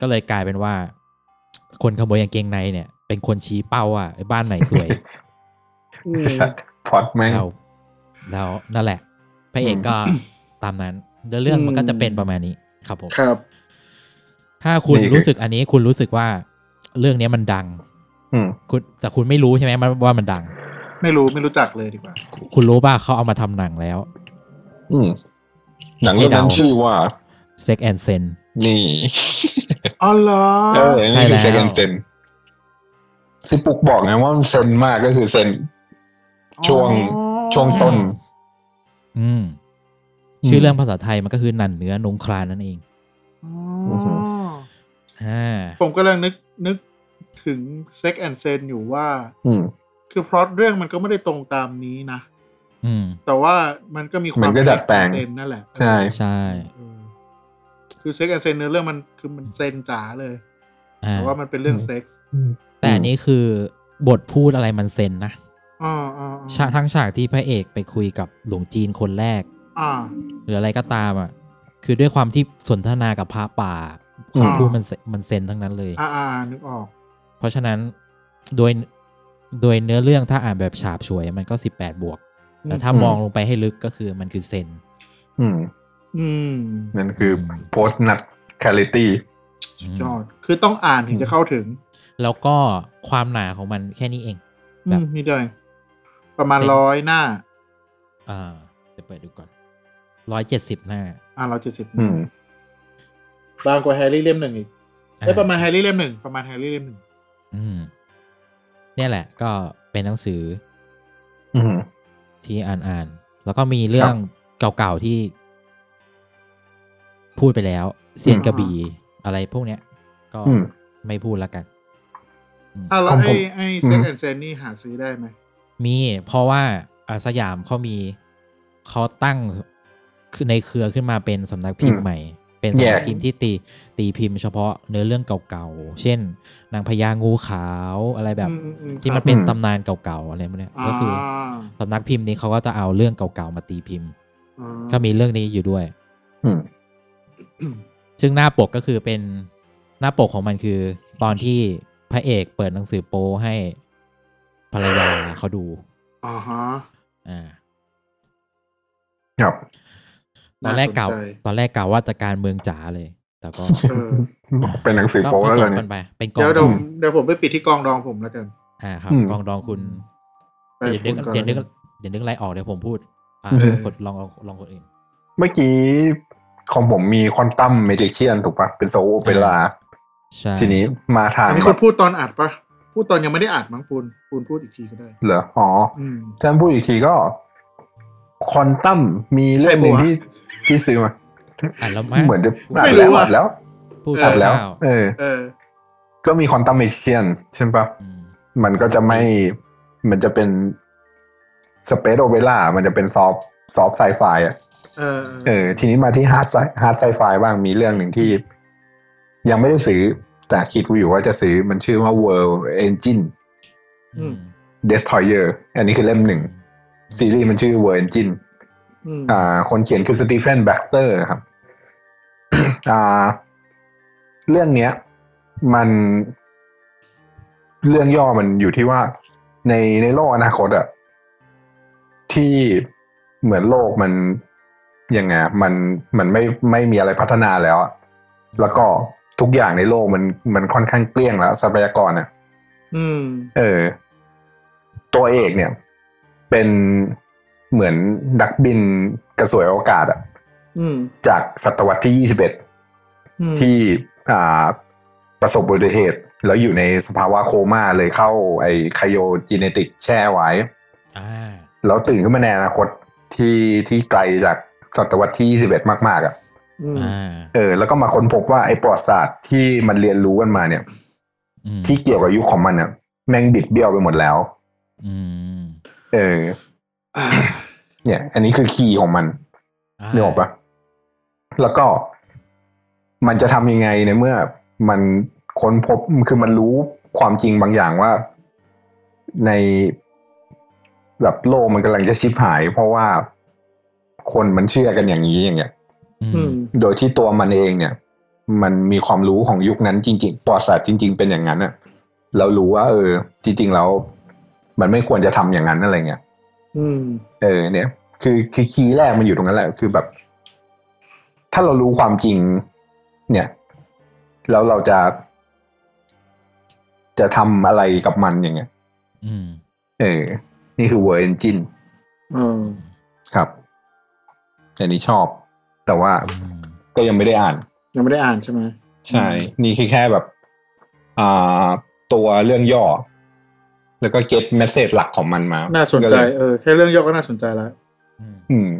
ก็เลยกลายเป็นว่า คนขโมยกางเกงในเนี่ย เป็นคนชี้เป้าว่าไอ้บ้านไหนสวย อืม สัตว์พล็อดแม่ง แล้วแล้วนั่นแหละพระเอกก็ตามนั้นเดี๋ยวเรื่องมันก็จะเป็นประมาณนี้ครับผม ครับ ถ้าคุณ นี่คือ รู้สึกอันนี้คุณรู้สึกว่า เรื่องเนี้ยมันดัง อืม คุณแต่คุณไม่รู้ใช่ไหมมันว่ามันดัง ไม่รู้ไม่รู้จักเลยดีกว่า คุณรู้ป่ะเขาเอามาทำหนังแล้ว อืม หนังเรื่องนั้น ให้เดา ชื่อว่า Sex and s e n นี่ อ๋อเหรอ เออ ใช่ นี่คือ แล้ว เซนเซนสิปุกบอกไงว่ามันเซนมากก็คือเซน ช่วง ช่วงต้น อืม อืม ชื่อเรื่องภาษาไทยมันก็คือหนันเนื้อนงคลานนั่นเอง อ๋ออ อหือ อ่า ผมกำลังนึกนึกถึง Sex and Sen อยู่ว่า อืม คือพล็อตเรื่องมันก็ไม่ได้ตรงตามนี้นะ อืม แต่ว่ามันก็มีควา มั ม นก็ Sex ดัดแปลง and Sen นั่นแหละ ใช่ ใช่ เออคือ Sex and Sen เนื้อเรื่องมันคือมันเซนจ๋าเลย อ่า แต่ว่ามันเป็นเรื่อง อืม เซ็กซ์ แต่อันนี้คือบทพูดอะไรมันเซนนะ อ่าอ่า ฉากทั้งฉากที่พระเอกไปคุยกับหลวงจีนคนแรก อ่า หรืออะไรก็ตามอ่ะ คือด้วยความที่สนทนากับพระป่า อืม คำพูดมันเซมันเซนทั้งนั้นเลย อ่าอ่านึกออก เพราะฉะนั้นโดยโดยเนื้อเรื่องถ้าอ่านแบบฉาบฉวยมันก็ 18 บวก แต่ถ้า อืม มองลงไปให้ลึกก็คือมันคือเซน อืม อืม นั่นคือ post nut clarity สุดยอด คือต้องอ่านถึงจะเข้าถึง แล้วก็ความหนาของมันแค่นี้เอง อื แบบ มนี่เลยประมาณร้อยหน้า อ่าจะเปิดดูก่อนร้อยเจ็ดสิบหน้า อ่าเราเจ็ดสิบ อืม บางกว่าแฮร์รี่เล่มหนึ่งอีก อ่ เอ้ยประมาณแฮร์รี่เล่มหนึ่งประมาณแฮร์รี่เล่มหนึ่ง อืมเนี่ยแหละ ก็เป็นหนังสือ อืม ที่อ่านอ่านๆแล้วก็มีเรื่องเก่าๆที่พูดไปแล้ว เซียนกระบี่อะไรพวกเนี้ย ก็ อืม ไม่พูดแล้วกัน อ่าแล้ว ของผ ไอ้ ม ไอ้ อื เซน ม แอนเซนนี่หาซื้อได้ไหม มีเพราะว่าอาสยามเขามีเขาตั้งคือในเครือขึ้นมาเป็นสำนักพิม อื พ์ ม ใหม่ เป็นสำ แย นั ก กพิมพ์ที่ตีตีพิมพ์เฉพาะเนื้อเรื่องเก่าๆ เช่น นางพญางูขาวอะไรแบบ อืมอือื ที่ ค มั รั น บ เป็น อืม ตำนานเก่าๆอะไรพวกเนี้ย อ่า ก็คือสำนักพิมพ์นี้เขาก็จะเอาเรื่องเก่าๆมาตีพิมพ์ อ่า ก็มีเรื่องนี้อยู่ด้วย อืม ซึ่งหน้าปกก็คือเป็นหน้าปกของมันคือ ตอนที่พระเอกเปิดหนังสือโป้ให้ภรรยาเขาดู อ่าฮะ อ่า ครับ ตอนแรกกล่าว น่าสนใจ ตอนแรกกล่าวว่าจะการเมืองจ๋าเลย แต่ก็ เออ เป็นหนังสือ ก็ โป๊ ผ แล้ว ส เหรอ มกัเนี่ย นไป เป็นกอ เดี๋ย ง ว ด เดี๋ย องวผมเดี๋ยวผมไปปิดที่กองดองผมแล้วกัน อ่าครับ อืม กองดองคุณ ไป เดี๋ยวนึก คุณก่อ เดี๋ยวนึกเดี๋ยวนึกอะไรออกเดี๋ยวผมพูด อ่า เออ กดลองลองลองคนอื่น เมื่อกี้ของผมมีควอนตัมเมดิเชียนถูกปะเป็นโซโอเปร่า ใช่ ทีนี้มาทาง อันนี้ แบ คุณ บ พูดตอนอัดปะพูดตอนยังไม่ได้อัดมั้งปูนปูนพูดอีกทีก็ได้ เหรออ๋อ อืม ท่านพูดอีกทีก็ควอนตัมมีเล่มหนึ่ง ใช่ปะวะ ที่ที่ซื้อมา อ่านแล้วไห เหมือนจะ พูด อ่าน ไม่รู้ แล้ว อะ อ่านแล้ว พูด อ่านแล้ว คร่าวๆ เออ เออ ก็มีควอนตัมเมเชียนใช่ปะ อืม มันก็จะไม่มันจะเป็นสเปซโอเ r ่ามันจะเป็นซอฟซอฟไซไฟอ่ะ เออ เออ ทีนี้มาที่ฮาร์ดไซฮาร์ดไซไฟบ้างมีเรื่องหนึ่งที่ ยังไม่ได้ซื้อ แต่คิดอยู่ว่าจะซื้อมันชื่อว่า World Engine อืม Destroyer อันนี้คือเล่มหนึ่งซีรีส์มันชื่อ World Engine ม อ่าคนเขียนคือสตีเฟนแบ็กเตอร์ครับ อ่า เรื่องเนี้ย มันเรื่องย่อมันอยู่ที่ว่าในในโลกอนาคตอะที่เหมือนโลกมันยังไงอะมันมันไม่ไม่มีอะไรพัฒนาแล้วอะแล้วก็ทุกอย่างในโลกมันมันค่อนข้างเกลี้ยงแล้วทรัพยากรอะ อืม เออ ตัวเอกเนี่ย เป็นเหมือนดักบินกระสวยอวกาศอะ อืม จากศตวรรษที่ 21 อืม ที่อ่าประสบอุบัติเหตุ แล้วอยู่ในสภาวะโคม่าเลยเข้าไอไคโยจีเนติกแช่ไว้ อ่า แล้วตื่นขึ้นมาในอนาคตที่ที่ไกลจากศตวรรษที่ 21 มาก ๆอะ อืม อ่า เออ แล้วก็มาค้นพบว่าไอประวัติศาสตร์ที่มันเรียนรู้กันมาเนี่ย อืม ที่เกี่ยวกับยุคของมันอะแม่งบิดเบี้ยวไปหมดแล้ว อืม เออ อ่า เนี่ย อันนี้คือคีย์ของมัน า นึกออกปะแล้วก็มันจะทำยังไงในเมื่อมันค้นพบคือมันรู้ความจริงบางอย่างว่าในแบบโลกมันกำลังจะชิบหาย เพราะว่าคนมันเชื่อกันอย่างนี้อย่างเงี้ย อื อื ม ม โดยที่ตัวมันเองเนี่ย มันมีความรู้ของยุคนั้นจริง ๆประวัติศาสตร์จริง ๆ เป็นอย่างนั้นอะเรารู้ว่า เออ จริง ๆ แล้ว มันไม่ควรจะทำอย่างนั้นอะไรเงี้ย อืม เออเนี่ยคือคือคีย์แรกมันอยู่ตรงนั้นแหละ คือแบบ ถ้าเรารู้ความจริง เนี่ยแล้วเราจะ จะทำอะไรกับมันอย่างเงี้ย อืม เออ นี่คือเวอร์เอนจิน อืม ครับอันนี้ชอบ แต่ว่า อืม ก็ยังไม่ได้อ่าน ยังไม่ได้อ่านใช่ไหม ใช่ นี่คือแค่แบบ อ่า ตัวเรื่องย่อ แล้วก็เก็ตเมสเซจหลักของมันมา น่าสนใจ ก็เลย เออแค่เรื่องย่อก็น่าสนใจแล้ว อืม อืม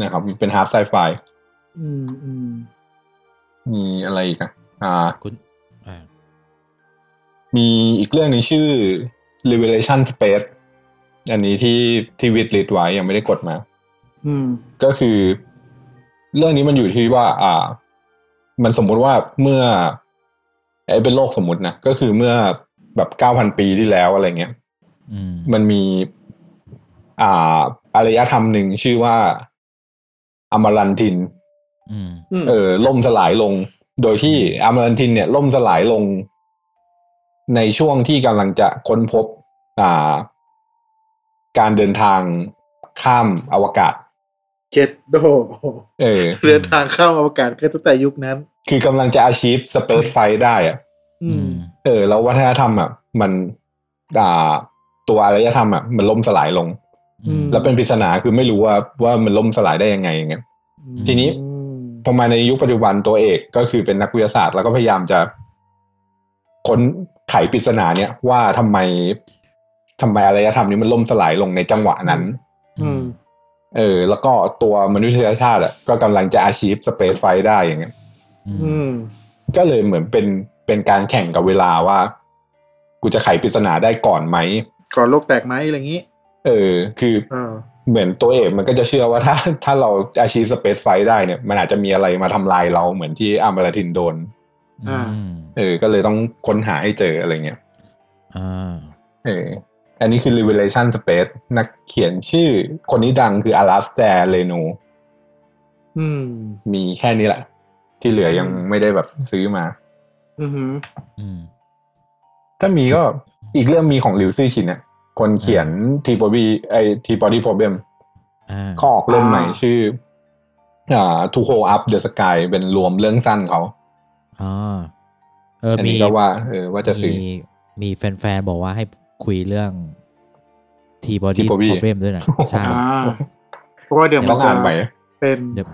นะครับมันเป็นฮาร์ดไซไฟ อืมอืม มีอะไรอีกอะอ่า คุณอ่า มีอีกเรื่องหนึ่งชื่อ Revelation Space อันนี้ที่ที่วิดลิดไว้ยังไม่ได้กดมา อืม ก็คือ เรื่องนี้มันอยู่ที่ว่า อ่า มันสมมุติว่าเมื่อไอ้เป็นโลกสมมุตินะ ก็คือเมื่อแบบเก้าพันปีที่แล้วอะไรเงี้ย อืม มันมี อ่าอารยธรรมหนึ่งชื่อว่า อมรันทิน อืม อืม เออล่มสลายลง โดยที่อามารันทินเนี่ย ล่มสลายลง ในช่วงที่กำลังจะค้นพบ อ่า การเดินทางข้ามอวกาศ เจ็ดโด เออ เดินทางเข้าอวกาศก็ตั้งแต่ยุคนั้น คือกำลังจะอาชีพสเปซไฟได้อะ อื อื ม ม เออ แล้ววัฒนธรรมอ่ะ มันอ่าตัวอารยธรรมอ่ะมันล่มสลายลง อืม แล้วเป็นปริศนาคือไม่รู้ว่าว่ามันล่มสลายได้ยังไงอย่างเงี้ย ทีนี้ อืม พอมาในยุคปัจจุบันตัวเอกก็คือเป็นนักวิทยาศาสตร์ แล้วก็พยายามจะค้นไขปริศนาเนี่ยว่าทำไมทำไมอารยธรรมนี้มันล่มสลายลงในจังหวะนั้น อืม เออ แล้วก็ตัวมนุษยชาติอะก็กำลังจะอาชีพสเปซไฟได้อย่างเงี้ย อืม ก็เลยเหมือนเป็นเป็นการแข่งกับเวลาว่า กูจะไขปริศนาได้ก่อนไหม ก่อนโลกแตกไหมอะไรอย่างนี้ เออ คือ เออ เหมือนตัวเอกมันก็จะเชื่อว่าถ้า ถ้าเราอาชีพสเปซไฟได้เนี่ยมันอาจจะมีอะไรมาทำลายเราเหมือนที่อามาลาทินโดน อืม เออ ก็เลยต้องค้นหาให้เจออะไรเงี้ย อ่า เออ อันนี้คือ Revelation Space นักเขียนชื่อคนนี้ดังคือ Alastair Leno อืม มีแค่นี้แหละ ที่เหลือยังไม่ได้แบบซื้อมา อือหือ อืม ถ้ามีก็อีกเรื่องมีของหลิวซื่อชินเนี่ยคนเขียนทีบอบีไอทีบอดี้โปรเบม อ่า เขาออกเล่มใหม่ อ่า ชื่อ อ่าทูโฮอัพเดอะสกายเป็นรวมเรื่องสั้นเขา อ๋อเออ อัน มี นี้ก็ว่า เออว่าจะซื้อ มีมีแฟนๆ บอกว่าให้คุยเรื่องทีบอดี้ Tea โปร Body เบมด้วย นะใช่ อ่าเพราะว่าเดี๋ยว ต้ มั อน ง จะ อ่านไป เป็น เดี๋ยว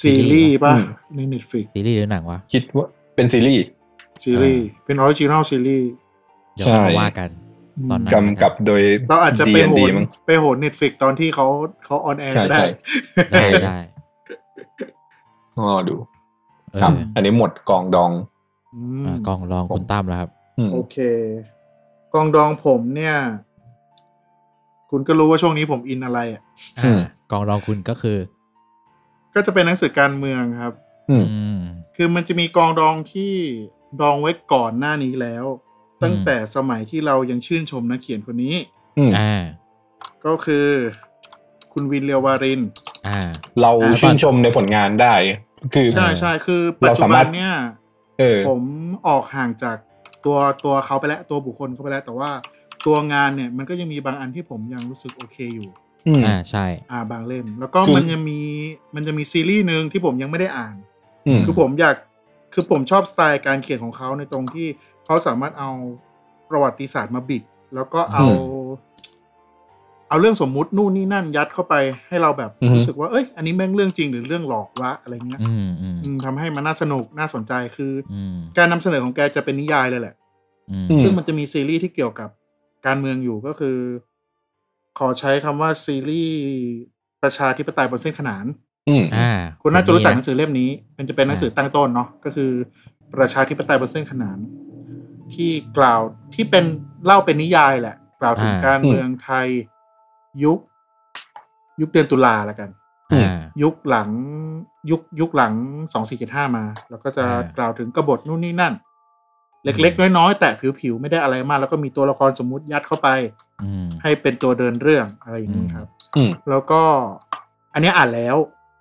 ซีรีส์ป่ะ อืม ใน Netflix ซีรีส์หรือหนังวะ คิดว่าเป็นซีรีส์ ซีรีส์เป็นออริจิน l ลซีรีส์ เดี๋ยวค่อย ใช่ มาว่ากัน ตอนนั้น กำกับโดย เราอาจจะไปโห D&D น มั้ง ไปโหนเน็ตฟิกตอนที่เขาเขาออนแอร์ ใช่ ได้ ใช่ ได้ได้ อ๋อดู เอ ครับ อ อันนี้หมดกองดอง อืม อ่ากองรองคุณตั้มแล้วครับ อืม โอเค กองดองผมเนี่ย คุณก็รู้ว่าช่วงนี้ผมอินอะไรอ่ะ อืม กองรองคุณก็คือ ก็จะเป็นหนังสือการเมืองครับ อืม อืม คือมันจะมีกองดองที่ดองไว้ก่อนหน้านี้แล้ว ตั้งแต่สมัยที่เรายังชื่นชมนักเขียนคนนี้ อืม อ่า ก็คือ คุณวินเลียววาริน อ่า เรา อ่า ชื่นชมในผลงานได้ คือ ใช่ใช่คือปัจจุ เราสา บั มาร น ถ เนี่ย เออ ผมออกห่างจากตัวตัวเขาไปแล้ว ตัวบุคคลเขาไปแล้ว แต่ว่าตัวงานเนี่ย มันก็ยังมีบางอันที่ผมยังรู้สึกโอเคอยู่ อืม อ่าใช่ อ่าบางเล่ม แล้วก็ คือ มันจะมีมันจะมีซีรีส์หนึ่งที่ผมยังไม่ได้อ่าน อืม คือผมอยากคือผมชอบสไตล์การเขียนของเขาในตรงที่เขาสามารถเอาประวัติศาสตร์มาบิด แล้วก็เอา อื เอาเรื่องสมมุตินู่นนี่นั่นยัดเข้าไปให้เราแบบ อือฮึ รู้สึกว่าเอ้ยอันนี้แม่งเรื่องจริงหรือเรื่องหลอกวะอะไรเงี้ย อืมอืม อืมทำให้มันน่าสนุกน่าสนใจคืออ อืม การนำเสนอของแกจะเป็นนิยายเลยแหละ อืม ซึ่งมันจะมีซีรีส์ที่เกี่ยวกับการเมืองอยู่ก็คือ ขอใช้คำว่าซีรีส์ประชาธิปไตยบนเส้นขนาน อืม อ่า คุณน่าจะรู้จักหนั นะ งสือเล่มนี้ มันจะเป็นหนังสือตั้งต้นเนาะก็คือ ประชาธิปไตยบนเส้นขนาน ที่กล่าวที่เป็นเล่าเป็นนิยายแหละ กล่าวถึง อ่า การเมืองไทยยุค ยุคเดือนตุลาละกัน อืม อ่า ยุคหลังยุคยุคหลังสองสี่เจ็ดห้ามา แล้วก็จะ อ่าก ล่าวถึงกบฏนู่นนี่นั่น อืม เล็กๆ น้อยๆ แต่ผิวๆ ไม่ได้อะไรมาก แล้วก็มีตัวละครสมมุติยัดเข้าไป อืม ให้เป็นตัวเดินเรื่องอะไรอย่างนี้ครับ อืม แล้วก็ อันเนี้ยอ่านแล้ว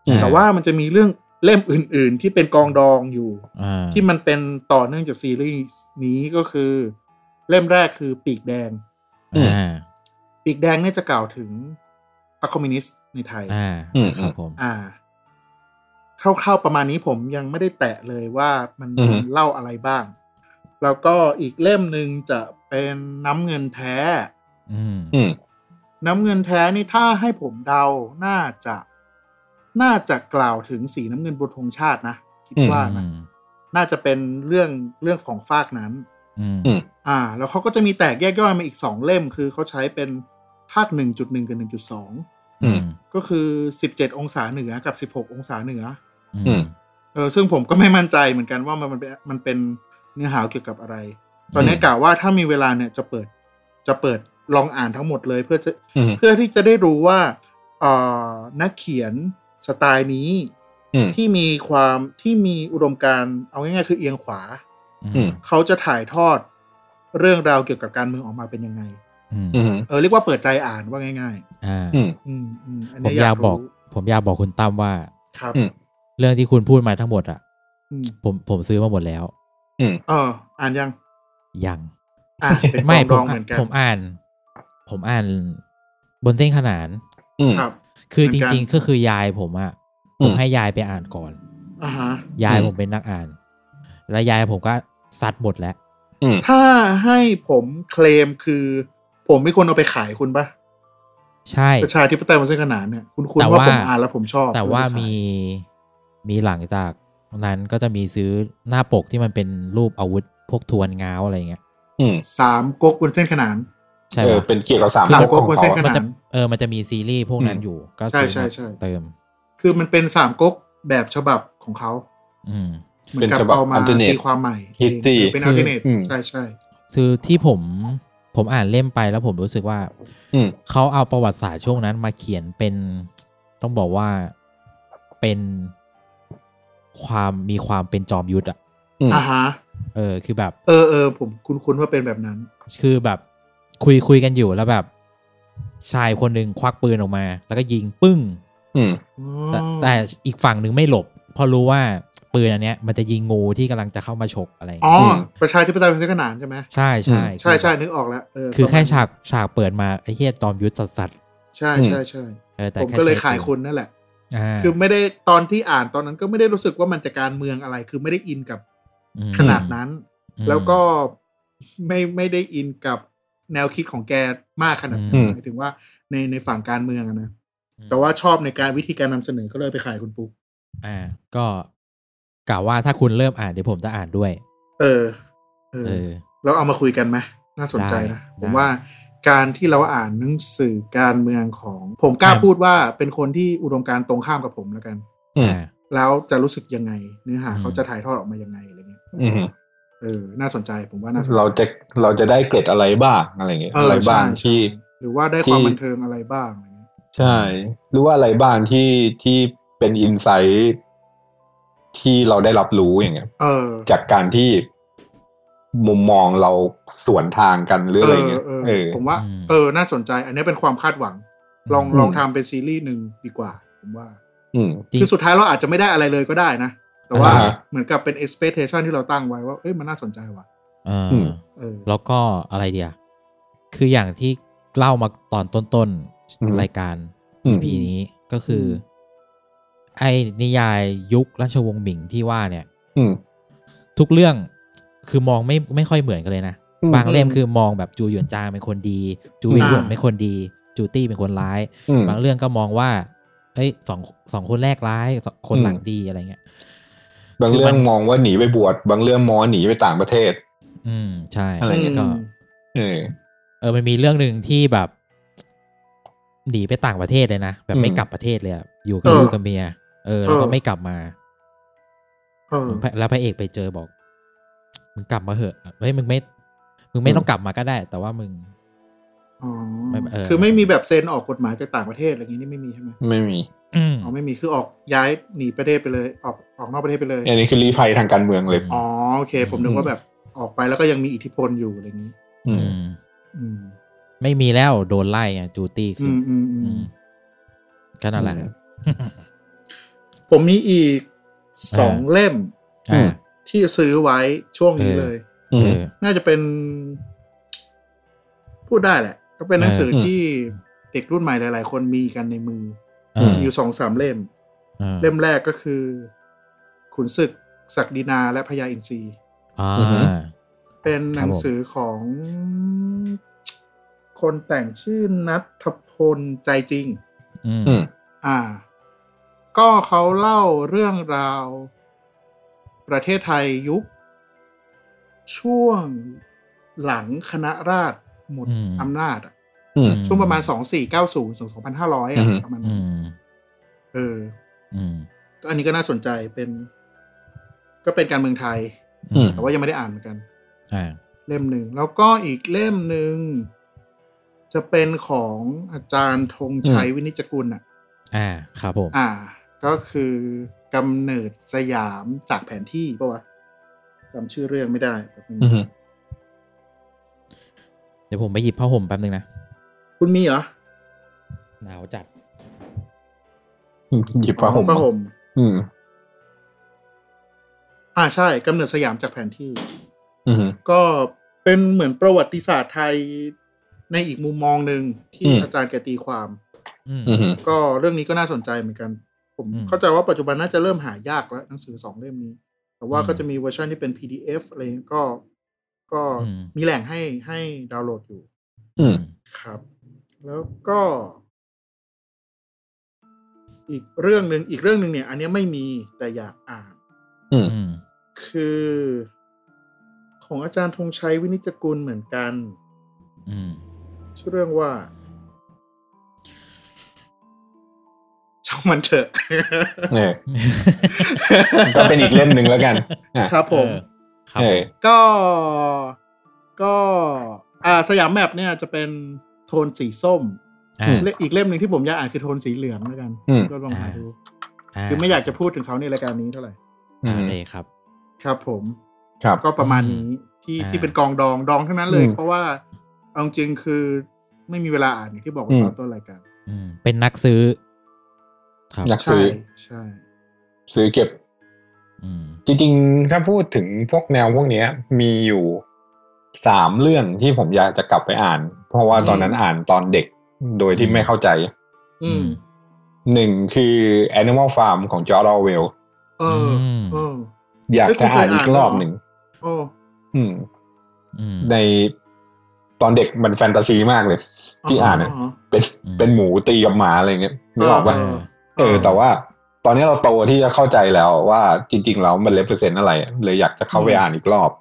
อ่า แต่ว่ามันจะมีเรื่องเล่มอื่น ๆ ที่เป็นกองดองอยู่ อ่า ที่มันเป็นต่อเนื่องจากซีรีส์นี้ก็คือ เล่มแรกคือปีกแดง อืม อ่า ปีกแดงเนี่ยจะกล่าวถึงพรรคคอมมิวนิสต์ในไทย อ่า อืม ครับผม อ่าคร่าวๆประมาณนี้ผมยังไม่ได้แตะเลยว่ามัน อือฮึ เล่าอะไรบ้าง แล้วก็อีกเล่มหนึ่งจะเป็นน้ำเงินแท้ อืม อืม น้ำเงินแท้นี่ถ้าให้ผมเดาน่าจะน่าจะกล่าวถึงสีน้ำเงินบนธงชาตินะคิด อืม ว่านะน่าจะเป็นเรื่องเรื่องของฟากนั้น อืม อืม อ่า แล้วเขาก็จะมีแตกแยกย่อยมาอีกสองเล่ม คือเขาใช้เป็นภาคหนึ่งจุดหนึ่งกับหนึ่งจุดสอง อืม ก็คือสิบเจ็ดองศาเหนือกับสิบหกองศาเหนือ อื เออซึ่งผมก็ไม่มั่นใจเหมือนกันว่ามันมันเป็นมันเป็นเนื้อหาเกี่ยวกับอะไร ตอนนี้ อืม กล่าวว่าถ้ามีเวลาเนี่ยจะเปิดจะเปิดลองอ่านทั้งหมดเลย เพื่อจะ อืม เพื่อที่จะได้รู้ว่าเอ่อนักเขียนสไตล์นี้ อืม ที่มีความที่มีอุดมการณ์เอาง่ายๆคือเอียงขวา อืม เขาจะถ่ายทอดเรื่องราวเกี่ยวกับการเมืองออกมาเป็นยังไง อืม อืม เออเรียกว่าเปิดใจอ่านว่าง่าย อ่า อืม ๆ อืมอืมอัน ผม นี้ออายยาก ก บอก รู้ ผมอยากบอกคุณตั้มว่า ครับ อืม เรื่องที่คุณพูดมาทั้งหมดอ่ะ อืม ผมผมซื้อมาหมดแล้ว อืม เออ อ่านยัง ยัง อ่าเป็นก ไม่ อง ผ ด ม อง อ่ะ เหมือนกัน ผมอ่าน ผมอ่านบนเส้นขนาน อืม ครับ คือ เหจมือนกัน ริง ๆ ก็คือยายผมอ่ะ อื ผม มให้ยายไปอ่านก่อน อ่าฮะ ยาย อืม ผมเป็นนักอ่าน แล้วยายผมก็ซัดหมดแล้ว อืม ถ้าให้ผมเคลมคือ ผมไม่ควรเอาไปขายคุณปะ ใช่ ประชาธิปไตยบนเส้นขนานเนี่ยคุณคุณ แต่ ว่า ว่า ผมอ่านแล้วผมชอบ แต่ว่า ไได้ขย มีมีหลังจากนั้นก็จะมีซื้อหน้าปกที่มันเป็นรูปอาวุธพวกทวนง้าวอะไรเงี้ย อืม สามก๊กบนเส้นขนาน ใช่ เออ ปะ เป็นเกี่ยวกับสาม สาม ก๊กของ ก๊กบน เขา เส้นข อะ มัน นาด จะเออมันจะมีซีรีส์พวกนั้นอยู่ ก็ ใช่ ซื้อ ใช่ใช่ มาเติม คือมันเป็นสามก๊กแบบฉบับของเขา อืม เหมือนกับ เป็นฉบับ เอามา alternate ตีความใหม่ history เออเป็น คือ อัลเทอร์เนท อืม ใช่ใช่ คือที่ผมผมอ่านเล่มไปแล้วผมรู้สึกว่า อืม เขาเอาประวัติศาสตร์ช่วงนั้นมาเขียนเป็น ต้องบอกว่าเป็นความมีความเป็นจอมยุทธอะ อืม อ่าฮะ เออ คือแบบ เออเออผมคุณคุณว่าเป็นแบบนั้น คือแบบคุยคุยกันอยู่แล้วแบบ ชายคนหนึ่งควักปืนออกมา แล้วก็ยิงปึ้ง อืม แต่แต่อีกฝั่งหนึ่งไม่หลบเพราะรู้ว่า ปืนอันเนี้ยมันจะยิงงูที่กำลังจะเข้ามาฉกอะไรอย่าง อ๋อ เงี้ย อประชาธิปไตยเป็นเส้นขนานใช่ไหม ใช่ใช่ ใช่ใช่นึกออกแล้วเออ คือ ประมณ แค่ฉากฉากเปิดมาไอ้เหี้ยตอมยุทธสัสสัส ใช่ใช่ใช่ ๆเออแต่ ผม แค่ ก็เลย ใช้ ขายคนนั่นแหละ อ่า คือไม่ได้ตอนที่อ่านตอนนั้นก็ไม่ได้รู้สึกว่ามันจะการเมืองอะไร คือไม่ได้อินกับ อืม ขนาดนั้น อืม แล้วก็ไม่ไม่ได้อินกับแนวคิดของแกมากขนาดนั้ อื น ม หมายถึงว่าในในฝั่งการเมืองอะนะ อืม แต่ว่าชอบในการวิธีการนำเสนอก็เลยไปขายคุณปุ๊ก อ่า ก็กล่าวว่าถ้าคุณเริ่มอ่านเดี๋ยวผมจะอ่านด้วย เออ เออ เออ เราเอามาคุยกันไหมน่าสนใจ ได้ นะ ได้ ผมว่าการที่เราอ่านหนังสือการเมืองของ ผมกล้า ครับ พูดว่าเป็นคนที่อุดมการณ์ตรงข้ามกับผมแล้วกัน อืม อ่า แล้วจะรู้สึกยังไง เนื้อหา อืม เขาจะถ่ายทอดออกมายังไงอะไรเงี้ย อืม เออน่าสนใจผมว่าน่าสนใจ เราจะเราจะได้เกร็ดอะไรบ้างอะไรอย่างเงี้ย เออ อะไร ใช่ บ้างที่ ใช่หรือว่าได้ความ ที่ บันเทิงอะไรบ้างอะไรเงี้ย ใช่ หรือว่าอะไรบ้างที่ที่เป็นอินไซต์ที่เราได้รับรู้อย่างเงี้ย เออ จากการที่มุมมองเราสวนทางกันหรืออะไรเงี้ย เออ เออ ผมว่า อืม เออ น่าสนใจ อันนี้เป็นความคาดหวัง ลอง อืม ลองทำเป็นซีรีส์หนึ่งดีกว่า ผมว่า อืม จริง คือสุดท้ายเราอาจจะไม่ได้อะไรเลยก็ได้นะ แต่ว่า อ่าฮะ เหมือนกับเป็น expectation ที่เราตั้งไว้ว่า เอ้ย มันน่าสนใจว่ะ เออ อื อ ม เออ แล้วก็อะไรเดียวคืออย่างที่เล่ามาตอนต้น อืม ๆ รายการ อืม EP นี้ก็คือ ไอ้นิยายยุคราชวงศ์หมิงที่ว่าเนี่ย อืม ทุกเรื่องคือมองไม่ไม่ค่อยเหมือนกันเลยนะ อืม บางเล่มคือมองแบบจูหยวนจางเป็นคนดี จูหวินหยวน อ่า เป็นคนดี จูตี้เป็นคนร้าย อืม บางเรื่องก็มองว่าเอ้ยสองสองคนแรกร้ายสองคน อืม หลังดีอะไรเงี้ย บาง คือ เรื่ มั อน งมองว่าหนีไปบวชบางเรื่องมองว่าหนีไปต่างประเทศ อืมใช่ อะไรเงี้ย ก็ อืม เออ เออมันมีเรื่องหนึ่งที่แบบ หนีไปต่างประเทศเลยนะ แบบไม่ อืม กลับประเทศเลยอะอยู่กับ เออ ลูกกับเมีย เออ แล้วก็ เออ ไม่กลับมา เออ แล้วพระเอกไปเจอบอก มึงกลับมาเหอะเฮ้ยมึงไม่ มึงไม่ต้องกลับมาก็ได้ แต่ว่ามึง อ๋อ ไม่เออ คือไม่มีแบบเซ็นออกกฎหมายจากต่างประเทศอะไรอย่างนี้นี่ไม่มีใช่ไหม ไม่มี อืม อ๋อ ไม่มี คือออกย้ายหนีประเทศไปเลย ออกออกนอกประเทศไปเลย อันนี้คือรีภัยทางการเมืองเลย อ๋อ โอเค ผมนึกว่าแบบออกไปแล้วก็ยังมีอิทธิพลอยู่อะไรอย่างนี้ อืม อืม อืม ไม่มีแล้วโดนไล่อะจูตี้คื อื อ ม อ อืมอื อื ม มก็นั่นแหละครับ ผมมีอีกสองเล่ม อ่า ที่ซื้อไว้ช่วงนี้ เออ เลย อืม เออ น่าจะเป็น พูดได้แหละ ก็เป็นหนังสือ เออ ที่เด็กรุ่นใหม่หลาย ๆ คนมีกันในมือ เออ อยู่สองสามเล่ม ออ เล่มแรกก็คือ ขุนศึกศักดินาและพญาอินทรี อ่า อือฮึ เป็นหนัง ครับผม สือของคนแต่งชื่อนัทพลใจจริง อืม อืม อ่า ก็เขาเล่าเรื่องราวประเทศไทยยุค ช่วงหลังคณะราษฎรหมดอำนาจอะ อืม ช่วงประมาณ 2490ถึง2500อ่ะ อืม ประมาณ อื นั้น ม เออ อืม ก็อันนี้ก็น่าสนใจเป็น ก็เป็นการเมืองไทย อืม แต่ว่ายังไม่ได้อ่านเหมือนกัน อ่า เล่มหนึ่ง แล้วก็อีกเล่มหนึ่ง จะเป็นของอาจารย์ธงชัยวินิจฉัยกุลอ่ะ อ่า ครับผม อ่าก็คือกำเนิดสยามจากแผนที่ปะวะจำชื่อเรื่องไม่ได้แบบนึง อืม เดี๋ยวผมไปหยิบผ้าห่มแป๊บนึงนะ คุณมีเหรอ หนาวจัด หยิบผ้าห่ม ผ้าห่ม อืม อ่าใช่กำเนิดสยามจากแผนที่ อืม ก็เป็นเหมือนประวัติศาสตร์ไทยในอีกมุมมองหนึ่งที่ อืม อาจารย์แกตีความ อืม อืม ก็เรื่องนี้ก็น่าสนใจเหมือนกัน ผม อืม เข้าใจว่าปัจจุบันน่าจะเริ่มหายากแล้วหนังสือสองเล่มนี้ แต่ว่า อืม ก็จะมีเวอร์ชันที่เป็น PDF อะไรอย่างเงี้ยก็ ก็ อืม มีแหล่งให้ให้ดาวน์โหลดอยู่ อืม ครับ แล้วก็ อีกเรื่องหนึ่งอีกเรื่องหนึ่งเนี่ย อันเนี้ยไม่มีแต่อยากอ่าน อืม อืม คือ ของอาจารย์ธงชัยวินิจฉัยกุลเหมือนกัน อืม ชื่อเรื่องว่าช่างมันเถอะ เออ ก็เป็นอีกเล่มหนึ่งแล้วกันอ่ะ ครับผม เออ ครับ เออ ก็ก็อ่าสยามแมปเนี่ยจะเป็นโทนสีส้ม อ่า อืม เล่มอีกเล่มหนึ่งที่ผมอยากอ่านคือโทนสีเหลืองแล้วกัน อืม ก็ลองหาดู า คือไม่อยากจะพูดถึงเขาในรายการนี้เท่าไหร่ อื อ่าม เลยครับ ครับผม ครับ ก็ประมาณนี้ที่ อ่า ที่เป็นกองดองดองทั้งนั้นเลย อืม เพราะว่าเอาจริงๆคือไม่มีเวลาอ่านอย่างที่บอกไป อืม ตอนต้นรายการ อืม เป็นนักซื้อ ครับ นัก ใช่ ซื้อ ใช่ ซื้อเก็บ อืม จริงๆ ถ้าพูดถึงพวกแนวพวกเนี้ย มีอยู่สามเรื่องที่ผมอยากจะกลับไปอ่าน เพราะว่าตอนนั้นอ่านตอนเด็กโดยที่ไม่เข้าใจ อืม หนึ่งคือ Animal Farm ของจอร์ดอเวล เออเออ อยากจะอ่าเอ้ยคุณเคยอ่านน อีกรอบหนึ่ง โอ้ อืม อืม ในตอนเด็กมันแฟนตาซีมากเลย ที่อ่านเนี่ยเป็น อืม เป็นหมูตีกับหมาอะไรเงี้ยนึกออกปะ เออ เออแต่ว่าตอนนี้เราโตที่จะเข้าใจแล้วว่าจริงๆแล้วมันเลเปอร์เซนต์อะไรเลยอยากจะเข้าไปอ่านอีกรอบ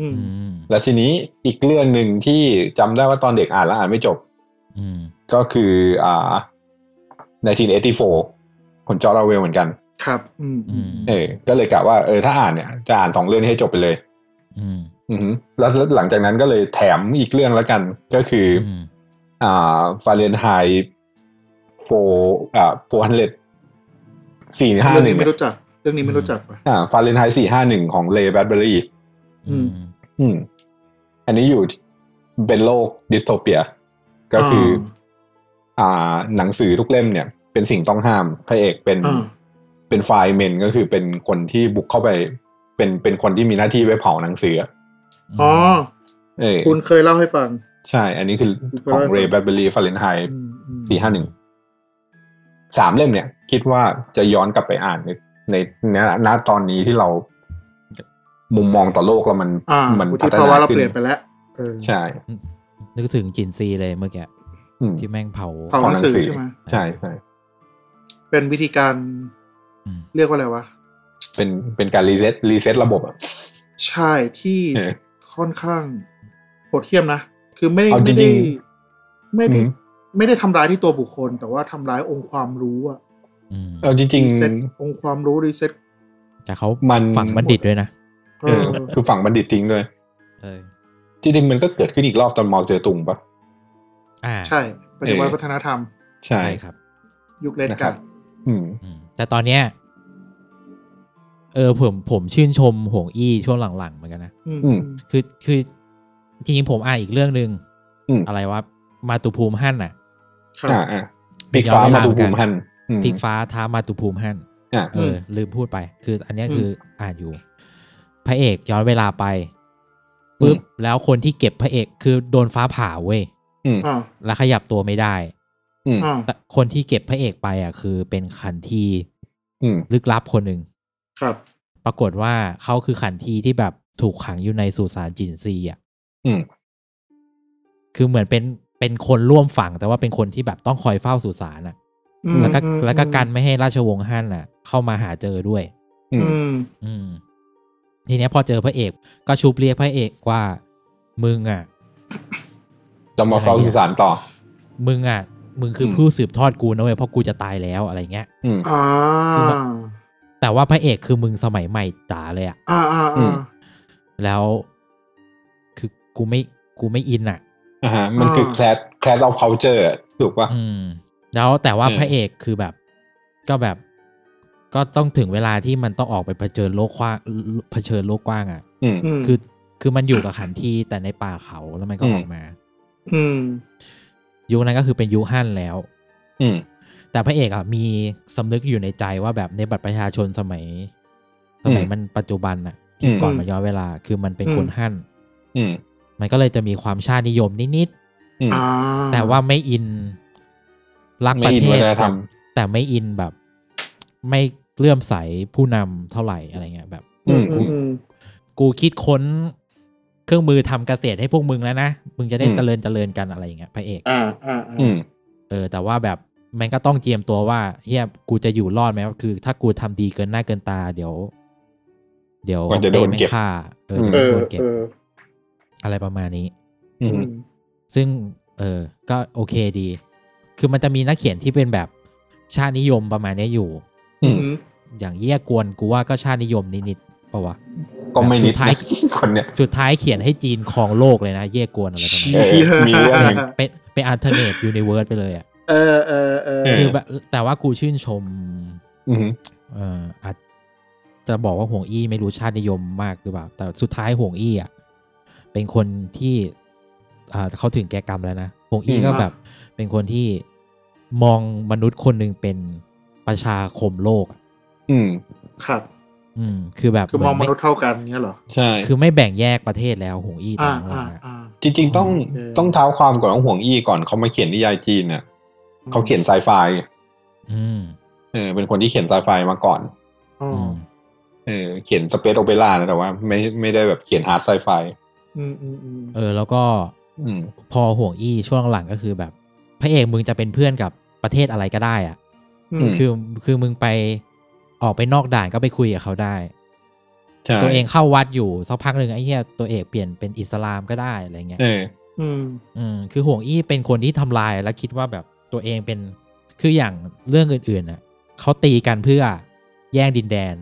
อืม อืม และทีนี้อีกเรื่องหนึ่งที่จำได้ว่าตอนเด็กอ่านแล้วอ่านไม่จบ อืม ก็คืออ่า1984ของจอร์ดออร์เวลล์เหมือนกัน ครับ อืม อืม เออ ก็เลยกะว่าเออถ้าอ่านเนี่ยจะอ่านสองเรื่องนี้ให้จบไปเลย อืม อือฮึแล้วแล้วหลังจากนั้นก็เลยแถมอีกเรื่องแล้วกัน ก็คือ อื อ ม อ่าฟาเรนไฮโฟอ่าโฟฮันเลสี่ห้า เรื่อง หนึ่ นี้ ง ไม่รู้จัก เรื่องนี้ไม่รู้จักว่ะ อ่าฟาเรนไฮต์451 ของเล y แบดเบอรี่ อืม อืม อันนี้อยู่เป็นโลกดิสโทเปีย ก็คือ อ่า หนังสือทุกเล่มเนี่ย เป็นสิ่งต้องห้ามพระเอกเป็น อ่า เป็นไฟเมนก็คือเป็นคนที่บุกเข้าไป เป็นเป็นคนที่มีหน้าที่ไปเผาหนังสืออะ อ๋อ เออ คุณเคยเล่าให้ฟัง ใช่ อันนี้คือของเร y แบดเบอรี่ฟาเรนไฮต์ อืมอืม 451 สามเล่มเนี่ย คิดว่าจะย้อนกลับไปอ่านในในในณตอนนี้ที่เรา มุมมองต่อโลกเรามัน อ่า มัน วุ พั ฒิ ฒ ภา นา วะเรา ขึ้ เปลี่ย น นไปแล้วเออ ใช่ นึกถึงจินซีเลยเมื่อกี้ อืม ที่แม่งเผา เผาหนังสือใช่ไหม ใช่ใช่ เป็นวิธีการ อืม เรียกว่าอะไรวะ เป็น เป็นการรีเซ็ตรีเซ็ตระบบอ่ะ ใช่ที่ เออ ค่อนข้างโหดเหี้ยมนะ คือไม่ได้ เอาจ ไม่ ริ ได้ ง ไม่ อื ได้ ม ไม่ได้ทำร้ายที่ตัวบุคคล แต่ว่าทำร้ายองค์ความรู้อะ อืม เอาจริง รีเซ็ตองค์ความรู้รีเซ็ต แต่เขา มัน ฝังบัณฑิตด้วยนะ ๆเออ คือฝั่งบัณฑิตทิ้งด้วย เออ จริงๆมันก็เกิดขึ้นอีกรอบตอนเมาเจอตุงปะ อ่า ใช่ปฏิวัติ เออ วัฒนธรรม ใช่ ใช่ครับ ยุคเลน นะค กั รั ด บ อืม อืมแต่ตอนเนี้ยเออผมผมชื่นชมหงอี้ช่วงหลังๆเหมือนกันนะ อืม อืม คือคือจริงๆผมอ่านอีกเรื่องหนึ่ง อืม อะไรว่ามาตุภูมิหั่นน่ะ ครับ อ่าอ่าปีกฟ้ามาดูภูมิหันอืม พลิกฟ้าท้ามาตุภูมิหั่น อ่า เอออ ม ลืมพูดไป คืออันเนี้ย อืม คืออ่านอยู่ พระเอกย้อนเวลาไปปุ๊บแล้วคนที่เก็บพระเอกคือโดนฟ้าผ่าเว้ย อืม อ่า แล้วขยับตัวไม่ได้ อืม อ่า แต่คนที่เก็บพระเอกไปอ่ะ คือเป็นขันที อืม ลึกลับคนหนึ่ง ครับ ปรากฏว่าเขาคือขันทีที่แบบถูกขังอยู่ในสุสานจินซีอ่ะ อืม คือเหมือนเป็นเป็นคนร่วมฝั่งแต่ว่าเป็นคนที่แบบต้องคอยเฝ้าสุสานอ่ะ อืม แล้วก็ อืม แล้วก็กันไม่ให้ราชวงศ์ฮั่นอ่ะ เข้ามาหาเจอด้วย อืม อืม อืม ทีเนี้ยพอเจอพระเอกก็ชุบเรียกพระเอกว่า มึงอ่ะ จะมาเฝ้าสุสานต่อ มึงอ่ะ มึงคืออ ม ผู้สืบทอดกูนะเว้ยเพราะกูจะตายแล้วอะไรเงี้ย อืม อ่า คือมัน แต่ว่าพระเอกคือมึงสมัยใหม่จ๋าเลยอ่ะ อ่าอ่า อื อ่า ม แล้วคือกูไม่กูไม่อินอ่ะ อ่าฮะมันคือแคลสแคลสเอาเคาเจอร์ถูกป่ะ อืม แล้วแต่ว่า เออ พระเอกคือแบบ ก็แบบ ก็ต้องถึงเวลาที่มันต้องออกไปเผชิญโลกกว้างเผชิญโลกกว้างอ่ะ อืม อืม คือคือมันอยู่กับขันทีแต่ในป่าเขาแล้วมันก็ อืม ออกมา อืม ยุคนั้นก็คือเป็นยุคฮั่นแล้ว อืม แต่พระเอกอ่ะมีสำนึกอยู่ในใจว่าแบบในบัตรประชาชนสมัย สมัย อืม มันปัจจุบันอ่ะที่ก่อน อืม มาย้อนเวลา คือมันเป็น อืม คนฮั่น อืม มันก็เลยจะมีความชาตินิยมนิด อืม อ่า ๆแต่ว่าไม่อินรักประเทศ ไม่อินวัฒนธร แต่ รม แต่ไม่อินแบบ ไม่เลื่อมใสผู้นำเท่าไหร่อะไรเงี้ยแบบ อืม อืมอืม กูคิดค้นเครื่องมือทำเกษตรให้พวกมึงแล้วนะ มึงจะได้ อืม เจริญเจริญกันอะไรอย่างเงี้ยพระเอก อ่าอ่าอ่า อืม เออ แต่ว่าแบบมันก็ต้องเจียมตัวว่าเฮียกูจะอยู่รอดไหมคือ ถ้ากูทำดีเกินหน้าเกินตา เดี๋ยว เดี๋ยว มันจะโดน ไม่ เก็บ ฆ่าเออ อืม เอ เดี๋ยว อ โดนเก็บ เออ อะไรประมาณนี้ อื อื ม ม ซึ่ง เออ ก็โอเคดี คือมันจะมีนักเขียนที่เป็นแบบชาตินิยมประมาณเนี้ยอยู่ อื อื ม ม อย่างเยี่ยกวนกูว่าก็ชาตินิยมนิดๆปะวะ ก็ไม่นิด สุดท้าย นะคนเนี้ย สุดท้ายเขียนให้จีนครองโลกเลยนะ เย่กวนอะไรประมาณ เอ นี้ อมีเรื่องหนึ่ง เป็นเป็นอัลเทอร์เนทยูนิเวิร์สไปเลยอ่ะ เออเออเออ คือแบบแต่ว่ากูชื่นชม อืม เอ่ออาจจะบอกว่าห่วงอี้ไม่รู้ชาตินิยมมากหรือเปล่า แต่สุดท้ายห่วงอี้อ่ะเป็นคนที่อ่าเขาถึงแก่กรรมแล้วนะห่วงอี้ อืม ก็แบบ เป็นคนที่มองมนุษย์คนหนึ่งเป็นประชาคมโลกอะ อืม ครับ อืม คือแบบ คือมองมนุษย์เท่ากันเนี้ยเหรอ ใช่ คือไม่แบ่งแยกประเทศแล้วหงอี้ อ่า ต่างหลั อ่าง อะ อ่า จริง ๆ ต้อง โอเค ต้องเท้าความก่อนของห่วงอี้ก่อนเขามาเขียนนิยายจีนเนี่ยเขาเขียนไซไฟ อืม เออเป็นคนที่เขียนไซไฟมาก่อน อ๋อ อืม เออเขียนสเปซโอเปร่านะแต่ว่าไม่ไม่ได้แบบเขียนฮาร์ดไซไฟ อืมอืมอืม เออ แล้วก็ อืม พอห่วงอี้ช่วงหลังก็คือแบบ พระเอกมึงจะเป็นเพื่อนกับประเทศอะไรก็ได้อ่ะ อื อื ม ม คือคือมึงไปออกไปนอกด่านก็ไปคุยกับเขาได้ ใช่ ตัวเองเข้าวัดอยู่สักพักหนึ่งไอ้เหี้ยตัวเอกเปลี่ยนเป็นอิสลามก็ได้อะไรเงี้ย เออ อืม อืมคือห่วงอี้เป็นคนที่ทำลายและคิดว่าแบบตัวเองเป็นคืออย่างเรื่องอื่นๆน่ะเขาตีกันเพื่อแย่งดินแดน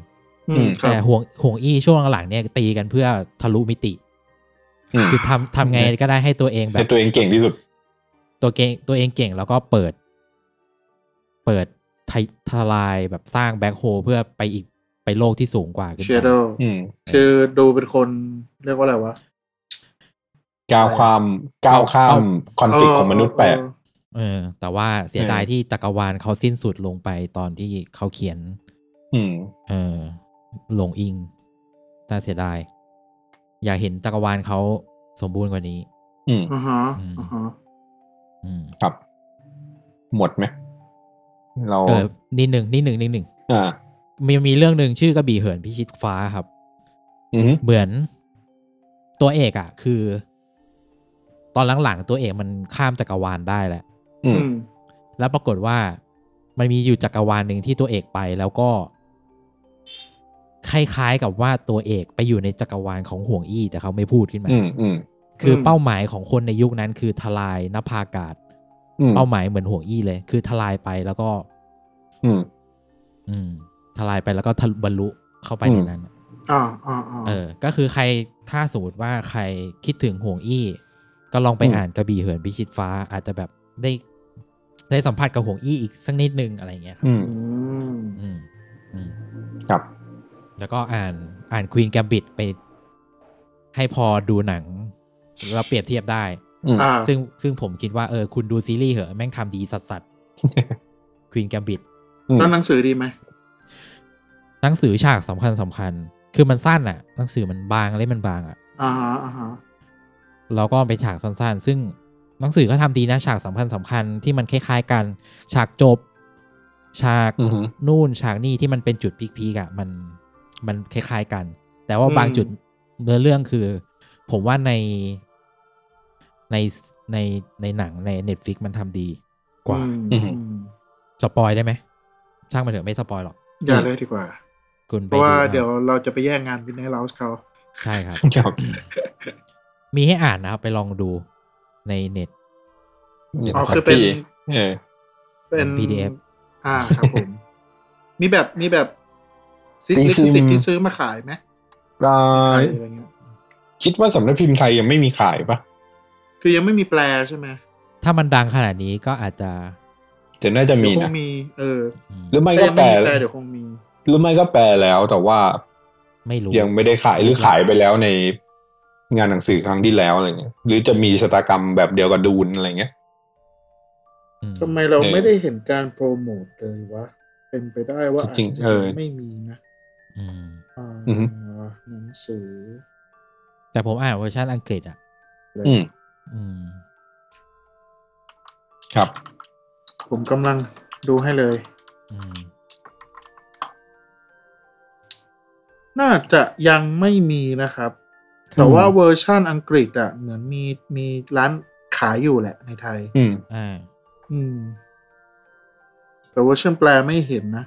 อื อื ม ม ครับ แต่ห่วงห่วงอี้ช่วงหลังๆเนี่ยตีกันเพื่อทะลุมิติ อืม คือทำทำไงก็ได้ให้ตัวเองแบ ให้ บ ตัวเองเก่งที่สุด ตัวเก่งตัวเองเก่งแล้วก็เปิด เปิดไททลายแบบสร้างแบ็คโฮเพื่อไปอีกไปโลกที่สูงกว่าขึ้น เช ไป โด อืม คือดูเป็นคนเรียกว่าอะไรวะ ก้าวความก้าวข้ามคอนฟ lict ของมนุษย์แปลก เออ เออ แต่ว่าเสียดาย เออ ที่จักรวาลเขาสิ้นสุดลงไปตอนที่เขาเขียน อืม เออหลงอิงน่าเสียดาย อยากเห็นจักรวาลเขาสมบูรณ์กว่านี้ อืม อ่าฮะ อืม อ่าฮะ อืม ครับ หมดไหมเรา เออนิดหนึ่งนิดหนึ่งนิดหนึ่ง อ่า มีมีเรื่องหนึ่งชื่อกระบี่เหินพิชิตฟ้าครับ อืม เหมือนตัวเอกอะ่ะ คือ ตอนหลังๆตัวเอกมันข้ามจักรวาลได้แหละ อื อื ม ม แล้วปรากฏว่ามันมีอยู่จักรวาลหนึ่งที่ตัวเอกไปแล้วก็ คล้ายๆกับว่าตัวเอกไปอยู่ในจักรวาลของห่วงอี้แต่เขาไม่พูดขึ้นมา อืม อืม คือเป้าหมายของคนในยุคนั้นคือทลายนภาอากาศ อืม เป้าหมายเหมือนห่วงอี้เลย คือทลายไปแล้วก็ อืม อืม ทลายไปแล้วก็ทะลุบรรลุเข้าไปในนั้น อ่าอ่าอ่า เออ ก็คือใครถ้าสมมติว่าใครคิดถึงห่วงอี้ ก็ลองไป อืม อ่านกระบี่เหินพิชิตฟ้า อาจจะแบบได้ได้สัมผัสกับห่วงอี้อีกสักนิดนึงอะไรอย่างเงี้ยครับ อืม ม อืมอืม ครับ แล้วก็อ่านอ่านควีนแกมบิดไป ให้พอดูหนังเราเปรียบเทียบได้ อืม อ่า ซึ่งซึ่งผมคิดว่าเออคุณดูซีรีส์เหอะแม่งทำดีสัสสั สควีนแกมบิด แล้วหนังสือดีไหม หนังสือฉากสำคัญสำคัญ คือมันสั้นอะหนังสือมันบางเล่มมันบางอะ อ่าฮะอ่าฮะ เราก็ไปฉากสั้นๆ ซึ่งหนังสือก็ทำดีนะฉากสำคัญสำคัญที่มันคล้ายๆกัน ฉากจบ ฉาก อือฮึ นู่นฉากนี่ที่มันเป็นจุดพีกๆอะมันมันคล้ายๆกัน แต่ว่าบางจุดเนื้อเรื่องคือ ผมว่าในในในในหนังในเน็ตฟิกมันทำดีกว่า อืม อืม อืม สปอยได้ไหมช่างมันเถอะไม่สปอยหรอก อย่าเลยดีกว่า คุณ เพ ไป ราะว่า อ เดี๋ยวเราจะไปแย่งงานวินเนอร์ลาสเขา ใช่ครับ ครับ มีให้อ่านนะครับ ไปลองดูในเน็ต อ๋อคือเป็น เออ เป็น PDF อ่าครับผม มีแบบมีแบบซิ จริงๆ ลิขสิทธิ์ที่ซื้อมาขายไหม ได้ ขายอะไรเงี้ย คิดว่าสำนักพิมพ์ไทยยังไม่มีขายปะ คือยังไม่มีแปลใช่ไหม ถ้ามันดังขนาดนี้ก็อาจจะ เดี๋ยวน่าจะ เดี๋ย มี วคง นะ มี เออ อืม หรือไม่ แต่ ก็ ยัง แป ไม่ ล มีแปลเดี๋ยวคงมี หรือไม่ก็แปลแล้วแต่ว่า ไม่รู้ ยังไม่ได้ขายหรือขายไปแล้วในงานหนังสือครั้งที่แล้วอะไรเงี้ย หรือจะมีชะตากรรมแบบเดียวกับดูนอะไรเงี้ย อืม ทำไมเรา เออ ไม่ได้เห็นการโปรโมทเลยวะ เป็นไปได้ว่าอาจ จริงๆ จะ เออ ยังไม่มีนะ อืม อ่า อือฮึ หนังสือ แต่ผมอ่านเวอร์ชันอังกฤษอ่ะ เลย อืม อืม ครับ ผมกำลังดูให้เลย อืม น่าจะยังไม่มีนะครับ แต่ว่าเวอร์ชั่นอังกฤษอ่ะ เหมือนมีมีร้านขายอยู่แหละในไทย อืม อ่า อืม แต่เวอร์ชันแปลไม่เห็นนะ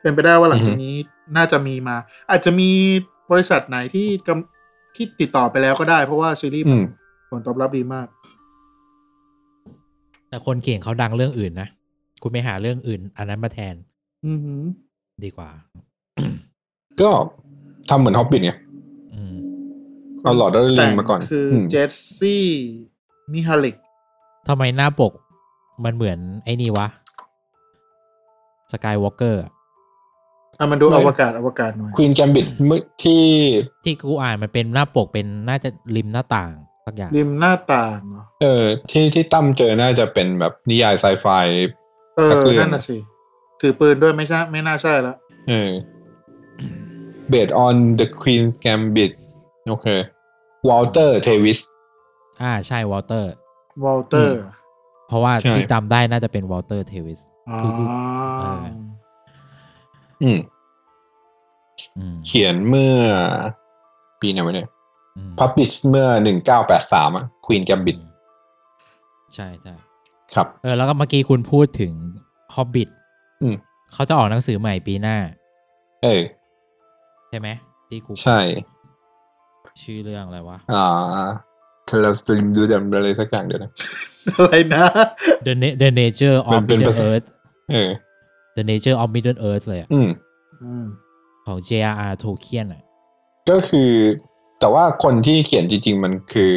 เป็นไปได้ว่าหลังจาก อือฮึ นี้น่าจะมีมา อาจจะมีบริษัทไหนที่กำที่ติดต่อไปแล้วก็ได้ เพราะว่าซีรีส์ อื มัน ม ผลตอบรับดีมาก แต่คนเขียนเขาดังเรื่องอื่นนะ คุณไปหาเรื่องอื่น อันนั้นมาแทน อือหือ ดีกว่า ก็ทำเหมือนฮอบบิทไง อืม เอาหลอดแล้วลิ แต่ งมาก่อน คือ ม เจสซี่มิฮาลิก ทำไมหน้าปกมันเหมือนไอ้นี่วะ สกายวอล์กเกอร์ อ่ะมันดูอวกาศอวกาศหน่อย ควีนแกมบิดเมื่อที่ ที่กูอ่านมันเป็นหน้าปกเป็นน่าจะริมหน้าต่างสักอย่าง ริมหน้าต่างเหรอ เออที่ที่ตั้มเจอน่าจะเป็นแบบนิยายไซไฟ เอ สัก อ เรื่อง นั่นน่ะสิ ถือปืนด้วยไม่ใช่ไม่น่าใช่ละ เออ based on the Queen Gambit โอเควอลเตอร์เทวิส อ่าใช่วอลเตอร์ วอลเตอร์ เพราะว่า ใช่ ที่จำได้น่าจะเป็นวอลเตอร์เทวิส อ๋อ คือคือเออ อืม อืม เขียนเมื่อปีไหนวะเนี่ย อืม พับ i ิชเมื่อหนึ่งเก้าแปดสามอ่ะควีนแกมบิด ใช่ใช่ ครับ เออ แล้วก็เมื่อกี้คุณพูดถึงฮอบบิ t อืม เขาจะออกหนังสือใหม่ปีหน้า เอ้ย ใช่ไหมที่กู ใช่ ชื่อเรื่องอะไรวะ อ่าเราจะดูดำอะไรสักอย่างเดี๋ยวนะ อะไรนะ The Na- The Nature มั of นเป็น Middle ภาษา Earth เออ The Nature of Middle Earth เลยอะ อืม อืม ของ J.R.R. Tolkien อ่ะ ก็คือแต่ว่าคนที่เขียนจริง ๆ มันคือ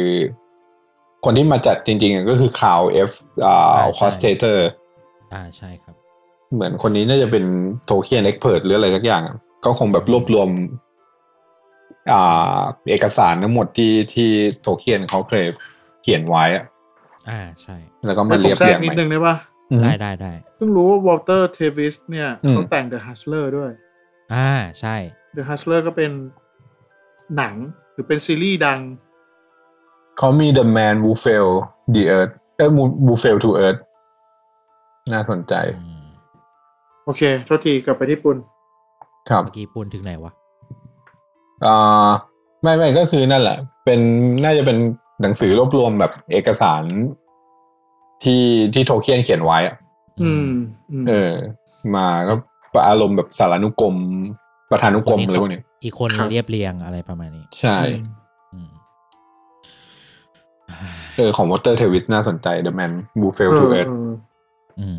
คนที่มาจัดจริงๆอะก็คือคาวเอฟอ่ ใช่ใช่าคอสเทเตอร์ อ่าใช่ครับ เหมือนคนนี้น่าจะเป็นโทเคียนเอ็กเพรสหรืออะไรสักอย่างอะก็คงแบบรวบรวม อ่า เอกสารทั้งหมดที่ที่โทเคียนเขาเคยเขียนไว้อะ อ่าใช่ แล้วก็ ไม มา ผ เรีย ม บ แทร เรีย ก ง นิด ใหม่ นึงได้ปะ อืม ได้ได้ได้ เพิ่งรู้ว่าวอลเตอร์เทวิสเนี่ย อืม เขาแต่ง The Hustler ด้วย อ่าใช่ The Hustler ก็เป็นหนังหรือเป็นซีรีส์ดัง เขามี The Man Who Fell the Earth เอ้ย Who- Who Fell to Earth น่าสนใจ อืม โอเคโทษทีกลับไปที่ญี่ปุ่น ครับ เมื่อกี้ปูนถึงไหนวะ อ่าไม่ไม่ก็คือนั่นแหละ เป็นน่าจะเป็นหนังสือรวบรวมแบบเอกสารที่ที่โทเคียนเขียนไว้อะ อืมอืม เออ มาก็อารมณ์แบบสารานุกรม ประธานุกรมอะไรพวกนี้ อีกคนเรียบเรียงอะไรประมาณนี้ ใช่ อืม เออของวอเตอร์เทวิสน่าสนใจ The Man Who เอ Fell อ to Earth เออ อืม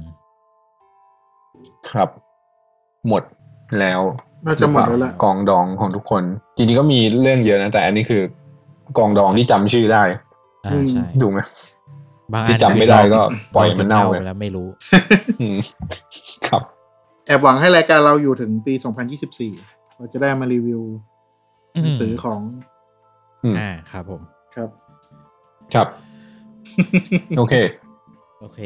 ครับ หมดแล้ว น่าจะหมดแล้วแหละ กองดองของทุกคน จริงๆก็มีเรื่องเยอะนะ แต่อันนี้คือกองดองที่จำชื่อได้ อ่าใช่ ดูไหม บางอั ที่ น จำไม่ได้ คือ ก็ เรา ปล่อยมันเน่า ร ไป จะไปแล้วไม่รู้ อืมครับ แอบหวังให้รายการเราอยู่ถึงปี 2024 เราจะได้มารีวิวหนังสือของ อืม อ่าครับผม ครับ ครับ โอเค โอเค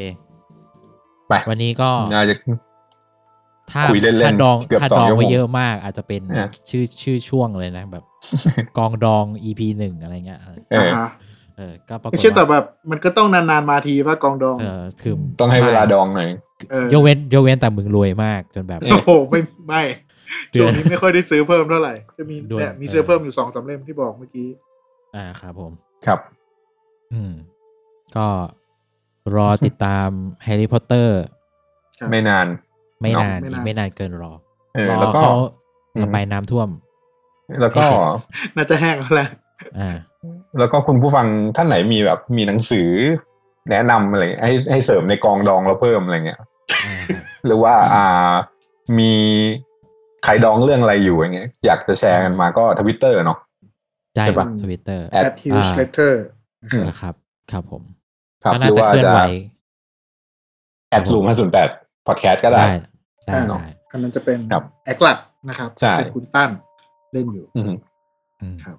ไป วันนี้ก็ น่าจะ ถ้า คุยเล่นๆ ถ้าดอง เกือบ ถ้า สอ ด ง อง ชั่วโม ไว้ ง เยอะมาก อาจจะเป็น อ่ะ ชื่อชื่อช่วงเลยนะ แบบ กองดอง EP หนึ่งอะไรเงี้ย เออ ฮะ เออก็ปรากฏ ไม่ใช่แต่ ว่า แบบมันก็ต้องนานๆมาทีว่ากองดอง เออคือ ต้องให้เวลาดองหน่อย เออ ยกเว้นยกเว้นแต่มึงรวยมากจนแบบ เอ โอ้โหไม่ไม่ เดือน ช่วงนี้ไม่ค่อยได้ซื้อเพิ่มเท่าไหร่จะมี เดือน เนี่ยมีซื้อ เออ เพิ่มอยู่สองสามเล่มที่บอกเมื่อกี้ อ่าครับผม ครับ อืม ก็รอติดตามแฮร์รี่พอตเตอร์ ครับ ไม่นาน ไม่นาน ไม่ อี นาน กไม่นานเกินรอ เออ รอ แล้วก็ เขา อืม ระบายน้ำท่วม แล้ว ก็ น่าจะแห้งแล้วแหละ อ่า แล้วก็คุณผู้ฟังท่านไหนมีแบบมีหนังสือ แนะนำอะไรให้ให้เสริมในกองดองเราเพิ่มอะไรเงี้ย อ่าครับ หรือว่าอ่ามีใครดองเรื่องอะไรอยู่อย่างเงี้ย อยากจะแชร์กันมาก็ทวิตเตอร์เนาะ ใช่ ใช่ ครั ปะ บทวิตเตอร์ แอ แอ ด ดฮิวสเลเตอร์ อืม ครับ ครับผม ครับ ก็ ห น่า รือ จะ ว่า เคลื่อน จะ ไหว แอดรูมห้าศูนย์แปดพอดแคสต์ก็ได้ ได้ ได้ เนาะ ได้ อันนั้นจะเป็น ครับ แอคลับนะครับ ใช่ เป็นคุณตั้นเล่นอยู่ อืม อืม ครับ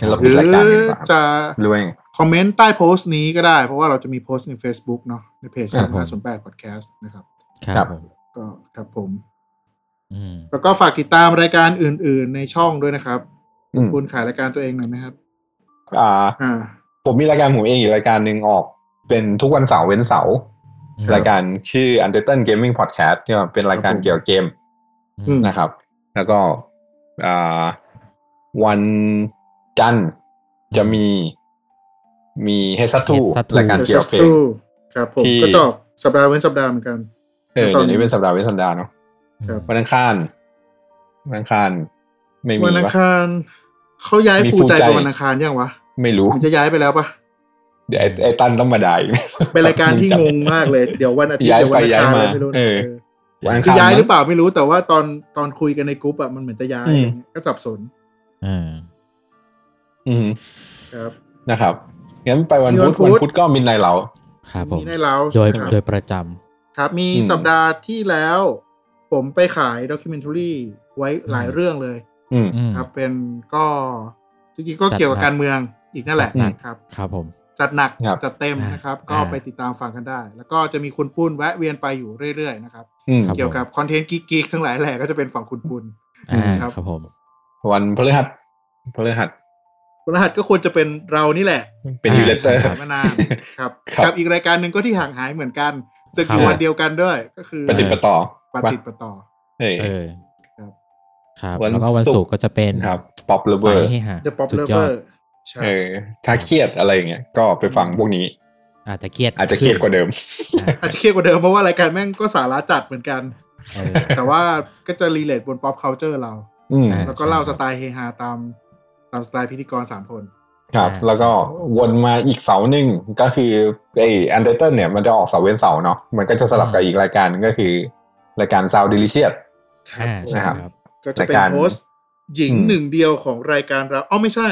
งั้นเรา ห ปิด รือ รายการกันดีกว่าครับ จะ หรือว่ายังไง คอมเมนต์ใต้โพสต์นี้ก็ได้ เพราะว่าเราจะมีโพสต์ใน Facebook เนาะในเพจ ครับผม ห้าศูนย์แปดพอดแคสต์นะครับ ครั ครับ บ ผม ก็ครับผม อืม แล้วก็ฝากติดตามรายการอื่น ๆ ในช่องด้วยนะครับ อืม คุณขายรายการตัวเองหน่อยไหมครับ อ่า อ่า ผมมีรายการผมเองอีกรายการหนึ่งออกเป็นทุกวันเสาร์เว้นเสาร์ ครับ รายการชื่อ u n d e r t a n Gaming Podcast ที่ว่าเป็นรายการเกี่ยวกับเกม อืม นะครับ แล้วก็อ่าวันจันทร์จะมีมีเฮซัตทู Hesatu รายการเกี่ยวกับเพลง ครับผม ที่ ก็จบสัปดาห์เว้นสัปดาห์เหมือนกัน เออเดี๋ยวนี้เป็นสัปดาห์เว้นสัปดาห์เนาะ ครับ วันอังคารวันอังคารไม่มี วันอัง วะ คารเขาย้าย มี ฟูใจ ฟูใจ ไปวันอังคารยังวะ ไม่รู้ มันจะย้ายไปแล้วปะ เดี๋ยวไอ้ไอ้ตันต้องมา ด่าอีก เป็นรายการที่งงมากเลย เดี๋ยววันอาทิตย์ ย้าย เดี๋ยววันอังคาร ไปย้ายมา เลยไม่รู้นะ เออ เออ วันอัง คือ คาร ย้ายหรือ มั้ง เปล่าไม่รู้แต่ว่าตอนตอนคุยกันในกรุ๊ปอะมันเหมือนจะย้าย อืม ก็สับสน อ่า อืม ครับ นะครับงั้นไปวัน มีวั พุ น ธ พุธ วันพุธก็มินไนเรา ครับผม มีในเรา โดย ครับ โดยประจำ ครับ มี อืม สัปดาห์ที่แล้ว ผมไปขายด็อกิเมนท r รี่ไว้หลายเรื่องเลย อืม อืม ครับ เป็นก็จริงๆก็เกี่ยวกับการเมืองอีกนั่นแหละ จัดหนัก ครับ ครับผม จัดหนัก ครับ จัดเต็ม อ่าน นะครับ ก็ อ่า ไปติดตามฟังกันได้ แล้วก็จะมีคุณปุ้นแวะเวียนไปอยู่เรื่อยๆนะครับ อืม ครับ เกี่ยวกับคอนเทนต์กิ๊กๆทั้งหลายแหล่ก็จะเป็นฝั่งคุณปุ้น อ่า ครับ ครับผม วันพฤหัสพฤหัส รหัสก็ควรจะเป็นเรานี่แหละ เป็น อ่า ยูเลเตอใช่ร์ครั หา บ มานานครับ ครับ กับอีกรายการหนึ่งก็ที่ห่างหายเหมือนกันศึกอ ครั ยู่ บ วันเดียวกันด้วย ก็คือ ปฏิดประต่อ ปฏิดประต่อ เฮ้ย เออ ครับ ครับ วัน แล้วก็วัน ศุ ศุ ก ก ร์ ร์ก็จะเป็น ครับป๊อปเลเวอ สาย ร์ ให้หา The Pop สุดยอ Lover ด ใช่ เออ ถ้าเครียดอะไรอย่างเงี้ยก็ไปฟังพวกนี้ อาจจะเครียด อาจจะเครียดกว่าเดิม อาจจะเครียดกว่าเดิมเพราะว่ารายการแม่งก็สาระจัดเหมือนกัน เออ แต่ว่าก็จะรีเลทบน pop culture เรา อืม อ่า แล้วก็เล่าสไตล์เฮฮาตามตามสไตล์พิธีกรสามคน ครับ ใช่ แล้วก็วนมาอีกเสาหนึ่งก็คือไออันเดอร์เตเนี่ย มันจะออกเสาเว้นเสาเนาะมันก็จะสลับกับอีกรายการหนึงก็คือ รายการซาวดิลิเชีย อ่าใช่ นะครับ ครับ ก็จะเป็น รายการ โฮสต์หญิง อืม หนึ่งเดียวของรายการเราอ๋อไม่ใช่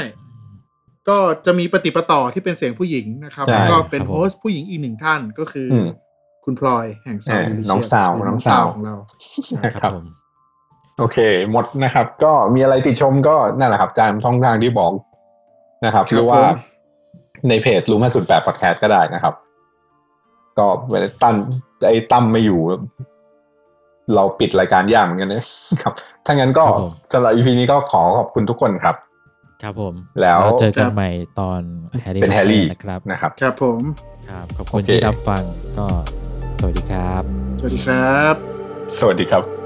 ก็จะมีปฏิปต่อที่เป็นเสียงผู้หญิงนะครับ ใช่ แล้วก็เป็น ครับผม โฮสต์ผู้หญิงอีกหนึ่งท่านก็คืออ ม คุณพลอยแห่งสาว เออ ดิลิเชีย น้องสาวน้ น้ อ อง ง สา สาว วของเรา นะ ค ค รั รั บบ ผม โอเค หมดนะครับ ก็มีอะไรติชมก็นั่นแหละครับตามช่องทางที่บอกนะครับ ครับ หรือผว่าม ในเพจรู้มาสุดแปดพอดแคสต์ก็ได้นะครับ ก็เวลาตั้นไอ้ตั้มไม่อยู่ เราปิดรายการยากเหมือนกันนะครับถ้างั้นก็สำหรับ EP นี้ก็ขอขอบคุณทุกคนครับ ครับผม แล้ว เราเจอกั ครั น บ ใหม่ตอนแฮร์รี่ เป็นแฮร์รี่ นะครับ นะครับ ครับผม ครับ ขอบคุณ โอเค ที่รับฟังก็สวัสดีครับ สวัสดีครับ สวัสดีครับ